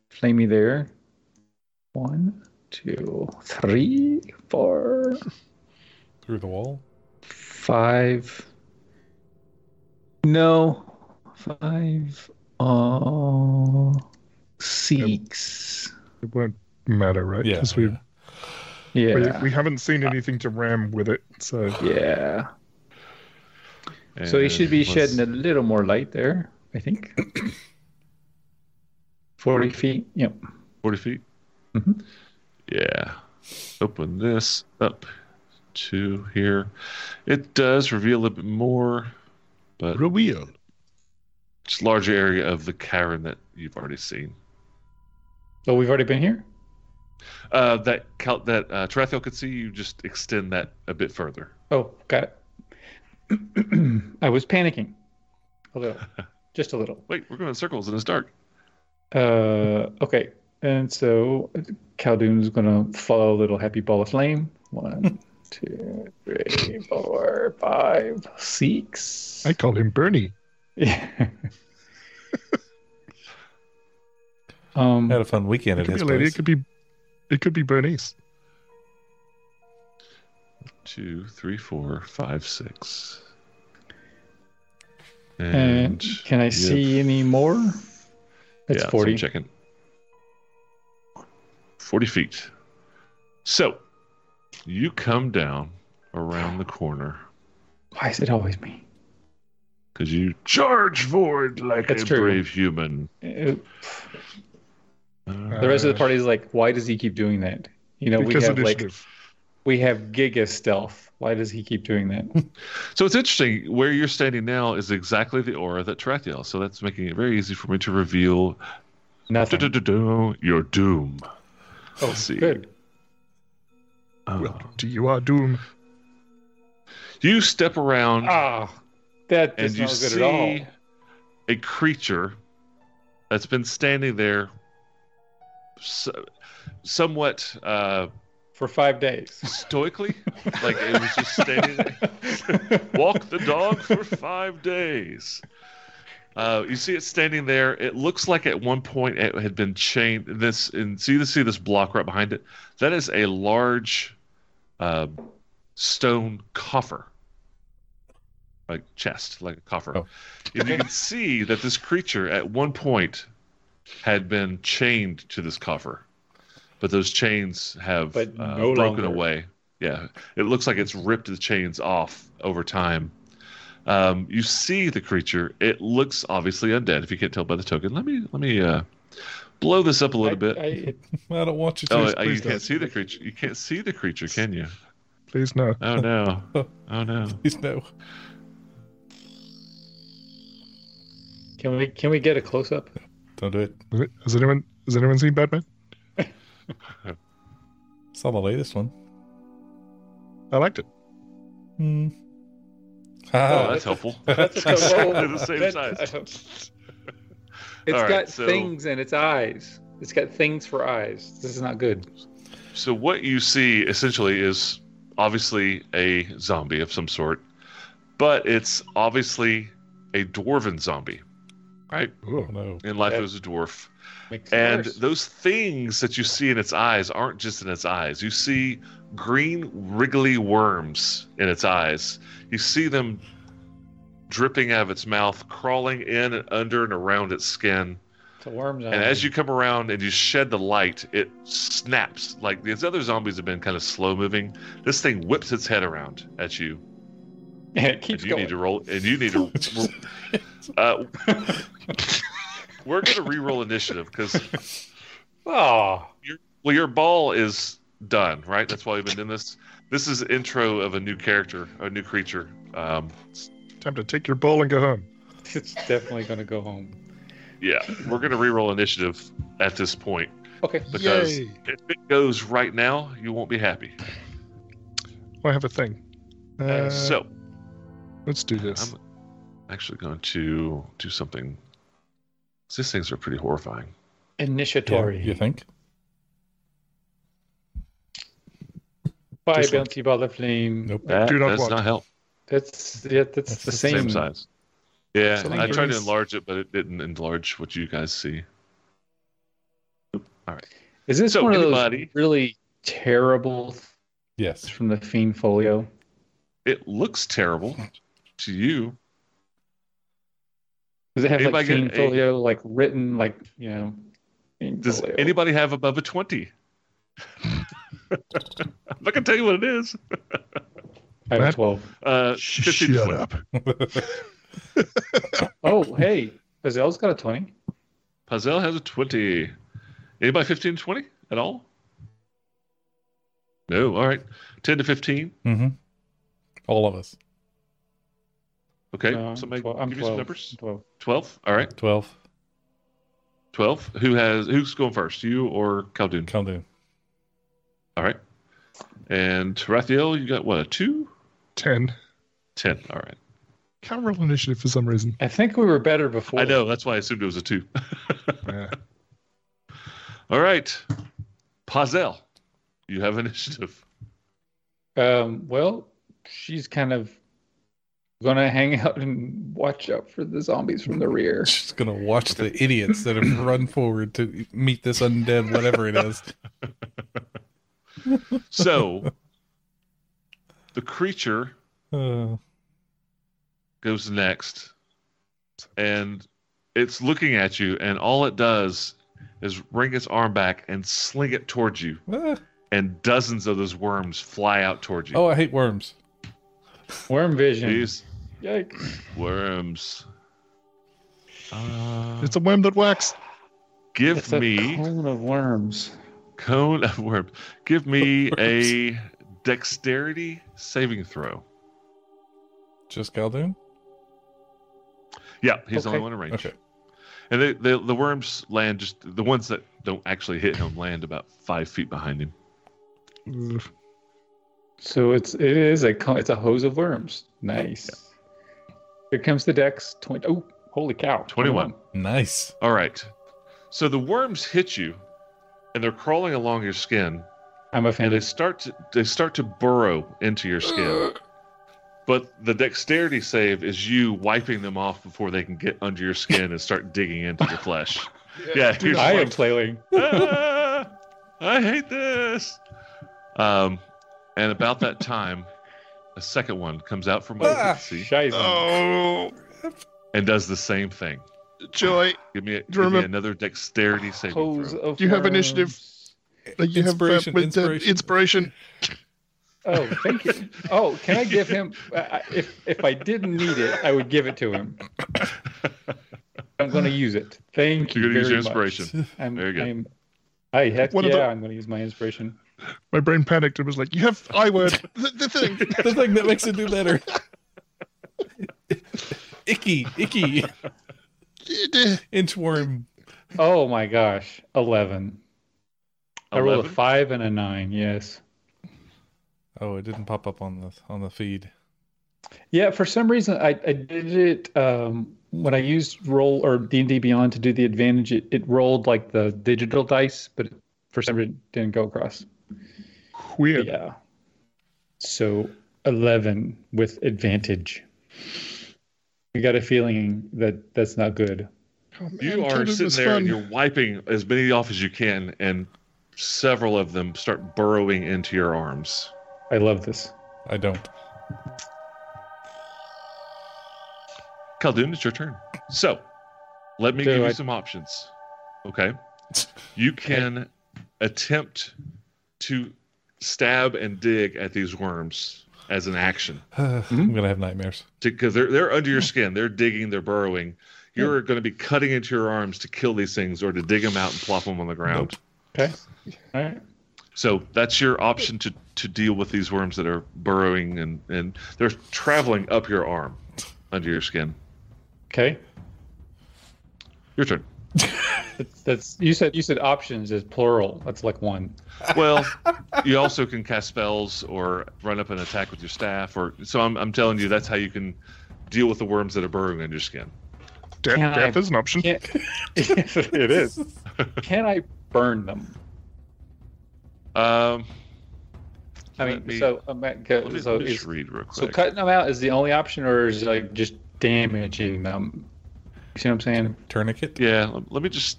Speaker 2: Flamey there. One, two, three, four,
Speaker 3: Through the wall?
Speaker 2: five. No, five. Oh, six.
Speaker 4: It won't matter, right?
Speaker 3: Yeah,
Speaker 4: 'Cause we,
Speaker 3: yeah.
Speaker 2: Yeah.
Speaker 4: we we haven't seen anything to ram with it. So
Speaker 2: Yeah. So he should be
Speaker 1: And let's-
Speaker 2: shedding a little more light there, I think. 40 feet. Yep.
Speaker 1: 40 feet?
Speaker 2: Mhm.
Speaker 1: Yeah. Open this up to here. It does reveal a little bit more, but
Speaker 4: reveal.
Speaker 1: it's a larger area of the cavern that you've already seen.
Speaker 2: Oh, we've already been here.
Speaker 1: Uh, that cal- that uh, Tarathiel could see, you just extend that a bit further.
Speaker 2: Oh, got it. I was panicking a little, just a little.
Speaker 1: Wait, we're going in circles and it's dark.
Speaker 2: Uh, okay, and so Khaldun's gonna follow little happy ball of flame. One, two, three, four, five, six.
Speaker 4: I call him Bernie.
Speaker 2: Yeah. um,
Speaker 3: Had a fun weekend
Speaker 4: It
Speaker 3: at
Speaker 4: could be
Speaker 3: his
Speaker 4: a lady. It
Speaker 3: place.
Speaker 4: could be, it could be Bernice.
Speaker 1: Two, three, four, five, six.
Speaker 2: and
Speaker 1: And
Speaker 2: can I
Speaker 1: yeah.
Speaker 2: see any more?
Speaker 1: Yeah,
Speaker 2: That's
Speaker 1: so I'm
Speaker 2: 40.
Speaker 1: checking. Forty feet. So you come down around the corner
Speaker 2: Why is it always me?
Speaker 1: because you charge forward like
Speaker 2: That's
Speaker 1: a
Speaker 2: true.
Speaker 1: brave human.
Speaker 2: Uh,
Speaker 1: Uh,
Speaker 2: the rest of the party is like, why does he keep doing that? You know, we
Speaker 4: because
Speaker 2: have like
Speaker 4: initiative.
Speaker 2: we have Giga stealth. Why does he keep doing that?
Speaker 1: So it's interesting. Where you're standing now is exactly the aura that Tarathiel. So that's making it very easy for me to reveal
Speaker 2: Nothing.
Speaker 1: du-du-du-du, your doom.
Speaker 2: Oh,
Speaker 1: Let's see.
Speaker 2: good.
Speaker 1: Uh,
Speaker 4: Welcome to you are doom.
Speaker 1: you step around
Speaker 2: Ah, that
Speaker 1: and
Speaker 2: is
Speaker 1: you
Speaker 2: not good at all.
Speaker 1: see a creature that's been standing there, so, somewhat uh,
Speaker 2: For five days.
Speaker 1: stoically, like it was just standing there. walk the dog for five days. Uh, you see it standing there. It looks like at one point it had been chained. This and see to see this block right behind it. That is a large uh, stone coffer, like chest, like a coffer.
Speaker 3: Oh.
Speaker 1: and you can see that this creature at one point had been chained to this coffer, but those chains have
Speaker 5: But
Speaker 1: uh,
Speaker 5: no
Speaker 1: broken
Speaker 5: longer.
Speaker 1: away. Yeah, it looks like it's ripped the chains off over time. Um, you see the creature. It looks obviously undead. If you can't tell by the token, let me let me uh, blow this up a little
Speaker 2: I-
Speaker 1: bit.
Speaker 2: I- it-
Speaker 3: I don't want you to.
Speaker 1: oh,
Speaker 4: please,
Speaker 1: I-
Speaker 4: please
Speaker 1: you can't
Speaker 4: don't.
Speaker 1: see the creature. You can't see the creature, can you?
Speaker 4: Please no.
Speaker 1: Oh no! Oh no!
Speaker 3: Please no.
Speaker 2: can we can we get a close up?
Speaker 3: Don't do it.
Speaker 4: Has anyone has anyone seen Batman?
Speaker 3: Saw the latest one.
Speaker 4: I liked it.
Speaker 3: Hmm.
Speaker 1: Oh,
Speaker 3: Ah,
Speaker 1: that's helpful.
Speaker 2: That's
Speaker 1: It's exactly the same size.
Speaker 2: It's
Speaker 1: All right,
Speaker 2: got
Speaker 1: so-
Speaker 2: things in its eyes. It's got things for eyes. This is not good.
Speaker 1: So what you see essentially is obviously a zombie of some sort, but it's obviously a dwarven zombie, right?
Speaker 4: Ooh.
Speaker 3: Oh, no.
Speaker 1: In life, it
Speaker 2: That-
Speaker 1: was a dwarf.
Speaker 2: Makes it
Speaker 1: And
Speaker 2: worse.
Speaker 1: those things that you see in its eyes aren't just in its eyes. You see green, wriggly worms in its eyes. You see them dripping out of its mouth, crawling in and under and around its skin.
Speaker 2: it's a worm
Speaker 1: And
Speaker 2: zombie.
Speaker 1: as you come around and you shed the light, it snaps. Like these other zombies have been kind of slow moving. This thing whips its head around at you.
Speaker 2: and it
Speaker 1: and
Speaker 2: keeps
Speaker 1: you
Speaker 2: going.
Speaker 1: need to roll. And you need to. uh, we're going to re-roll initiative because
Speaker 2: Oh,
Speaker 1: Well, your ball is done, right? That's why we've been doing this. This is intro of a new character, a new creature. Um,
Speaker 4: Time to take your ball and go home.
Speaker 2: it's definitely gonna go home.
Speaker 1: yeah, we're gonna re-roll initiative at this point
Speaker 2: Okay.
Speaker 1: because
Speaker 4: Yay.
Speaker 1: if it goes right now, you won't be happy.
Speaker 4: I have a thing. Uh,
Speaker 1: so
Speaker 4: let's do this.
Speaker 1: I'm actually going to do something. 'cause These things are pretty horrifying.
Speaker 2: Initiatory.
Speaker 3: You think?
Speaker 2: Bye,
Speaker 4: Just
Speaker 2: bouncy ball of flame.
Speaker 3: Nope.
Speaker 1: That
Speaker 4: do not
Speaker 1: does
Speaker 4: want.
Speaker 1: not help.
Speaker 2: That's yeah, that's, the
Speaker 1: It's the
Speaker 2: same.
Speaker 1: same size. Yeah,
Speaker 4: So
Speaker 1: I
Speaker 4: like
Speaker 1: tried to
Speaker 4: these-
Speaker 1: enlarge it, but it didn't enlarge what you guys see.
Speaker 2: Is this
Speaker 1: So,
Speaker 2: one of
Speaker 1: anybody-
Speaker 2: those really terrible things
Speaker 3: Yes.
Speaker 2: from the Fiend Folio?
Speaker 1: It looks terrible to you.
Speaker 2: Does it have
Speaker 1: Anybody
Speaker 2: like
Speaker 1: get
Speaker 2: Fiend
Speaker 1: a-
Speaker 2: Folio like written like you know? Fiend
Speaker 1: Does
Speaker 2: Folio?
Speaker 1: anybody have above a 20? I'm not going to tell you what it is.
Speaker 2: I have
Speaker 4: Matt?
Speaker 2: twelve.
Speaker 1: Uh,
Speaker 4: Sh-
Speaker 1: 15 to
Speaker 4: Shut
Speaker 1: 20.
Speaker 4: up.
Speaker 3: Mm-hmm.
Speaker 2: Oh hey, Bazel's got a twenty.
Speaker 1: Puzzle has a 20. Anybody 15 to 20 at all? No. All right. 10 to 15.
Speaker 3: hmm All of us.
Speaker 1: Okay.
Speaker 2: No, I'm
Speaker 1: Somebody
Speaker 2: twel- Uh, I'm
Speaker 1: give you some
Speaker 2: 12.
Speaker 1: numbers.
Speaker 2: Twelve.
Speaker 1: 12. All right.
Speaker 3: Twelve.
Speaker 1: Twelve. Who has? Who's going first? You or Khaldun?
Speaker 3: Khaldun.
Speaker 1: All right. And Raphael, you got what? A two?
Speaker 4: 10.
Speaker 1: Ten. All right.
Speaker 4: Can't roll initiative for some reason.
Speaker 2: I think we were better before.
Speaker 1: I know. That's why I assumed it was a two.
Speaker 4: Yeah.
Speaker 1: All right. Pazel, you have initiative.
Speaker 2: Um, well, she's kind of gonna hang out and watch out for the zombies from the rear.
Speaker 3: She's gonna watch the idiots that have run forward to meet this undead, whatever it is.
Speaker 1: So the creature
Speaker 3: Uh,
Speaker 1: goes next and it's looking at you and all it does is wring its arm back and sling it towards you
Speaker 3: ah.
Speaker 1: and dozens of those worms fly out towards you
Speaker 3: Oh, I hate worms.
Speaker 2: Worm vision.
Speaker 1: these
Speaker 2: Yikes.
Speaker 1: worms uh,
Speaker 4: It's a worm that whacks.
Speaker 1: give
Speaker 2: It's a
Speaker 1: me
Speaker 2: cone of worms.
Speaker 1: cone of worm give me a dexterity saving throw
Speaker 3: Just Khaldun?
Speaker 1: yeah he's the
Speaker 2: Okay.
Speaker 1: only one in range
Speaker 3: Okay.
Speaker 1: And they, they, the worms land just the ones that don't actually hit him land about five feet behind him.
Speaker 4: Ugh.
Speaker 2: So it's it is a co- it's a hose of worms. Nice. Here comes the Dex. Twenty. Oh, holy cow!
Speaker 1: 21.
Speaker 3: Nice.
Speaker 1: All right. So the worms hit you, and they're crawling along your skin, and
Speaker 2: I'm
Speaker 1: they
Speaker 2: offended.
Speaker 1: start to, they start to burrow into your skin. But the dexterity save is you wiping them off before they can get under your skin and start digging into your flesh. Yeah, you're just
Speaker 2: I
Speaker 1: like,
Speaker 2: am flailing.
Speaker 1: ah, I hate this. Um, and about that time, a second one comes out from under
Speaker 3: Ah,
Speaker 1: the sea
Speaker 2: Shizen.
Speaker 4: Oh,
Speaker 1: and does the same thing.
Speaker 4: joy.
Speaker 1: Give me, a,
Speaker 4: Do you
Speaker 1: give me
Speaker 4: remem-
Speaker 1: another dexterity saving
Speaker 2: Hose
Speaker 1: throw.
Speaker 2: of
Speaker 4: Do you have initiative?
Speaker 2: worms.
Speaker 4: Like you
Speaker 3: Inspiration,
Speaker 4: have uh, with, uh,
Speaker 3: inspiration.
Speaker 4: inspiration.
Speaker 2: Oh, thank you. Oh, can I give him? I- I- If if I didn't need it, I would give it to him. I'm going to use it. Thank
Speaker 1: You're
Speaker 2: you.
Speaker 1: going to use your
Speaker 2: very much.
Speaker 1: inspiration.
Speaker 2: I'm,
Speaker 1: Very good.
Speaker 2: I'm, I heck
Speaker 4: One
Speaker 2: yeah!
Speaker 4: of the-
Speaker 2: I'm going to use my inspiration.
Speaker 4: My brain panicked and was like, "You have I word the, the thing."
Speaker 3: the thing that makes it do better. icky, icky, inchworm.
Speaker 2: Oh my gosh, eleven. I rolled a
Speaker 1: 11?
Speaker 2: five and a nine. Yes.
Speaker 3: Oh, it didn't pop up on the on the feed.
Speaker 2: Yeah. For some reason, I, I did it um, when I used roll or D and D Beyond to do the advantage. It, it rolled like the digital dice, but for some reason, it didn't go across.
Speaker 4: Weird.
Speaker 2: Yeah. So 11 with advantage. I got a feeling that that's not good.
Speaker 4: Oh, man,
Speaker 1: You are
Speaker 4: Conan
Speaker 1: sitting
Speaker 4: was
Speaker 1: there and
Speaker 4: fun.
Speaker 1: you're wiping as many off as you can, and several of them start burrowing into your arms.
Speaker 2: I love this.
Speaker 3: I don't.
Speaker 1: Khaldun, it's your turn. So, let me
Speaker 2: Do
Speaker 1: give
Speaker 2: I-
Speaker 1: you some options. Okay. You can attempt to stab and dig at these worms as an action
Speaker 3: I'm
Speaker 4: Hmm?
Speaker 3: gonna have nightmares.
Speaker 1: because they're they're under your skin. They're digging. They're burrowing. You're going to be cutting into your arms to kill these things or to dig them out and plop them on the ground.
Speaker 2: Okay. All right.
Speaker 1: So that's your option to, to deal with these worms that are burrowing and, and they're traveling up your arm under your skin.
Speaker 2: Okay.
Speaker 1: Your turn.
Speaker 2: That's, that's you said you said options is plural. That's like one.
Speaker 1: Well, you also can cast spells or run up an attack with your staff or so I'm I'm telling you that's how you can deal with the worms that are burrowing under your skin.
Speaker 4: death,
Speaker 2: Can I-
Speaker 4: death is an option.
Speaker 2: Can't, yes, it is. Can I burn them?
Speaker 1: Um
Speaker 2: I
Speaker 1: Let
Speaker 2: mean,
Speaker 1: me-
Speaker 2: so, um,
Speaker 1: let me,
Speaker 2: so,
Speaker 1: let me just
Speaker 2: is-
Speaker 1: read real
Speaker 2: so
Speaker 1: quick.
Speaker 2: cutting them out is the only option, or is like just damaging them? You see what I'm saying?
Speaker 3: Tourniquet
Speaker 1: yeah, let- let me just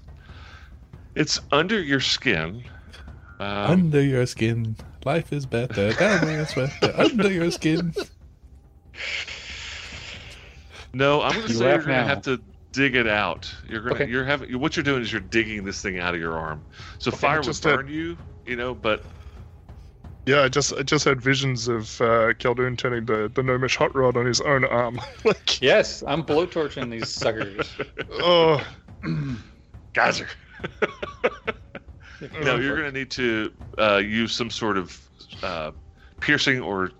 Speaker 1: It's under your skin. Um,
Speaker 3: under your skin. Life is better. Down your sweater. Under your skin.
Speaker 1: No, I'm going to
Speaker 2: You
Speaker 1: say you're
Speaker 2: laugh
Speaker 1: going to
Speaker 2: now.
Speaker 1: have to dig it out. You're going to
Speaker 2: Okay.
Speaker 1: you're having what you're doing is you're digging this thing out of your arm. So fire would
Speaker 4: just a-
Speaker 1: burn you, you know, but
Speaker 4: Yeah, I just I just had visions of uh, Khaldun turning the the gnomish hot rod on his own arm. like,
Speaker 2: Yes, I'm blowtorching these suckers.
Speaker 4: oh,
Speaker 1: geyser.
Speaker 2: Mm-hmm.
Speaker 1: no, you're going to need to uh, use some sort of uh, piercing or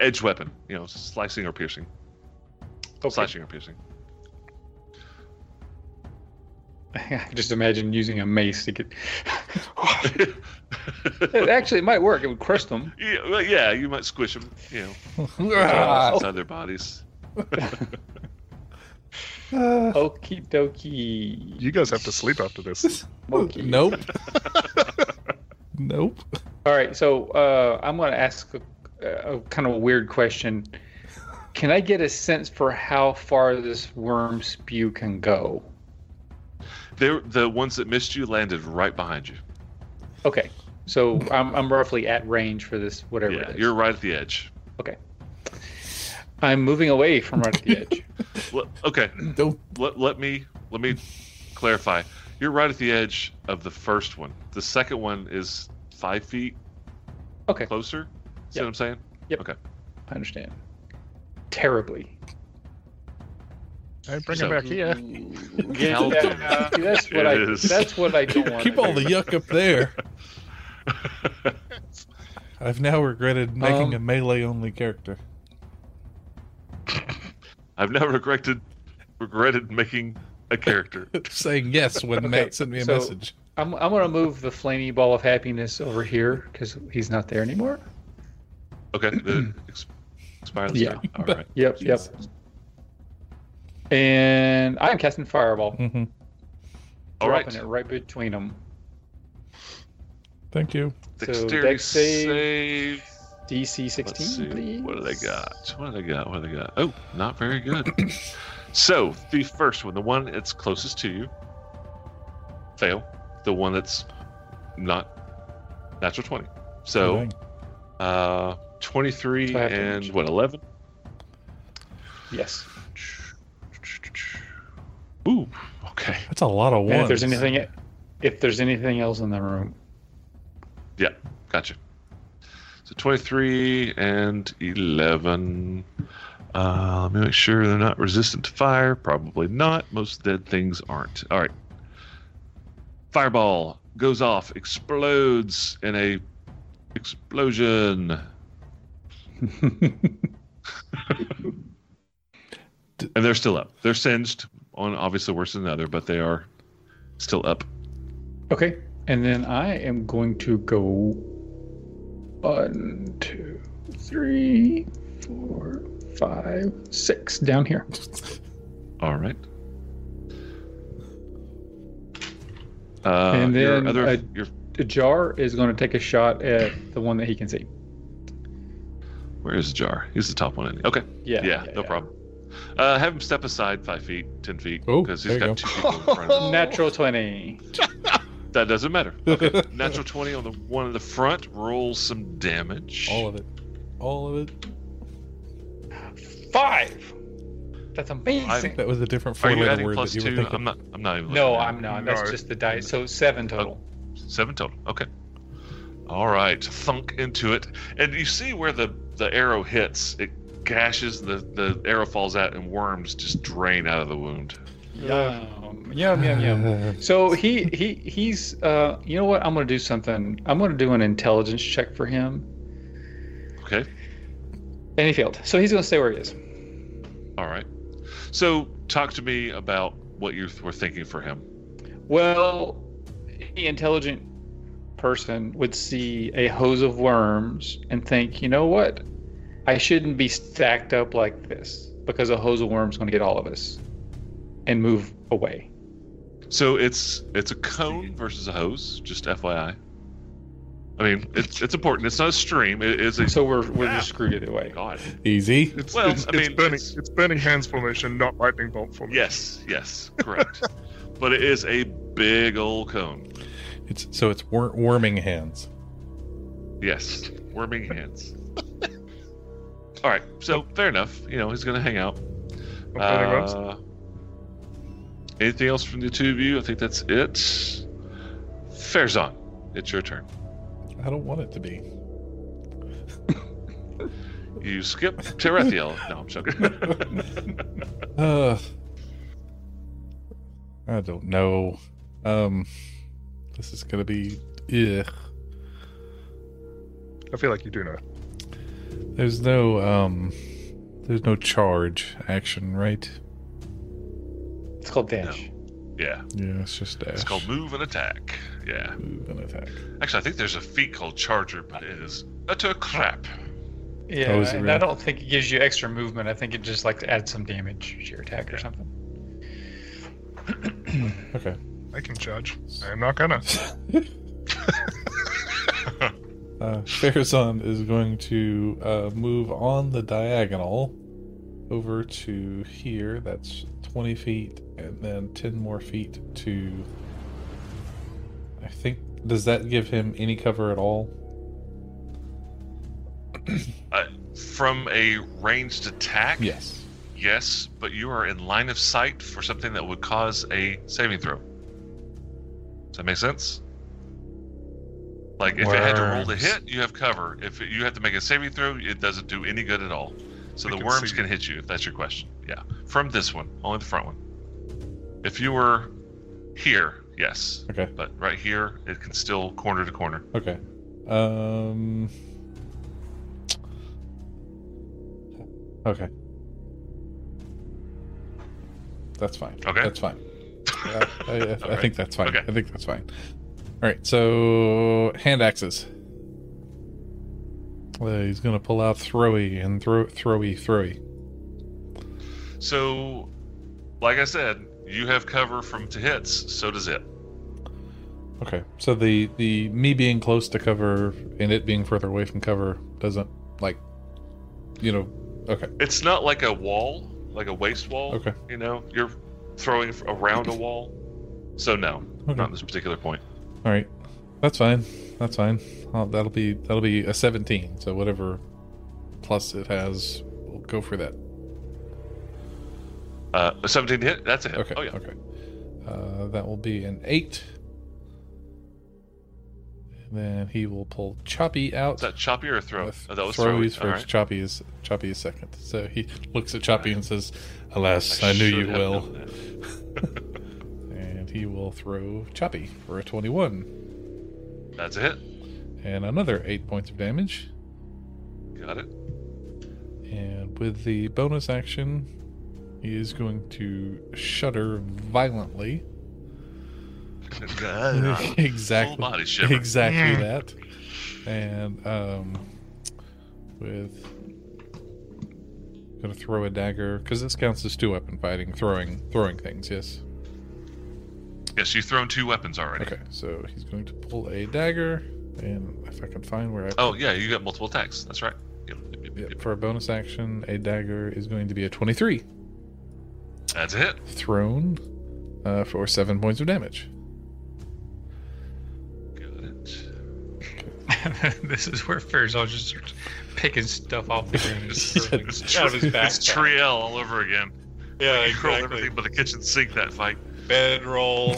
Speaker 1: edge weapon. You know, slicing or piercing,
Speaker 2: Okay.
Speaker 1: slashing or piercing.
Speaker 2: I just imagine using a mace to get. It actually, it might work. It would crush them.
Speaker 1: yeah, well, yeah, you might squish them, you know,
Speaker 2: Oh.
Speaker 3: Ah,
Speaker 1: inside their bodies.
Speaker 3: uh,
Speaker 2: Okie dokie.
Speaker 4: You guys have to sleep after this.
Speaker 2: Monkey.
Speaker 3: nope. nope.
Speaker 2: All right, so uh, I'm going to ask a, a kind of a weird question. Can I get a sense for how far this worm spew can go?
Speaker 1: They're the ones that missed you landed right behind you.
Speaker 2: Okay, so I'm, I'm roughly at range for this, whatever
Speaker 1: yeah,
Speaker 2: it is.
Speaker 1: you're right at the edge.
Speaker 2: Okay. I'm moving away from right at the edge.
Speaker 1: Well, okay,
Speaker 3: Don't.
Speaker 1: let, let me let me clarify. You're right at the edge of the first one. The second one is five feet
Speaker 2: Okay,
Speaker 1: closer. See
Speaker 2: Yep.
Speaker 1: what I'm saying?
Speaker 2: I understand. Terribly.
Speaker 4: Hey, bring
Speaker 1: So-
Speaker 4: it back here.
Speaker 1: Hell
Speaker 2: Yeah, see, that's
Speaker 1: It
Speaker 2: what I.
Speaker 1: is.
Speaker 2: That's what I don't want.
Speaker 3: Keep all the yuck up there. I've now regretted making
Speaker 2: Um,
Speaker 3: a melee only character.
Speaker 1: I've never regretted regretted making a character.
Speaker 3: Saying yes when
Speaker 2: Okay,
Speaker 3: Matt sent me a
Speaker 2: so-
Speaker 3: message.
Speaker 2: I'm, I'm gonna move the flamey ball of happiness over here because he's not there anymore.
Speaker 1: Okay. The ex- expires
Speaker 2: Yeah.
Speaker 1: turn. All right.
Speaker 2: Yep,
Speaker 3: Jesus.
Speaker 2: yep. And I'm casting fireball,
Speaker 3: hmm
Speaker 1: All
Speaker 2: dropping
Speaker 1: right.
Speaker 2: it right between them.
Speaker 3: Thank you.
Speaker 2: So,
Speaker 1: Dexterity
Speaker 2: dex save.
Speaker 1: save.
Speaker 2: DC 16,
Speaker 1: Let's see.
Speaker 2: please.
Speaker 1: What do they got? What do they got? What do they got? Oh, not very good. so the first one, the one that's closest to you, fail. The one that's not natural twenty. So
Speaker 3: Dang.
Speaker 1: uh, twenty three
Speaker 2: So I have to
Speaker 1: and
Speaker 2: reach.
Speaker 1: what eleven?
Speaker 2: Yes.
Speaker 1: Ooh. Okay.
Speaker 3: That's a lot of ones.
Speaker 2: And if there's anything, e, if there's anything else in the room,
Speaker 1: Yeah, gotcha. So 23 and 11. Uh, let me make sure they're not resistant to fire. Probably not. Most dead things aren't. All right. Fireball goes off, explodes in a explosion. and they're still up. They're singed on obviously worse than the other, but they are still up.
Speaker 2: okay. And then I am going to go one, two, three, four, five, six down here.
Speaker 1: All right. Uh,
Speaker 2: And then
Speaker 1: your other,
Speaker 2: I-
Speaker 1: your,
Speaker 2: The jar is going to take a shot at the one that he can see.
Speaker 1: where is the jar? He's the top one. In okay.
Speaker 2: Yeah.
Speaker 1: Yeah. no problem. Uh, have him step aside five feet, ten feet,
Speaker 3: Oh,
Speaker 1: because he's
Speaker 3: there you
Speaker 1: got two people in front of him.
Speaker 2: Natural 20.
Speaker 1: That doesn't matter. Okay. Natural twenty on the one in the front rolls some damage.
Speaker 3: All of it. All of it.
Speaker 2: Five. That's amazing.
Speaker 3: That was a different four
Speaker 1: are you
Speaker 3: letter
Speaker 1: adding
Speaker 3: word
Speaker 1: plus
Speaker 3: that you were
Speaker 1: two? um,
Speaker 3: thinking.
Speaker 1: I'm not. I'm not even.
Speaker 2: No,
Speaker 1: looking at it.
Speaker 2: I'm not. That's
Speaker 4: No.
Speaker 2: just the dice. So seven total.
Speaker 1: Oh. Seven total. Okay. All right. Thunk into it, and you see where the the arrow hits. It gashes. The the arrow falls out, and worms just drain out of the wound.
Speaker 2: Yum. Yum, yum, yum.
Speaker 3: Uh,
Speaker 2: So he he he's uh you know what? I'm gonna do something. I'm gonna do an intelligence check for him.
Speaker 1: Okay.
Speaker 2: And he failed. So he's gonna stay where he is.
Speaker 1: All right. So talk to me about what you were thinking for him.
Speaker 2: Well, any intelligent person would see a hose of worms and think, you know what? I shouldn't be stacked up like this because a hose of worms gonna get all of us and move away.
Speaker 1: So it's it's a cone versus a hose. Just FYI. I mean, it's it's important. It's not a stream. It is a Oh
Speaker 2: So we're we're just screwed either way.
Speaker 1: God.
Speaker 3: easy.
Speaker 4: It's,
Speaker 1: Well,
Speaker 4: it's,
Speaker 1: I
Speaker 4: it's
Speaker 1: mean,
Speaker 4: burning.
Speaker 1: it's-
Speaker 4: It's... burning hands formation, not lightning bolt formation.
Speaker 1: Yes. Yes. Correct. but it is a big old cone.
Speaker 3: It's so it's wor- worming hands.
Speaker 1: Yes, worming hands. All right, so fair enough. You know, he's going to hang out.
Speaker 4: Not burning ropes.
Speaker 1: Uh, anything else from the two of you? I think that's it. Fairzon, it's your turn.
Speaker 3: I don't want it to be.
Speaker 1: You skip Terethiel. No, I'm joking.
Speaker 3: Uh, I don't know. Um, this is gonna be. Ugh.
Speaker 4: I feel like you do know.
Speaker 3: There's no um. There's no charge action, right?
Speaker 2: It's called dash.
Speaker 1: Yeah,
Speaker 3: Yeah, it's just dash.
Speaker 1: it's called move and attack. Yeah.
Speaker 3: move and attack.
Speaker 1: Actually, I think there's a feat called Charger, but it is utter crap.
Speaker 2: Yeah,
Speaker 3: Oh, is it
Speaker 2: and I
Speaker 3: really?
Speaker 2: don't think it gives you extra movement. I think it just like adds some damage to your attack or something.
Speaker 3: Okay.
Speaker 4: I can judge. I'm not gonna.
Speaker 3: Uh, Farazan is going to uh, move on the diagonal over to here. That's 20 feet, and then 10 more feet to. I think. Does that give him any cover at all?
Speaker 1: From a ranged attack,
Speaker 3: Yes.
Speaker 1: yes, but you are in line of sight for something that would cause a saving throw. Does that make sense? Like, if it had to roll to
Speaker 5: Worms.
Speaker 1: hit, you have cover. If you have to make a saving throw, it doesn't do any good at all. So
Speaker 4: I
Speaker 1: the
Speaker 4: can
Speaker 1: worms
Speaker 4: see.
Speaker 1: can hit you, if that's your question. Yeah. From this one, only the front one. If you were here, yes.
Speaker 3: Okay.
Speaker 1: But right here, it can still corner to corner.
Speaker 3: Okay. Um. Okay. That's fine.
Speaker 1: Okay.
Speaker 3: That's fine. I, I, I
Speaker 1: Alright.
Speaker 3: think that's fine.
Speaker 1: Okay.
Speaker 3: I think that's fine. All right. So hand axes. Uh, he's gonna pull out throwy and throw throwy throwy.
Speaker 1: So, like I said, you have cover from to hits. So does it.
Speaker 3: Okay. So the the me being close to cover and it being further away from cover doesn't like, you know. Okay.
Speaker 1: It's not like a wall, like a waste wall.
Speaker 3: Okay.
Speaker 1: You know, you're throwing f- around a wall. So no,
Speaker 3: Okay.
Speaker 1: not in this particular point.
Speaker 3: All right, that's fine. That's fine. Uh that'll be that'll be a seventeen. So whatever plus it has, we'll go for that.
Speaker 1: Uh, a 17 hit. That's a hit.
Speaker 3: Okay.
Speaker 1: Oh yeah.
Speaker 3: Okay. Uh, that will be an eight. And then he will pull Choppy out.
Speaker 1: Is that choppy or throw?
Speaker 3: Uh,
Speaker 1: oh, that was
Speaker 3: throw
Speaker 1: throwy.
Speaker 3: is
Speaker 1: All
Speaker 3: first.
Speaker 1: right.
Speaker 3: Choppy is Choppy is second. So he looks at Choppy and says, "Alas, I,
Speaker 1: I
Speaker 3: knew
Speaker 1: should
Speaker 3: you
Speaker 1: have
Speaker 3: will."
Speaker 1: known that.
Speaker 3: And he will throw Choppy for a twenty-one
Speaker 1: That's a hit.
Speaker 3: and another eight points of damage.
Speaker 1: Got it.
Speaker 3: And with the bonus action, he is going to shudder violently.
Speaker 1: Full
Speaker 3: exactly.
Speaker 1: body shiver.
Speaker 3: Exactly
Speaker 4: Mm.
Speaker 3: that. And um, with gonna throw a dagger because this counts as two weapon fighting, throwing throwing things. Yes.
Speaker 1: yes, you've thrown two weapons already.
Speaker 3: Okay. So he's going to pull a dagger, and if I can find where I
Speaker 1: Oh yeah, you got multiple attacks. That's right. Yep, yep, yep,
Speaker 3: Yep,
Speaker 1: yep.
Speaker 3: for a bonus action, a dagger is going to be a twenty-three
Speaker 1: That's a hit.
Speaker 3: thrown uh, for seven points of damage.
Speaker 1: Got it.
Speaker 5: this is where Farazal just starts picking stuff off the ground. and throwing
Speaker 1: It's,
Speaker 5: out of his
Speaker 1: it's
Speaker 5: backpack.
Speaker 1: Triel all over again.
Speaker 6: Yeah,
Speaker 1: He curled
Speaker 6: exactly.
Speaker 1: everything but the kitchen sink that fight.
Speaker 6: Bedroll.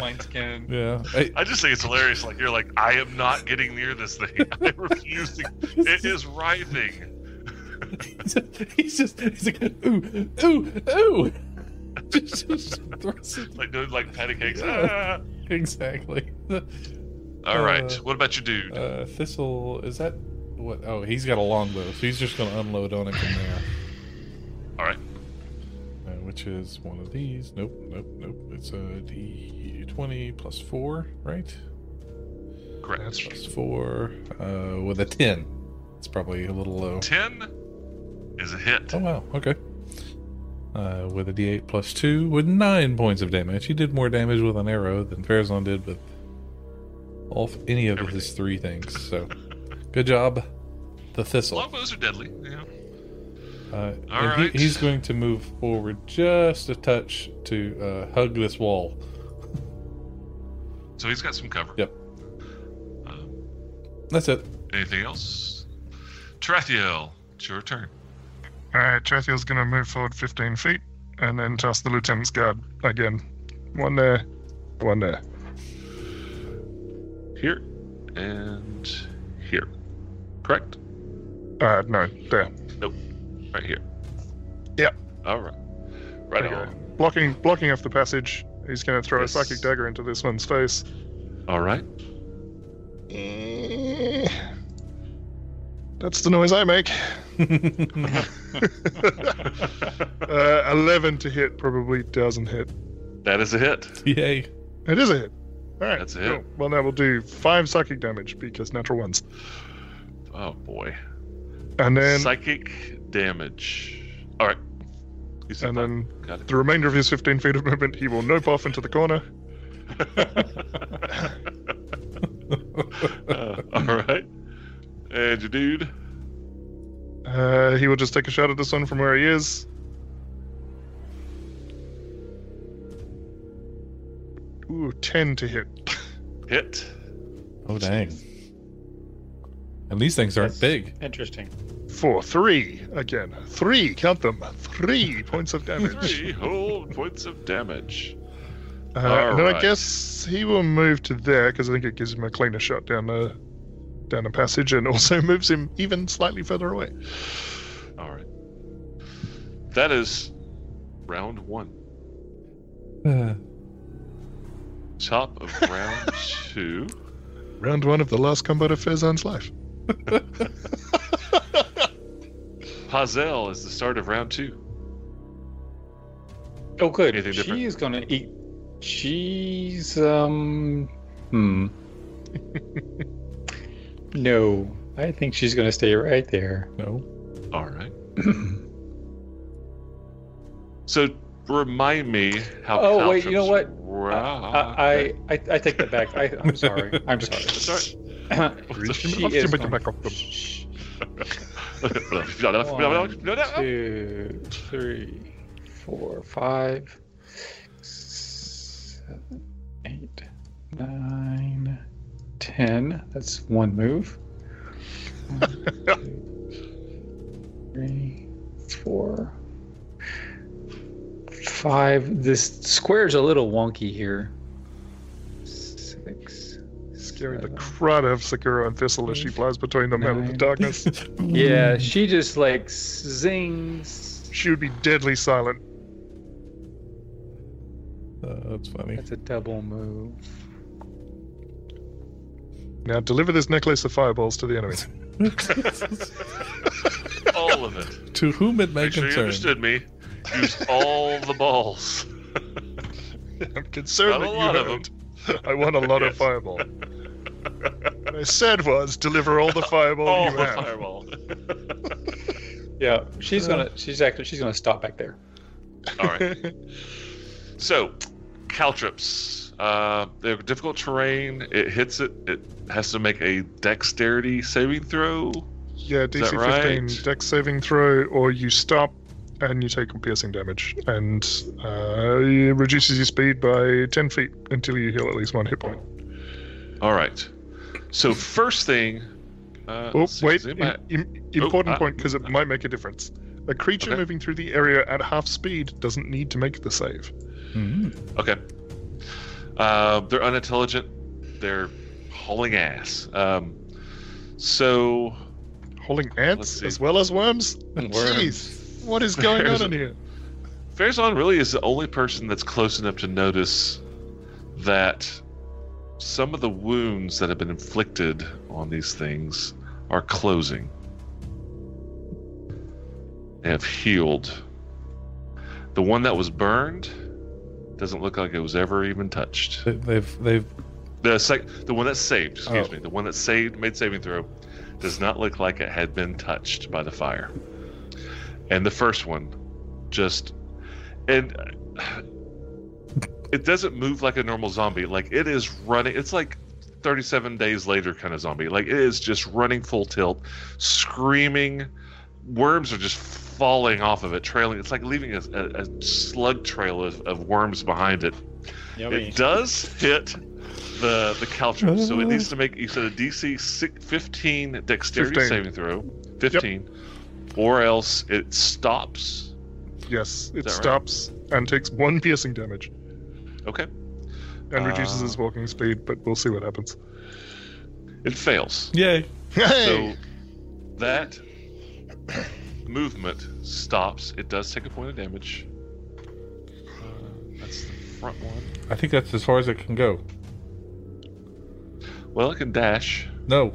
Speaker 5: Wineskin.
Speaker 3: Yeah. I-
Speaker 1: I just think it's hilarious. Like you're like, I am not getting near this thing. I refuse to. It is writhing.
Speaker 3: he's just he's like ooh ooh ooh just, just throws it.
Speaker 1: Like doing like patty cakes.
Speaker 3: Yeah. exactly
Speaker 1: Ah. All right.
Speaker 3: Uh,
Speaker 1: what about your dude?
Speaker 3: uh thistle is that what oh he's got a longbow so he's just gonna unload on it from there
Speaker 1: All right.
Speaker 3: uh, which is one of these nope nope nope it's a d20 plus four right
Speaker 1: Correct.
Speaker 4: That's
Speaker 3: plus four uh with a 10 it's probably a little low
Speaker 1: Ten is a hit.
Speaker 3: Oh wow, okay. Uh, with a D8 plus two, with nine points of damage, he did more damage with an arrow than Farazan did with all any of his
Speaker 1: Everything.
Speaker 3: three things. So, good job, the thistle.
Speaker 1: Longbows are deadly. Yeah.
Speaker 3: Uh, and
Speaker 1: All
Speaker 3: he-
Speaker 1: right.
Speaker 3: he's going to move forward just a touch to uh, hug this wall.
Speaker 1: So he's got some cover.
Speaker 3: Yep.
Speaker 1: Um,
Speaker 3: That's it.
Speaker 1: anything else? Tarathiel, it's your turn.
Speaker 4: All right, Trathiel's going to move forward 15 feet and then toss the lieutenant's guard again. One there, one there.
Speaker 1: Here and here. Correct.
Speaker 4: Uh, no, there.
Speaker 1: Right here.
Speaker 4: Yep.
Speaker 1: All right. Right
Speaker 4: Okay.
Speaker 1: on.
Speaker 4: Blocking, blocking off the passage. He's going to throw
Speaker 1: Yes.
Speaker 4: a psychic dagger into this one's face.
Speaker 1: All right.
Speaker 4: Eh. That's the noise I make. uh, 11 to hit probably doesn't hit.
Speaker 1: That is a hit.
Speaker 3: Yay.
Speaker 4: It is a hit. All right.
Speaker 1: That's a
Speaker 4: cool.
Speaker 1: hit.
Speaker 4: Well, now we'll do five psychic damage because natural ones.
Speaker 1: Oh boy.
Speaker 4: And then
Speaker 1: Psychic damage. All right. You said
Speaker 4: and
Speaker 1: five.
Speaker 4: then
Speaker 1: Got it.
Speaker 4: the remainder of his 15 feet of movement, he will nope off into the corner.
Speaker 1: Uh, all right. And your dude.
Speaker 4: Uh, he will just take a shot at this one from where he is. Ooh, 10 to hit.
Speaker 1: Hit.
Speaker 3: Oh dang. And these things aren't
Speaker 2: That's-
Speaker 3: big.
Speaker 2: Interesting.
Speaker 4: Four, three again. Three, count them. Three points of damage.
Speaker 1: Three whole points of damage.
Speaker 4: Uh, and then I
Speaker 1: Alright.
Speaker 4: guess he will move to there because I think it gives him a cleaner shot down the down the passage, and also moves him even slightly further away.
Speaker 1: All right. That is round one.
Speaker 3: Uh,
Speaker 1: Top of round two.
Speaker 4: Round one of the last combat of Fezan's life.
Speaker 1: Pazel is the start of round two.
Speaker 2: Oh, good.
Speaker 1: Anything
Speaker 2: she
Speaker 1: different?
Speaker 2: is gonna eat. She's um. Hmm. no, I think she's gonna stay right there.
Speaker 3: no.
Speaker 1: All right. so remind me how.
Speaker 2: Oh, wait, you know what?
Speaker 1: Caltrip's
Speaker 2: I,
Speaker 1: Rock.
Speaker 2: I, I, I take that back. I, I'm sorry. I'm sorry.
Speaker 1: Sorry.
Speaker 2: she
Speaker 4: Up,
Speaker 2: is
Speaker 4: jump, jump,
Speaker 2: going
Speaker 4: back up, jump.
Speaker 1: All
Speaker 2: two, three, four, five, six, seven, eight, nine, ten. That's one move. One, two, three, four, five. This square's a little wonky here. Six.
Speaker 4: Scaring the
Speaker 2: seven.
Speaker 4: crud out of Sakura and Thistle as she flies between them out of the
Speaker 2: Nine.
Speaker 4: darkness.
Speaker 2: Yeah, she just like zings.
Speaker 4: She would be deadly silent.
Speaker 3: Uh, that's funny.
Speaker 2: That's a double move.
Speaker 4: Now deliver this necklace of fireballs to the enemy.
Speaker 1: of it.
Speaker 3: to whom it may
Speaker 1: Make sure you
Speaker 3: concern.
Speaker 1: understood me. Use all the balls.
Speaker 4: I'm
Speaker 1: Not
Speaker 4: concerned
Speaker 1: a
Speaker 4: that you
Speaker 1: lot of
Speaker 4: haven't. I want a lot of
Speaker 1: Yes.
Speaker 4: fireball. What I said was deliver all the fireball
Speaker 1: all
Speaker 4: Oh, you
Speaker 1: the
Speaker 4: have.
Speaker 1: fireball.
Speaker 2: Yeah, she's gonna. She's actually. She's gonna stop back there.
Speaker 1: all right. So, caltrips. Uh, they're difficult terrain. It hits it. It has to make a dexterity saving throw.
Speaker 4: Yeah,
Speaker 1: that
Speaker 4: DC 15
Speaker 1: right?
Speaker 4: deck saving throw, or you stop and you take piercing damage. And uh, it reduces your speed by 10 feet until you heal at least one hit point.
Speaker 1: All right. So first thing. Uh,
Speaker 4: Oh,
Speaker 1: let's see,
Speaker 4: wait.
Speaker 1: does anybody-
Speaker 4: im- im- important
Speaker 1: ah,
Speaker 4: point because it might make a difference. A creature
Speaker 1: Okay.
Speaker 4: moving through the area at half speed doesn't need to make the save.
Speaker 3: Mm.
Speaker 1: Okay. Uh, they're unintelligent. They're hauling ass. Um, so
Speaker 4: Hauling
Speaker 1: Let's
Speaker 4: ants
Speaker 1: see.
Speaker 4: as well as worms?
Speaker 2: Worms.
Speaker 4: Jeez, what is going
Speaker 1: There's
Speaker 4: on in here?
Speaker 1: Farazan really is the only person that's close enough to notice that some of the wounds that have been inflicted on these things are closing. They have healed. The one that was burned doesn't look like it was ever even touched.
Speaker 3: They- They've they've
Speaker 1: The sec- the one that saved, excuse
Speaker 3: Oh.
Speaker 1: me, the one that saved made saving throw, does not look like it had been touched by the fire. And the first one, just, and uh, it doesn't move like a normal zombie. Like it is running. It's like. 37 days later kind of zombie like it is just running full tilt screaming worms are just falling off of it trailing it's like leaving a, a, a slug trail of, of worms behind it it does hit the the caltrop, so it needs to make you said a DC six- 15 dexterity
Speaker 4: 15.
Speaker 1: saving throw, 15, or else it stops.
Speaker 4: Yes,
Speaker 1: Is that
Speaker 4: it
Speaker 1: right?
Speaker 4: stops and takes one piercing damage
Speaker 1: Okay,
Speaker 4: and reduces
Speaker 1: Ah.
Speaker 4: his walking speed, but we'll see what happens.
Speaker 1: it fails.
Speaker 3: yay.
Speaker 4: Hey!
Speaker 1: So that movement stops. It does take a point of damage. Uh, that's the front one.
Speaker 3: I think that's as far as it can go.
Speaker 1: Well, it can dash,
Speaker 3: No.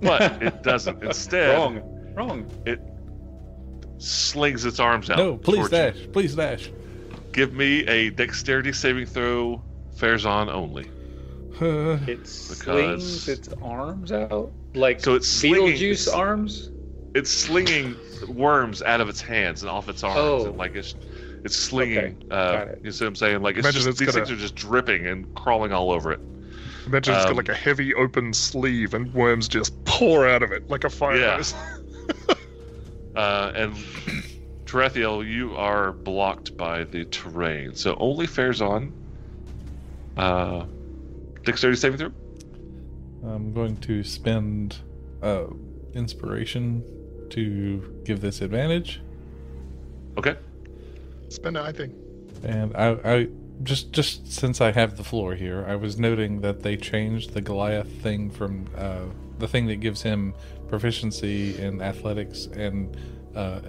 Speaker 1: but it doesn't. Instead,
Speaker 2: Wrong. Wrong.
Speaker 1: slings its arms out.
Speaker 3: No, please
Speaker 1: towards you.
Speaker 3: dash. Please dash.
Speaker 1: Give me a dexterity saving throw, Farazan only.
Speaker 3: Uh,
Speaker 2: It slings
Speaker 1: Because-
Speaker 2: its arms out like
Speaker 1: So it's slinging-
Speaker 2: Beetlejuice arms.
Speaker 1: It's slinging worms out of its hands and off its arms,
Speaker 2: Oh.
Speaker 1: and like it's it's slinging. Uh,
Speaker 2: Got it.
Speaker 1: you see what I'm saying? Like it's
Speaker 4: Imagine
Speaker 1: just,
Speaker 4: it's
Speaker 1: these
Speaker 4: gonna-
Speaker 1: things are just dripping and crawling all over it.
Speaker 4: Imagine it's
Speaker 1: Um,
Speaker 4: got like a heavy open sleeve and worms just pour out of it like a fire
Speaker 1: Yeah.
Speaker 4: hose.
Speaker 1: Uh, and Terethiel, you are blocked by the terrain, so only Farazan. Uh, dexterity saving throw.
Speaker 3: I'm going to spend uh, inspiration to give this advantage,
Speaker 1: Okay.
Speaker 4: Spend it, I think.
Speaker 3: and I, I just just since I have the floor here, I was noting that they changed the Goliath thing from uh, the thing that gives him proficiency in athletics and uh,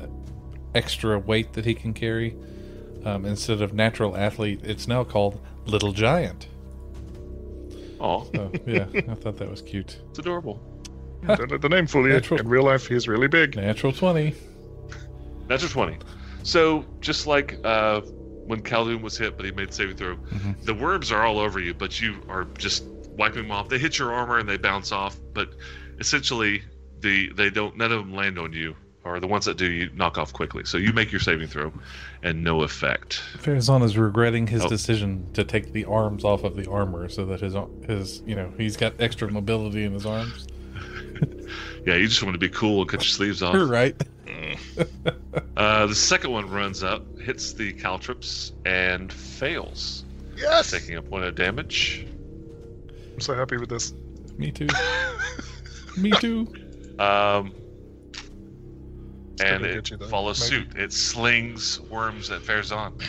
Speaker 3: extra weight that he can carry. Um, instead of natural athlete, it's now called little giant.
Speaker 1: Oh,
Speaker 3: So yeah, I thought that was cute.
Speaker 1: it's adorable.
Speaker 4: Don't let the name fool you.
Speaker 3: Natural.
Speaker 4: In real life, he's really big.
Speaker 3: Natural twenty.
Speaker 1: Natural 20. So, just like uh, when Calhoun was hit, but he made saving throw,
Speaker 3: Mhm.
Speaker 1: the worms are all over you, but you are just wiping them off. They hit your armor and they bounce off, but essentially, the they don't none of them land on you, or the ones that do, you knock off quickly. So you make your saving throw, and no effect.
Speaker 3: Farazan is regretting his
Speaker 1: Oh.
Speaker 3: decision to take the arms off of the armor so that his his you know he's got extra mobility in his arms.
Speaker 1: Yeah, you just want to be cool and cut your sleeves off.
Speaker 3: You're right.
Speaker 1: Uh, the second one runs up, hits the caltrops, and fails,
Speaker 4: Yes!
Speaker 1: taking a point of damage.
Speaker 4: I'm so happy with this.
Speaker 3: Me too. Me too.
Speaker 1: Um,
Speaker 4: gonna
Speaker 1: and
Speaker 4: get
Speaker 1: it
Speaker 4: you, though,
Speaker 1: follows
Speaker 4: maybe.
Speaker 1: suit. It slings worms at Farazan.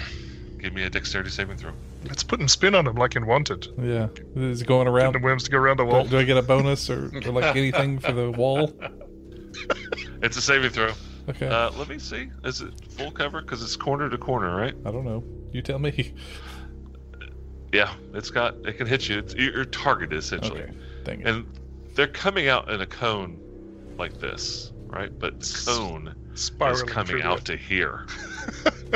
Speaker 1: Give me a dexterity saving throw.
Speaker 4: It's putting spin on him like in Wanted.
Speaker 3: Yeah, is it going
Speaker 4: Getting the
Speaker 3: around.
Speaker 4: worms to go around the
Speaker 3: Do,
Speaker 4: wall.
Speaker 3: do I get a bonus or, or like anything for the wall?
Speaker 1: It's a saving throw.
Speaker 3: Okay,
Speaker 1: Uh, let me see. Is it full cover? Because it's corner to corner, right?
Speaker 3: I don't know. You tell me.
Speaker 1: Yeah, it's got. It can hit you. It's, you're targeted essentially,
Speaker 3: Okay, dang it.
Speaker 1: and they're coming out in a cone like this, right? But the cone is
Speaker 4: Spiraling
Speaker 1: coming
Speaker 4: through
Speaker 1: out to here.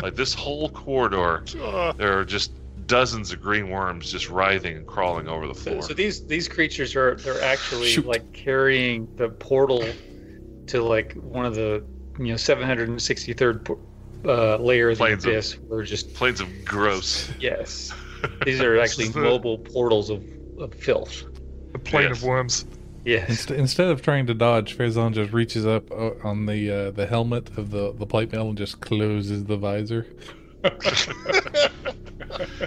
Speaker 1: like this whole corridor,
Speaker 4: it. Ah,
Speaker 1: there are just dozens of green worms just writhing and crawling over the
Speaker 2: So,
Speaker 1: floor.
Speaker 2: so these these creatures are they're actually
Speaker 3: Shoot.
Speaker 2: like carrying the portal to like one of the you know 763rd por- uh, layer of the
Speaker 1: Planes of-
Speaker 2: abyss. We're just
Speaker 1: Planes of gross.
Speaker 2: yes, these are actually
Speaker 4: is the-
Speaker 2: mobile portals of, of filth.
Speaker 4: the plane
Speaker 1: Yes.
Speaker 4: of worms.
Speaker 2: Yes,
Speaker 3: Inst- instead of trying to dodge, Farazan just reaches up uh, on the uh, the helmet of the the plate mail and just closes the visor.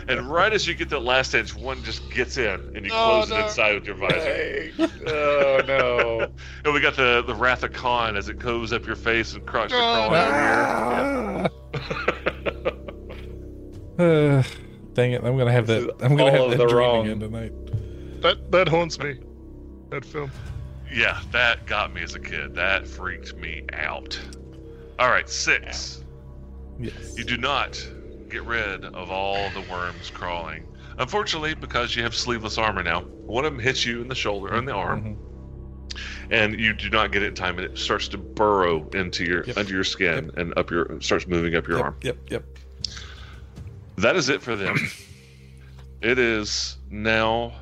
Speaker 1: And right as you get that last inch, one just gets in and you
Speaker 4: Oh,
Speaker 1: close it
Speaker 4: no.
Speaker 1: inside with your visor.
Speaker 2: oh no.
Speaker 1: And we got the, the Wrath of Khan as it goes up your face and cracks
Speaker 4: Oh,
Speaker 3: Ah!
Speaker 1: your crawl.
Speaker 3: Uh, dang it! I'm gonna have
Speaker 2: This
Speaker 3: that.
Speaker 2: is
Speaker 3: I'm gonna
Speaker 2: all
Speaker 3: have
Speaker 2: of
Speaker 3: that
Speaker 2: the
Speaker 3: dream
Speaker 2: wrong-
Speaker 3: again tonight.
Speaker 4: That, that haunts me. That film.
Speaker 1: yeah, that got me as a kid. That freaked me out. All right, six.
Speaker 3: Yes.
Speaker 1: You do not get rid of all the worms crawling. Unfortunately, because you have sleeveless armor now, one of them hits you in the shoulder, on the arm,
Speaker 3: Mhm.
Speaker 1: and you do not get it in time, and it starts to burrow into your
Speaker 3: Yep.
Speaker 1: under your skin and up your starts moving up your
Speaker 3: yep,
Speaker 1: arm.
Speaker 3: Yep. Yep.
Speaker 1: That is it for them. it is now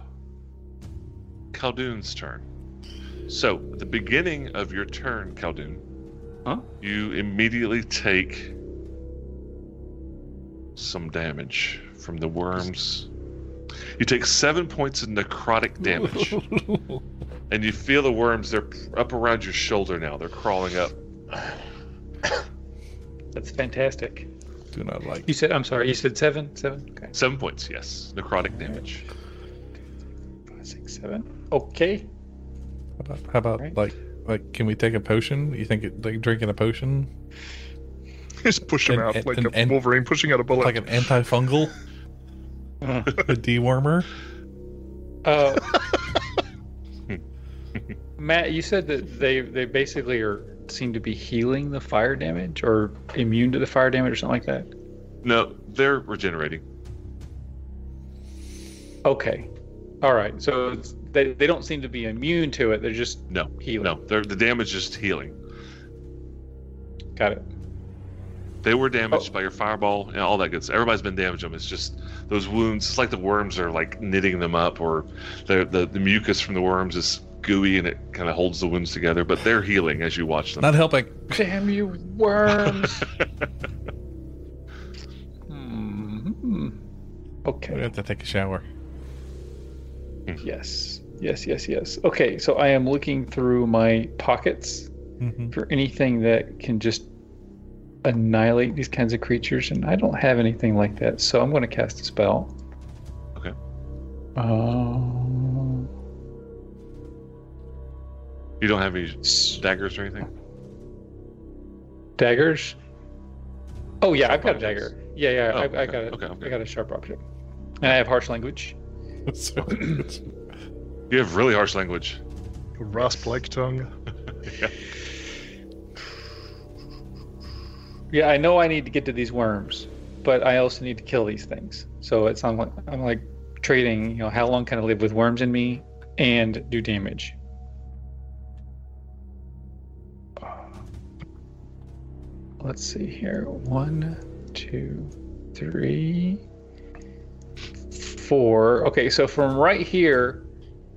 Speaker 1: Khaldun's turn. So, at the beginning of your turn, Khaldun,
Speaker 2: Huh?
Speaker 1: you immediately take some damage from the worms. You take seven points of necrotic damage, and you feel the worms. They're up around your shoulder now. They're crawling up.
Speaker 2: That's fantastic.
Speaker 3: do not like.
Speaker 2: You said I'm sorry. You said seven, seven. Okay,
Speaker 1: Seven points, yes. Necrotic damage.
Speaker 2: five, six, seven. Okay.
Speaker 3: How about, how about
Speaker 2: Right.
Speaker 3: like like can we take a potion? You think it, like drinking a potion
Speaker 4: Just push him
Speaker 3: An-
Speaker 4: out
Speaker 3: an-
Speaker 4: like a
Speaker 3: an-
Speaker 4: Wolverine pushing out a bullet.
Speaker 3: like an antifungal,
Speaker 2: Uh,
Speaker 3: a dewormer?
Speaker 2: uh, Matt, you said that they they basically are seem to be healing the fire damage or immune to the fire damage or something like that.
Speaker 1: No, they're regenerating.
Speaker 2: Okay. All right. So it's, they they don't seem to be immune to it. They're just
Speaker 1: No,
Speaker 2: healing.
Speaker 1: no, they're, the damage is healing.
Speaker 2: Got it.
Speaker 1: They were damaged by your fireball and all that good stuff. Everybody's been damaged. Them. It's just those wounds. It's like the worms are like knitting them up, or the the, the mucus from the worms is gooey and it kind of holds the wounds together. But they're healing as you watch them.
Speaker 3: Not helping.
Speaker 2: Damn you, worms! Hmm.
Speaker 3: I
Speaker 2: Okay.
Speaker 3: have to take a shower.
Speaker 2: Yes. Yes. Yes. Yes. Okay. So I am looking through my pockets
Speaker 3: Mhm.
Speaker 2: for anything that can just annihilate these kinds of creatures, and I don't have anything like that, so I'm going to cast a spell.
Speaker 1: Okay.
Speaker 2: Um,
Speaker 1: You don't have any
Speaker 2: s-
Speaker 1: daggers or anything.
Speaker 2: daggers. Oh yeah, I've got a
Speaker 1: Sharp objects.
Speaker 2: dagger. Yeah, yeah,
Speaker 1: Oh,
Speaker 2: I, I
Speaker 1: okay,
Speaker 2: got it.
Speaker 1: okay, okay.
Speaker 2: I got a sharp object, and I have harsh language.
Speaker 3: So-
Speaker 1: You have really harsh language.
Speaker 4: Rasp like tongue.
Speaker 2: Yeah, I know I need to get to these worms, but I also need to kill these things. So it's I'm like I'm like trading. You know, how long can I live with worms in me and do damage? Let's see here. One, two, three, four. Okay, so from right here,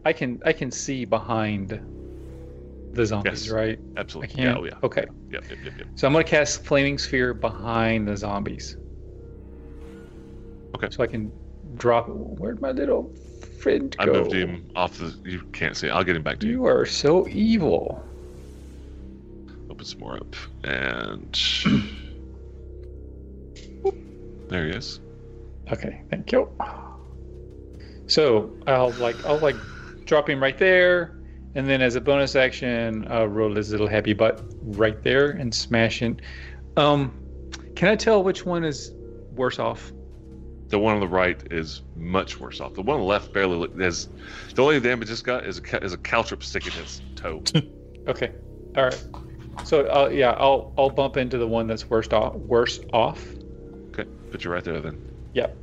Speaker 2: I can I can see behind the zombies,
Speaker 1: Yes.
Speaker 2: right? I
Speaker 1: Absolutely.
Speaker 2: can.
Speaker 1: Yeah. Oh, yeah.
Speaker 2: Okay.
Speaker 1: Yep. Yep. Yep. Yep.
Speaker 2: So I'm gonna cast Flaming Sphere behind the zombies.
Speaker 1: Okay.
Speaker 2: So I can drop. Where'd my little friend
Speaker 1: I
Speaker 2: go?
Speaker 1: moved him off the. You can't see. it. I'll get him back to you.
Speaker 2: You are so evil.
Speaker 1: Open some more up, and there he is.
Speaker 2: Okay, thank you. So I'll like I'll like drop him right there, and then as a bonus action, uh, roll his little happy butt right there and smash it. Um, can I tell which one is worse off?
Speaker 1: The one on the right is much worse off. The one on the left barely look, has. The only damage it's got is a ca- is a caltrip sticking his toe.
Speaker 2: Okay. All right. So uh, yeah, I'll I'll bump into the one that's worst off. Worse off.
Speaker 1: Okay, put you right there then.
Speaker 2: Yep.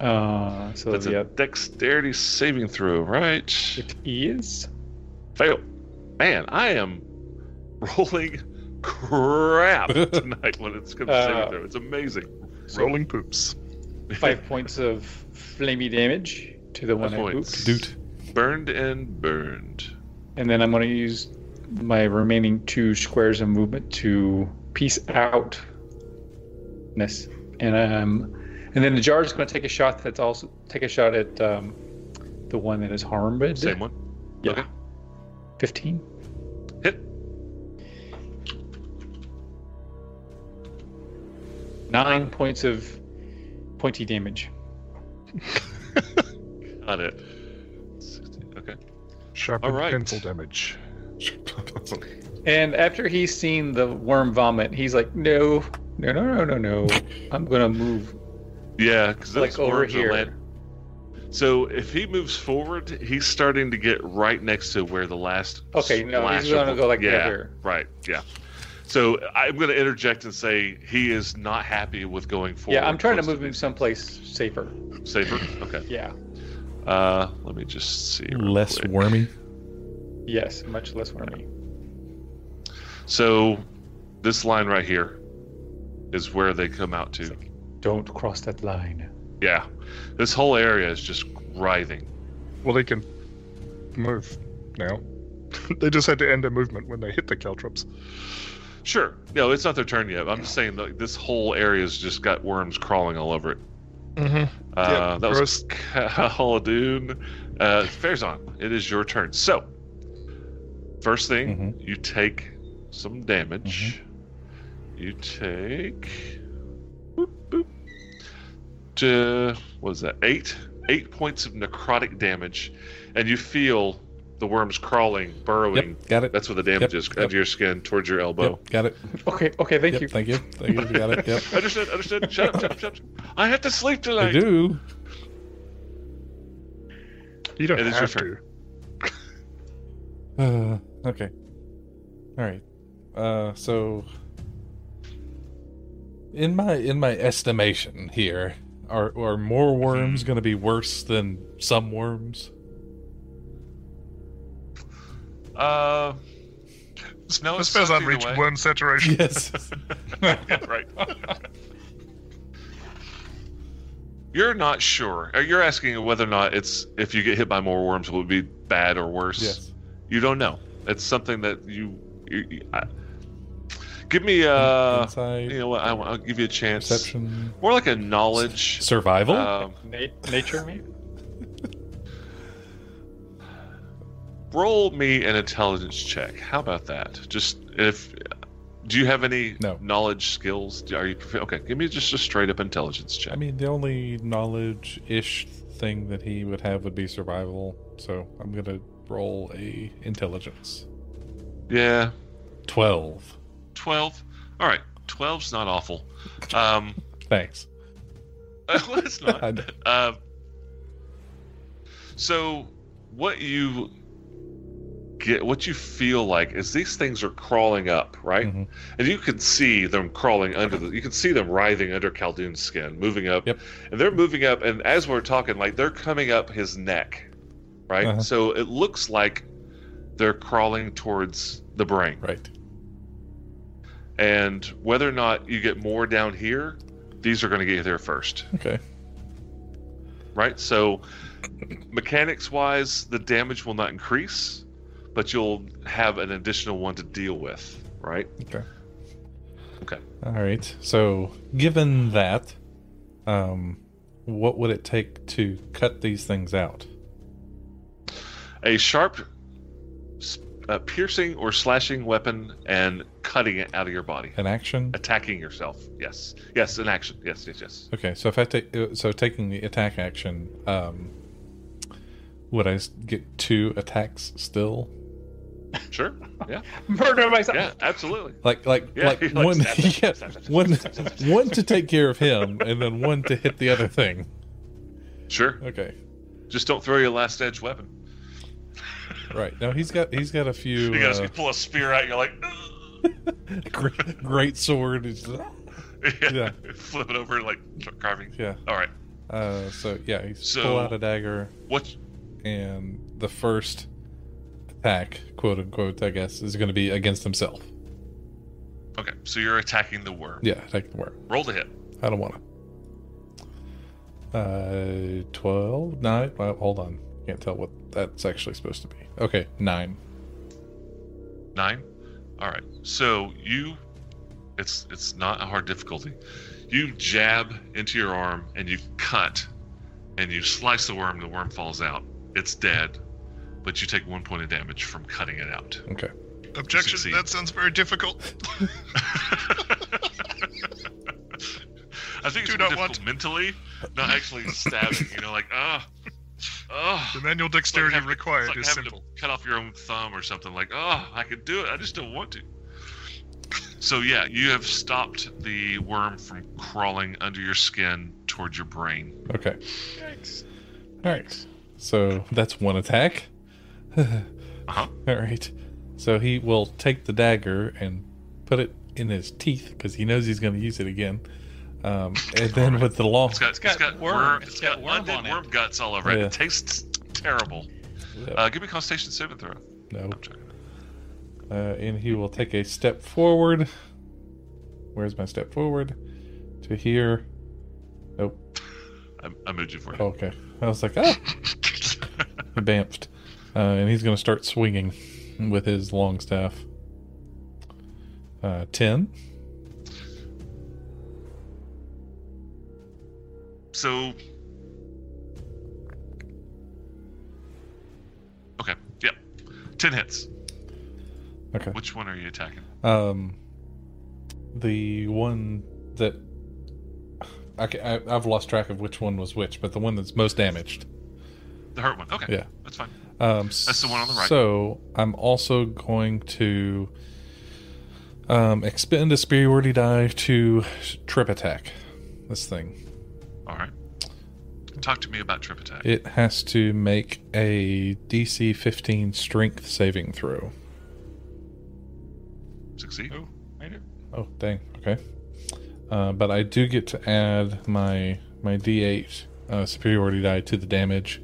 Speaker 2: Uh, so
Speaker 1: That's
Speaker 2: that's
Speaker 1: a
Speaker 2: yep.
Speaker 1: dexterity saving throw, right?
Speaker 2: It is.
Speaker 1: Fail. Man, I am rolling crap tonight when it's comes to
Speaker 2: Uh,
Speaker 1: saving throw. It's amazing.
Speaker 4: Rolling poops.
Speaker 2: Five points of flamey damage to the one I
Speaker 1: points.
Speaker 2: pooped.
Speaker 3: Dude.
Speaker 1: Burned and burned.
Speaker 2: And then I'm going to use my remaining two squares of movement to piece out. Ness. And um, and then the jar is going to take a shot. That's also take a shot at um, the one that is harmed.
Speaker 1: Same one.
Speaker 2: Yeah.
Speaker 1: Okay.
Speaker 2: Fifteen.
Speaker 1: Hit.
Speaker 2: Nine points of pointy damage.
Speaker 1: Got it. 16, Okay.
Speaker 4: Sharpened
Speaker 1: All right.
Speaker 4: pencil damage.
Speaker 2: And after he's seen the worm vomit, he's like, "No, no, no, no, no, no! I'm gonna move
Speaker 1: Yeah, because
Speaker 2: like over here."
Speaker 1: So if he moves forward, he's starting to get right next to where the last.
Speaker 2: Okay, no, he's
Speaker 1: splash
Speaker 2: gonna
Speaker 1: of-
Speaker 2: go like
Speaker 1: yeah,
Speaker 2: there.
Speaker 1: Right, yeah. So I'm going to interject and say he is not happy with going forward.
Speaker 2: Yeah, I'm trying to
Speaker 1: close
Speaker 2: move him someplace safer.
Speaker 1: Saber. Okay.
Speaker 2: Yeah.
Speaker 1: Uh, let me just see. real
Speaker 3: Less
Speaker 1: quick.
Speaker 3: wormy.
Speaker 2: Yes, much less wormy.
Speaker 1: So this line right here is where they come out to.
Speaker 2: Don't cross that line.
Speaker 1: Yeah, this whole area is just writhing.
Speaker 4: Well, they can move now. they just had to end their movement when they hit the caltrops.
Speaker 1: Sure. No, it's not their turn yet. I'm just saying like this whole area's just got worms crawling all over it.
Speaker 4: Mm-hmm.
Speaker 1: Uh,
Speaker 4: Yep,
Speaker 1: that was
Speaker 4: gross.
Speaker 1: Khaldun. Uh, Fairzon, it is your turn. So, first thing,
Speaker 3: Mm-hmm.
Speaker 1: you take some damage.
Speaker 3: Mm-hmm.
Speaker 1: You take. Boop, boop. To, what is that? Eight? Eight points of necrotic damage. And you feel the worms crawling, burrowing.
Speaker 3: Yep, got it.
Speaker 1: That's what the damage
Speaker 3: Yep,
Speaker 1: is
Speaker 3: yep.
Speaker 1: under your skin, towards your elbow.
Speaker 3: Yep, got it.
Speaker 2: Okay, okay, thank
Speaker 3: Yep,
Speaker 2: you.
Speaker 3: thank you. Thank you. Got it. Yep.
Speaker 1: Understood, understood. Shut up, shut up, shut up. I have to sleep
Speaker 3: I
Speaker 1: tonight.
Speaker 3: do.
Speaker 4: You don't
Speaker 1: It is your
Speaker 4: have
Speaker 1: turn.
Speaker 4: to.
Speaker 3: Uh, okay. All right. Uh, so in my in my estimation here, are are more worms going to be worse than some worms?
Speaker 1: Uh, No,
Speaker 4: This
Speaker 1: it's
Speaker 4: spells
Speaker 1: sucked either
Speaker 4: unreached
Speaker 1: way.
Speaker 4: worm saturation.
Speaker 3: Yes.
Speaker 1: Yeah, right. You're not sure. Uh, You're asking whether or not it's if you get hit by more worms, will it be bad or worse?
Speaker 3: yes.
Speaker 1: You don't know. It's something that you. you, you- I, give me a.
Speaker 3: Insight,
Speaker 1: You know what? I, will give you a chance.
Speaker 3: Mm-hmm. perception,
Speaker 1: More like a knowledge.
Speaker 3: survival.
Speaker 1: Um,
Speaker 2: Na- nature, maybe?
Speaker 1: roll me an intelligence check. How about that? Just if. Do you have any
Speaker 3: No.
Speaker 1: knowledge skills? Do- Are you profi- okay? Give me just a straight up intelligence check.
Speaker 3: I mean, the only knowledge-ish thing that he would have would be survival. So I'm gonna roll a intelligence.
Speaker 1: yeah,
Speaker 3: Twelve.
Speaker 1: 12 all right 12's not awful um
Speaker 3: Thanks.
Speaker 1: well, it's not
Speaker 3: I know.
Speaker 1: uh, so what you get what you feel like is these things are crawling up right
Speaker 3: Mhm.
Speaker 1: and you can see them crawling under the you can see them writhing under Khaldun's skin moving up
Speaker 3: Yep.
Speaker 1: and they're moving up and as we're talking like they're coming up his neck right
Speaker 3: Uh-huh.
Speaker 1: so it looks like they're crawling towards the brain
Speaker 3: Right.
Speaker 1: and whether or not you get more down here, these are going to get there first,
Speaker 3: Okay.
Speaker 1: right? So, mechanics wise, the damage will not increase, but you'll have an additional one to deal with, right?
Speaker 3: Okay.
Speaker 1: Okay.
Speaker 3: All right. So, given that, um, what would it take to cut these things out?
Speaker 1: A sharp, s- uh, piercing or slashing weapon and cutting it out of your body,
Speaker 3: An action?
Speaker 1: attacking yourself. Yes, yes, an action. Yes, yes, yes.
Speaker 3: Okay. So if I take uh, so taking the attack action, um, would I s- get two attacks still?
Speaker 1: Sure. Yeah.
Speaker 2: Murder myself!
Speaker 1: Yeah. Absolutely.
Speaker 3: Like like
Speaker 1: Yeah,
Speaker 3: like,
Speaker 1: you're like,
Speaker 3: one
Speaker 1: stab, stab,
Speaker 3: yeah,
Speaker 1: stab, stab, stab,
Speaker 3: one
Speaker 1: stab, stab, stab, stab,
Speaker 3: one to take care of him, and then one to hit the other thing.
Speaker 1: Sure.
Speaker 3: Okay.
Speaker 1: Just don't throw your last edge weapon.
Speaker 3: Right. Now he's got he's got a few
Speaker 1: You guys
Speaker 3: uh,
Speaker 1: pull a spear out. You're like.
Speaker 3: great, great sword. He's- Yeah.
Speaker 1: yeah. Flip it over like start carving.
Speaker 3: Yeah.
Speaker 1: All right.
Speaker 3: Uh, so yeah, he's pull
Speaker 1: So-
Speaker 3: out a dagger.
Speaker 1: What?
Speaker 3: and the first attack, quote unquote, I guess, is going to be against himself.
Speaker 1: Okay. So you're attacking the worm.
Speaker 3: Yeah, attack the worm.
Speaker 1: Roll the hit.
Speaker 3: I don't want to. Uh, twelve? Nine? Well, hold on, can't tell what that's actually supposed to be. Okay, nine.
Speaker 1: Nine. All right. So you, it's it's not a hard difficulty. You jab into your arm and you cut, and you slice the worm. The worm falls out. It's dead, but you take one point of damage from cutting it out.
Speaker 3: Okay.
Speaker 4: Objection,
Speaker 1: Succeed.
Speaker 4: that sounds very difficult.
Speaker 1: I think it's
Speaker 4: Do
Speaker 1: more
Speaker 4: not want-
Speaker 1: difficult mentally, not actually stabbing. You know, like ah, ah.
Speaker 4: The manual
Speaker 1: It's like
Speaker 4: dexterity
Speaker 1: having to-
Speaker 4: required
Speaker 1: it's like
Speaker 4: is
Speaker 1: having to
Speaker 4: simple.
Speaker 1: cut off your own thumb or something. Like, oh, I could do it. I just don't want to. So yeah, you have stopped the worm from crawling under your skin towards your brain.
Speaker 3: Okay. All right. So that's one attack.
Speaker 1: Uh-huh.
Speaker 3: All right. So he will take the dagger and put it in his teeth because he knows he's going to use it again. Um, and then with the long,
Speaker 1: It's got, it's
Speaker 5: got worm-
Speaker 1: it's got, worm,
Speaker 5: on
Speaker 1: undead
Speaker 5: it.
Speaker 1: worm guts all over it.
Speaker 3: Yeah.
Speaker 1: It tastes terrible.
Speaker 3: Yep.
Speaker 1: Uh, give me a constitution saving throw.
Speaker 3: no,
Speaker 1: I'm checking.
Speaker 3: Uh, and he will take a step forward. Where's my step forward? To here.
Speaker 1: I, I moved you for it.
Speaker 3: Oh, okay. I was like, ah! He Bamfed. Uh, and he's going to start swinging with his long staff. Uh, 10.
Speaker 1: So. Okay. Yep. Ten hits.
Speaker 3: Okay.
Speaker 1: Which one are you attacking?
Speaker 3: Um, the one that. I, ca- I, I've lost track of which one was which, but the one that's most damaged.
Speaker 1: The hurt one. Okay.
Speaker 3: Yeah.
Speaker 1: That's fine.
Speaker 3: Um,
Speaker 1: That's the one on the right.
Speaker 3: So I'm also going to um, expend a superiority die to trip attack this thing.
Speaker 1: All right. Talk to me about trip attack.
Speaker 3: It has to make a DC 15 strength saving throw.
Speaker 1: Succeed.
Speaker 5: Oh, made it.
Speaker 3: Oh, dang. Okay. Uh, but I do get to add my my D8 uh, superiority die to the damage.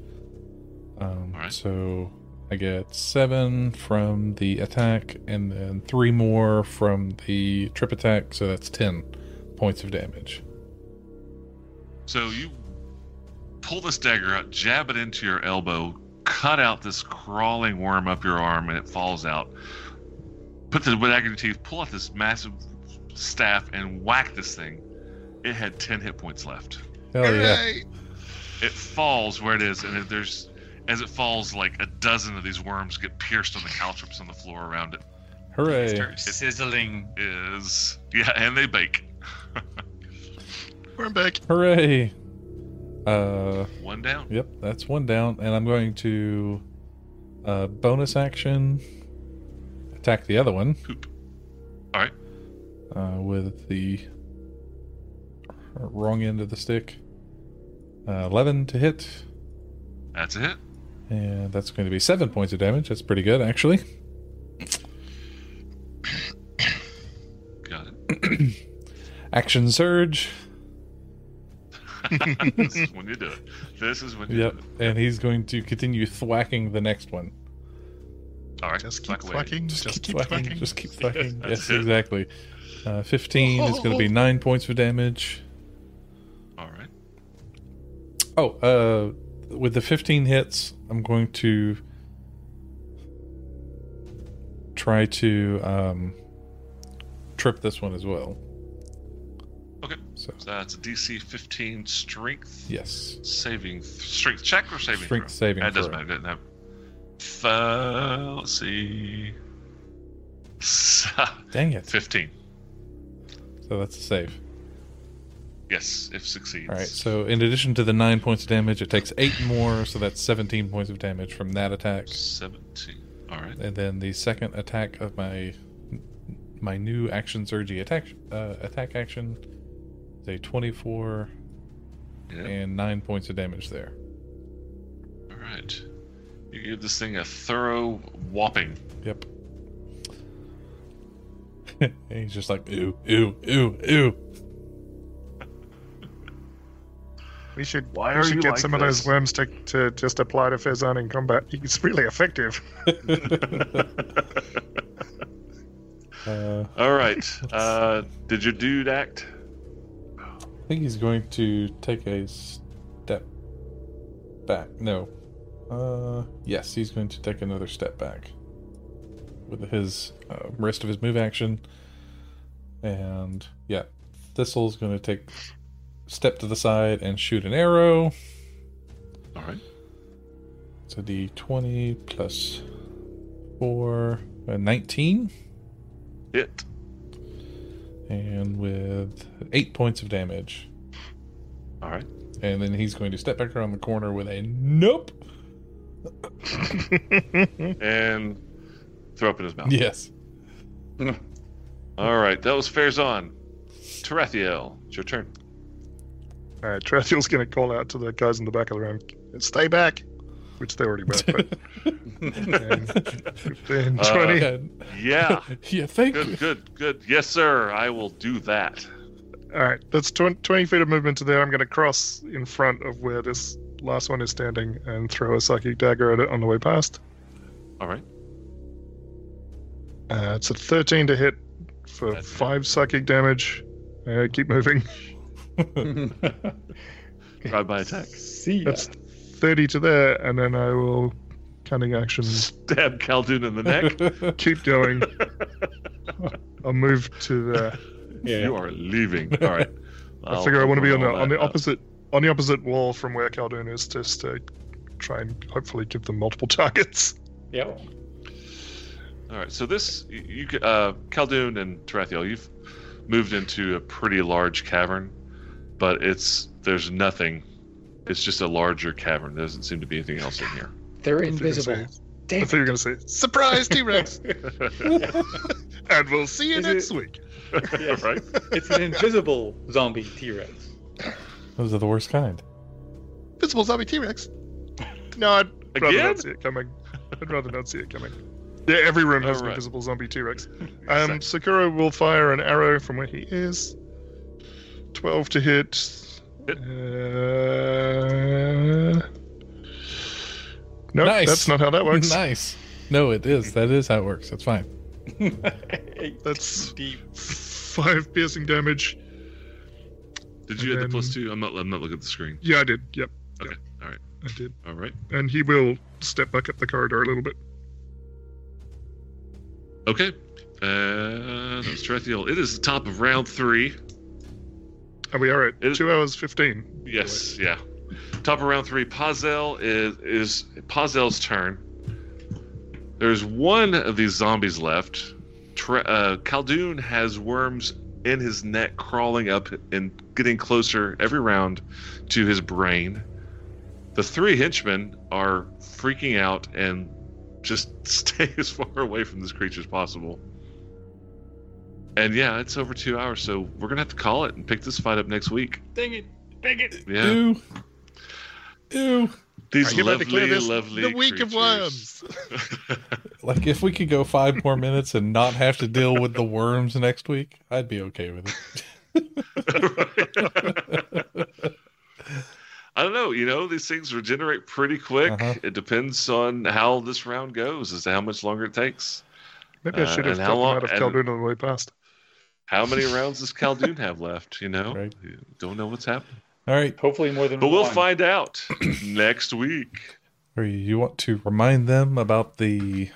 Speaker 3: Um,
Speaker 1: All right.
Speaker 3: So I get seven from the attack, and then three more from the trip attack, so that's ten points of damage.
Speaker 1: So you pull this dagger out, jab it into your elbow, cut out this crawling worm up your arm, and it falls out. Put the dagger in your teeth, pull out this massive staff, and whack this thing. It had 10 hit points left.
Speaker 4: Oh,
Speaker 3: Hell yeah!
Speaker 4: Hey!
Speaker 1: It falls where it is, and if there's, as it falls, like a dozen of these worms get pierced on the caltrops on the floor around it.
Speaker 3: Hooray!
Speaker 5: Start sizzling.
Speaker 1: Is yeah, and they bake.
Speaker 4: We're back.
Speaker 3: Hooray! Uh,
Speaker 1: One down.
Speaker 3: Yep, that's one down, and I'm going to uh, bonus action attack the other one.
Speaker 1: Poop. Alright.
Speaker 3: Uh, with the wrong end of the stick. Uh, 11 to hit,
Speaker 1: That's a hit.
Speaker 3: and that's going to be seven points of damage. That's pretty good, actually.
Speaker 1: Got it.
Speaker 3: Action surge.
Speaker 1: this is when you do it. This is when you
Speaker 3: Yep,
Speaker 1: do it.
Speaker 3: and he's going to continue thwacking the next one.
Speaker 1: All right.
Speaker 4: Just keep
Speaker 1: back away.
Speaker 4: fucking. Just, keep fucking.
Speaker 3: Just keep thwacking.
Speaker 1: That's
Speaker 3: yes,
Speaker 1: it.
Speaker 3: exactly. Uh, 15 is going to be nine points of damage.
Speaker 1: All right.
Speaker 3: Oh, uh, with the 15 hits, I'm going to try to um, trip this one as well.
Speaker 1: Okay.
Speaker 3: So,
Speaker 1: So that's a DC 15 strength
Speaker 3: yes.
Speaker 1: saving strength check or saving
Speaker 3: Strength
Speaker 1: throw?
Speaker 3: saving
Speaker 1: That doesn't
Speaker 3: throw.
Speaker 1: matter. Doesn't have. Uh, let's see.
Speaker 3: Dang it.
Speaker 1: 15.
Speaker 3: So that's a save.
Speaker 1: Yes, if succeeds.
Speaker 3: All right. So, in addition to the nine points of damage, it takes eight more. So, that's 17 points of damage from that attack.
Speaker 1: 17. All right.
Speaker 3: And then the second attack of my my new action surgy attack uh, attack action is a 24
Speaker 1: Yeah.
Speaker 3: and 9 points of damage there.
Speaker 1: All right. You give this thing a thorough whopping.
Speaker 3: Yep. and he's just like, ooh, ooh, ooh, ooh.
Speaker 4: We should.
Speaker 1: Why
Speaker 4: We should get some of those worms to, to just apply to Fezan in combat. It's really effective.
Speaker 3: Uh,
Speaker 1: All right. Uh, did your dude act?
Speaker 3: I think he's going to take a step back. No. Uh, yes, he's going to take another step back with his uh, rest of his move action. And yeah, Thistle's going to take step to the side and shoot an arrow.
Speaker 1: All right.
Speaker 3: It's a d20 plus 4, uh, 19.
Speaker 1: Hit.
Speaker 3: and with eight points of damage.
Speaker 1: All right.
Speaker 3: And then he's going to step back around the corner with a nope.
Speaker 1: And throw up in his mouth.
Speaker 3: Yes.
Speaker 1: All right. That was Fares on. Terethiel, it's your turn.
Speaker 4: All right, Trathiel's going to Uh, call out to the guys in the back of the room, "Stay back," which they already were. But then
Speaker 1: Uh,
Speaker 4: Johnny,
Speaker 3: And-
Speaker 1: Yeah.
Speaker 3: yeah, thank you.
Speaker 1: Ah. Good, good, good. Yes, sir. I will do that.
Speaker 4: all right, that's 20, twenty feet of movement to there. I'm going to cross in front of where this last one is standing and throw a psychic dagger at it on the way past.
Speaker 1: All right.
Speaker 4: Uh, it's a thirteen to hit for
Speaker 1: That's it.
Speaker 4: five psychic damage. Uh, keep moving.
Speaker 1: Drive by attack.
Speaker 2: See, ya.
Speaker 4: That's thirty to there, and then I will cunning action.
Speaker 1: Stab Khaldun in the neck.
Speaker 4: Keep going. I'll move to there.
Speaker 1: You are leaving. All right.
Speaker 4: I
Speaker 1: I'll
Speaker 4: figure I want to be on
Speaker 1: open
Speaker 4: the
Speaker 1: all
Speaker 4: on
Speaker 1: that
Speaker 4: the
Speaker 1: up.
Speaker 4: opposite on the opposite wall from where Khaldun is, just to try and hopefully give them multiple targets.
Speaker 2: yep.
Speaker 1: All right. So this, you, you c- uh, Khaldun and Terethiel, you've moved into a pretty large cavern, but it's there's nothing. It's just a larger cavern. There doesn't seem to be anything else in here.
Speaker 6: They're
Speaker 4: I thought you were gonna
Speaker 6: invisible.
Speaker 4: I
Speaker 6: Damn.
Speaker 4: thought you were gonna say surprise T Rex, and we'll see you
Speaker 2: Is
Speaker 4: next
Speaker 2: it-
Speaker 4: week.
Speaker 2: Yes.
Speaker 1: right.
Speaker 2: It's an invisible zombie T Rex.
Speaker 3: Those are the worst kind.
Speaker 4: Visible zombie T Rex. No, I'd rather
Speaker 1: Again?
Speaker 4: not see it coming. I'd rather not see it coming. Yeah, every room has an
Speaker 1: Alright.
Speaker 4: invisible zombie T Rex.
Speaker 1: Exactly.
Speaker 4: Um, Sakura will fire an arrow from where he is. 12 to Uh, hit.
Speaker 1: Hit.
Speaker 4: Uh, No,
Speaker 3: Nice.
Speaker 4: that's not how that works.
Speaker 3: nice. No, it is. That is how it works. That's fine.
Speaker 4: That's
Speaker 5: Deep.
Speaker 4: five piercing damage.
Speaker 1: Did you add the plus
Speaker 4: Then-
Speaker 1: two? I'm not. I'm not looking at the screen.
Speaker 4: Yeah, I did. Yep,
Speaker 1: Okay. All right.
Speaker 4: I did.
Speaker 1: All right.
Speaker 4: And he will step back up the corridor a little bit.
Speaker 1: Okay. Uh, that's Trethiel. It is the top of round three.
Speaker 4: Are we all right?
Speaker 1: It-
Speaker 4: Two hours fifteen.
Speaker 1: Yes. Yeah. Top of round three. Pazel is is Pazel's turn. There's one of these zombies left. Tre- uh, Khaldun has worms in his neck, crawling up and getting closer every round to his brain. The three henchmen are freaking out and just stay as far away from this creature as possible. And yeah, it's over two hours, so we're gonna have to call it and pick this fight up next week.
Speaker 5: Dang it. Dang it.
Speaker 1: Yeah.
Speaker 3: Ew. Ew.
Speaker 1: These
Speaker 4: I hereby declare
Speaker 1: lovely,
Speaker 4: this
Speaker 1: lovely
Speaker 4: the week of
Speaker 1: creatures.
Speaker 4: worms.
Speaker 3: Like if we could go five more minutes and not have to deal with the worms next week, I'd be okay with it.
Speaker 1: I don't know. You know, these things regenerate pretty quick.
Speaker 3: Uh-huh.
Speaker 1: It depends on how this round goes as to how much longer it takes.
Speaker 4: Maybe I
Speaker 1: Uh,
Speaker 4: should
Speaker 1: and
Speaker 4: have
Speaker 1: how
Speaker 4: gotten
Speaker 1: long-
Speaker 4: out of
Speaker 1: and-
Speaker 4: Caldoon on the way past.
Speaker 1: How many rounds does Khaldun have left? You know,
Speaker 3: Right.
Speaker 1: You don't know what's happening.
Speaker 3: All right.
Speaker 2: Hopefully more than
Speaker 1: But we'll
Speaker 2: one.
Speaker 1: find out next week.
Speaker 3: Or you want to remind them about the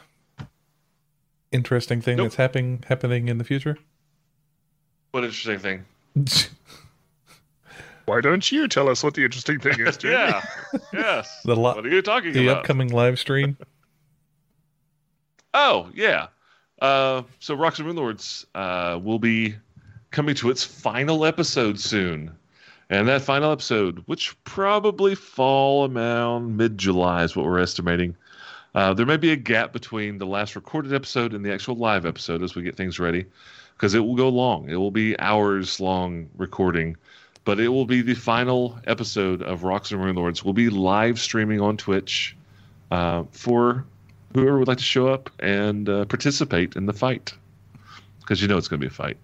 Speaker 3: interesting thing
Speaker 1: Nope.
Speaker 3: that's happening happening in the future?
Speaker 1: What interesting thing.
Speaker 3: the
Speaker 4: Why don't you tell us what the interesting thing is, Jamie?
Speaker 1: Yeah. yes.
Speaker 3: Uh, The lo-
Speaker 1: what are you talking about?
Speaker 3: upcoming live stream.
Speaker 1: Oh yeah. Uh, so Rocks and Moonlords uh, will be coming to its final episode soon, and that final episode, which probably fall around mid-July, is what we're estimating. Uh, there may be a gap between the last recorded episode and the actual live episode as we get things ready, because it will go long. It will be hours long recording, but it will be the final episode of Rocks and Moon Lords. We'll be live streaming on Twitch uh, for whoever would like to show up and uh, participate in the fight, because you know it's going to be a fight.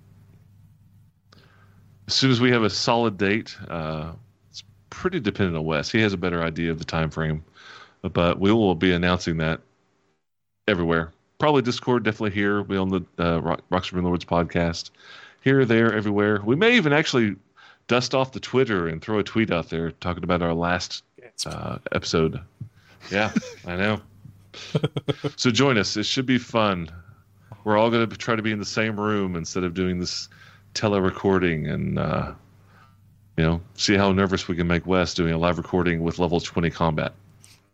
Speaker 1: As soon as we have a solid date, uh, it's pretty dependent on Wes. He has a better idea of the time frame, but we will be announcing that everywhere. Probably Discord, definitely here. We on the uh, Rock, Rockstar Moon Lords podcast, here, there, everywhere. We may even actually dust off the Twitter and throw a tweet out there talking about our last uh, episode. Yeah, I know. so join us. It should be fun. We're all going to try to be in the same room instead of doing this tele-recording and, uh, you know, see how nervous we can make Wes doing a live recording with level 20 combat.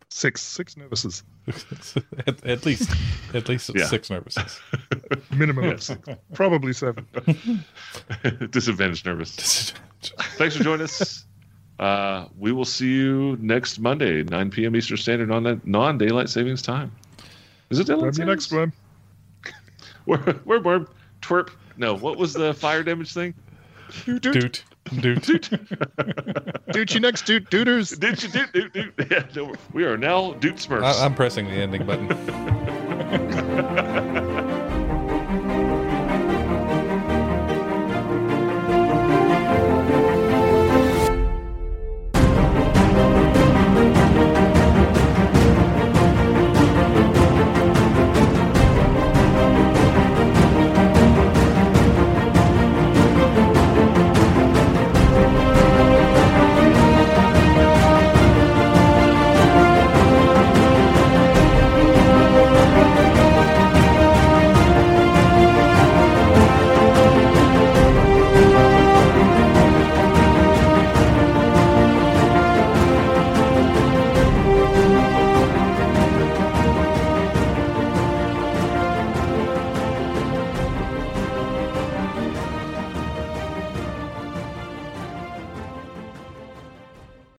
Speaker 4: Six, six novices
Speaker 3: at, at least at least
Speaker 1: Yeah.
Speaker 3: six nervouses.
Speaker 4: minimum of six, probably seven.
Speaker 1: Disadvantaged nervous. Thanks for joining us. Uh, we will see you next Monday, 9 p.m. Eastern Standard on that non-daylight savings time. Is it
Speaker 4: Time
Speaker 1: daylight
Speaker 4: you
Speaker 1: savings?
Speaker 4: next one.
Speaker 1: Where, where, where, twerp. No, what was the fire damage thing?
Speaker 4: You doot,
Speaker 3: Doot. Doot.
Speaker 4: doot you next, doot, dooters.
Speaker 1: Did you do, do, do? Yeah, no, we are now Duke Smurfs.
Speaker 3: I, I'm pressing the ending button.
Speaker 1: All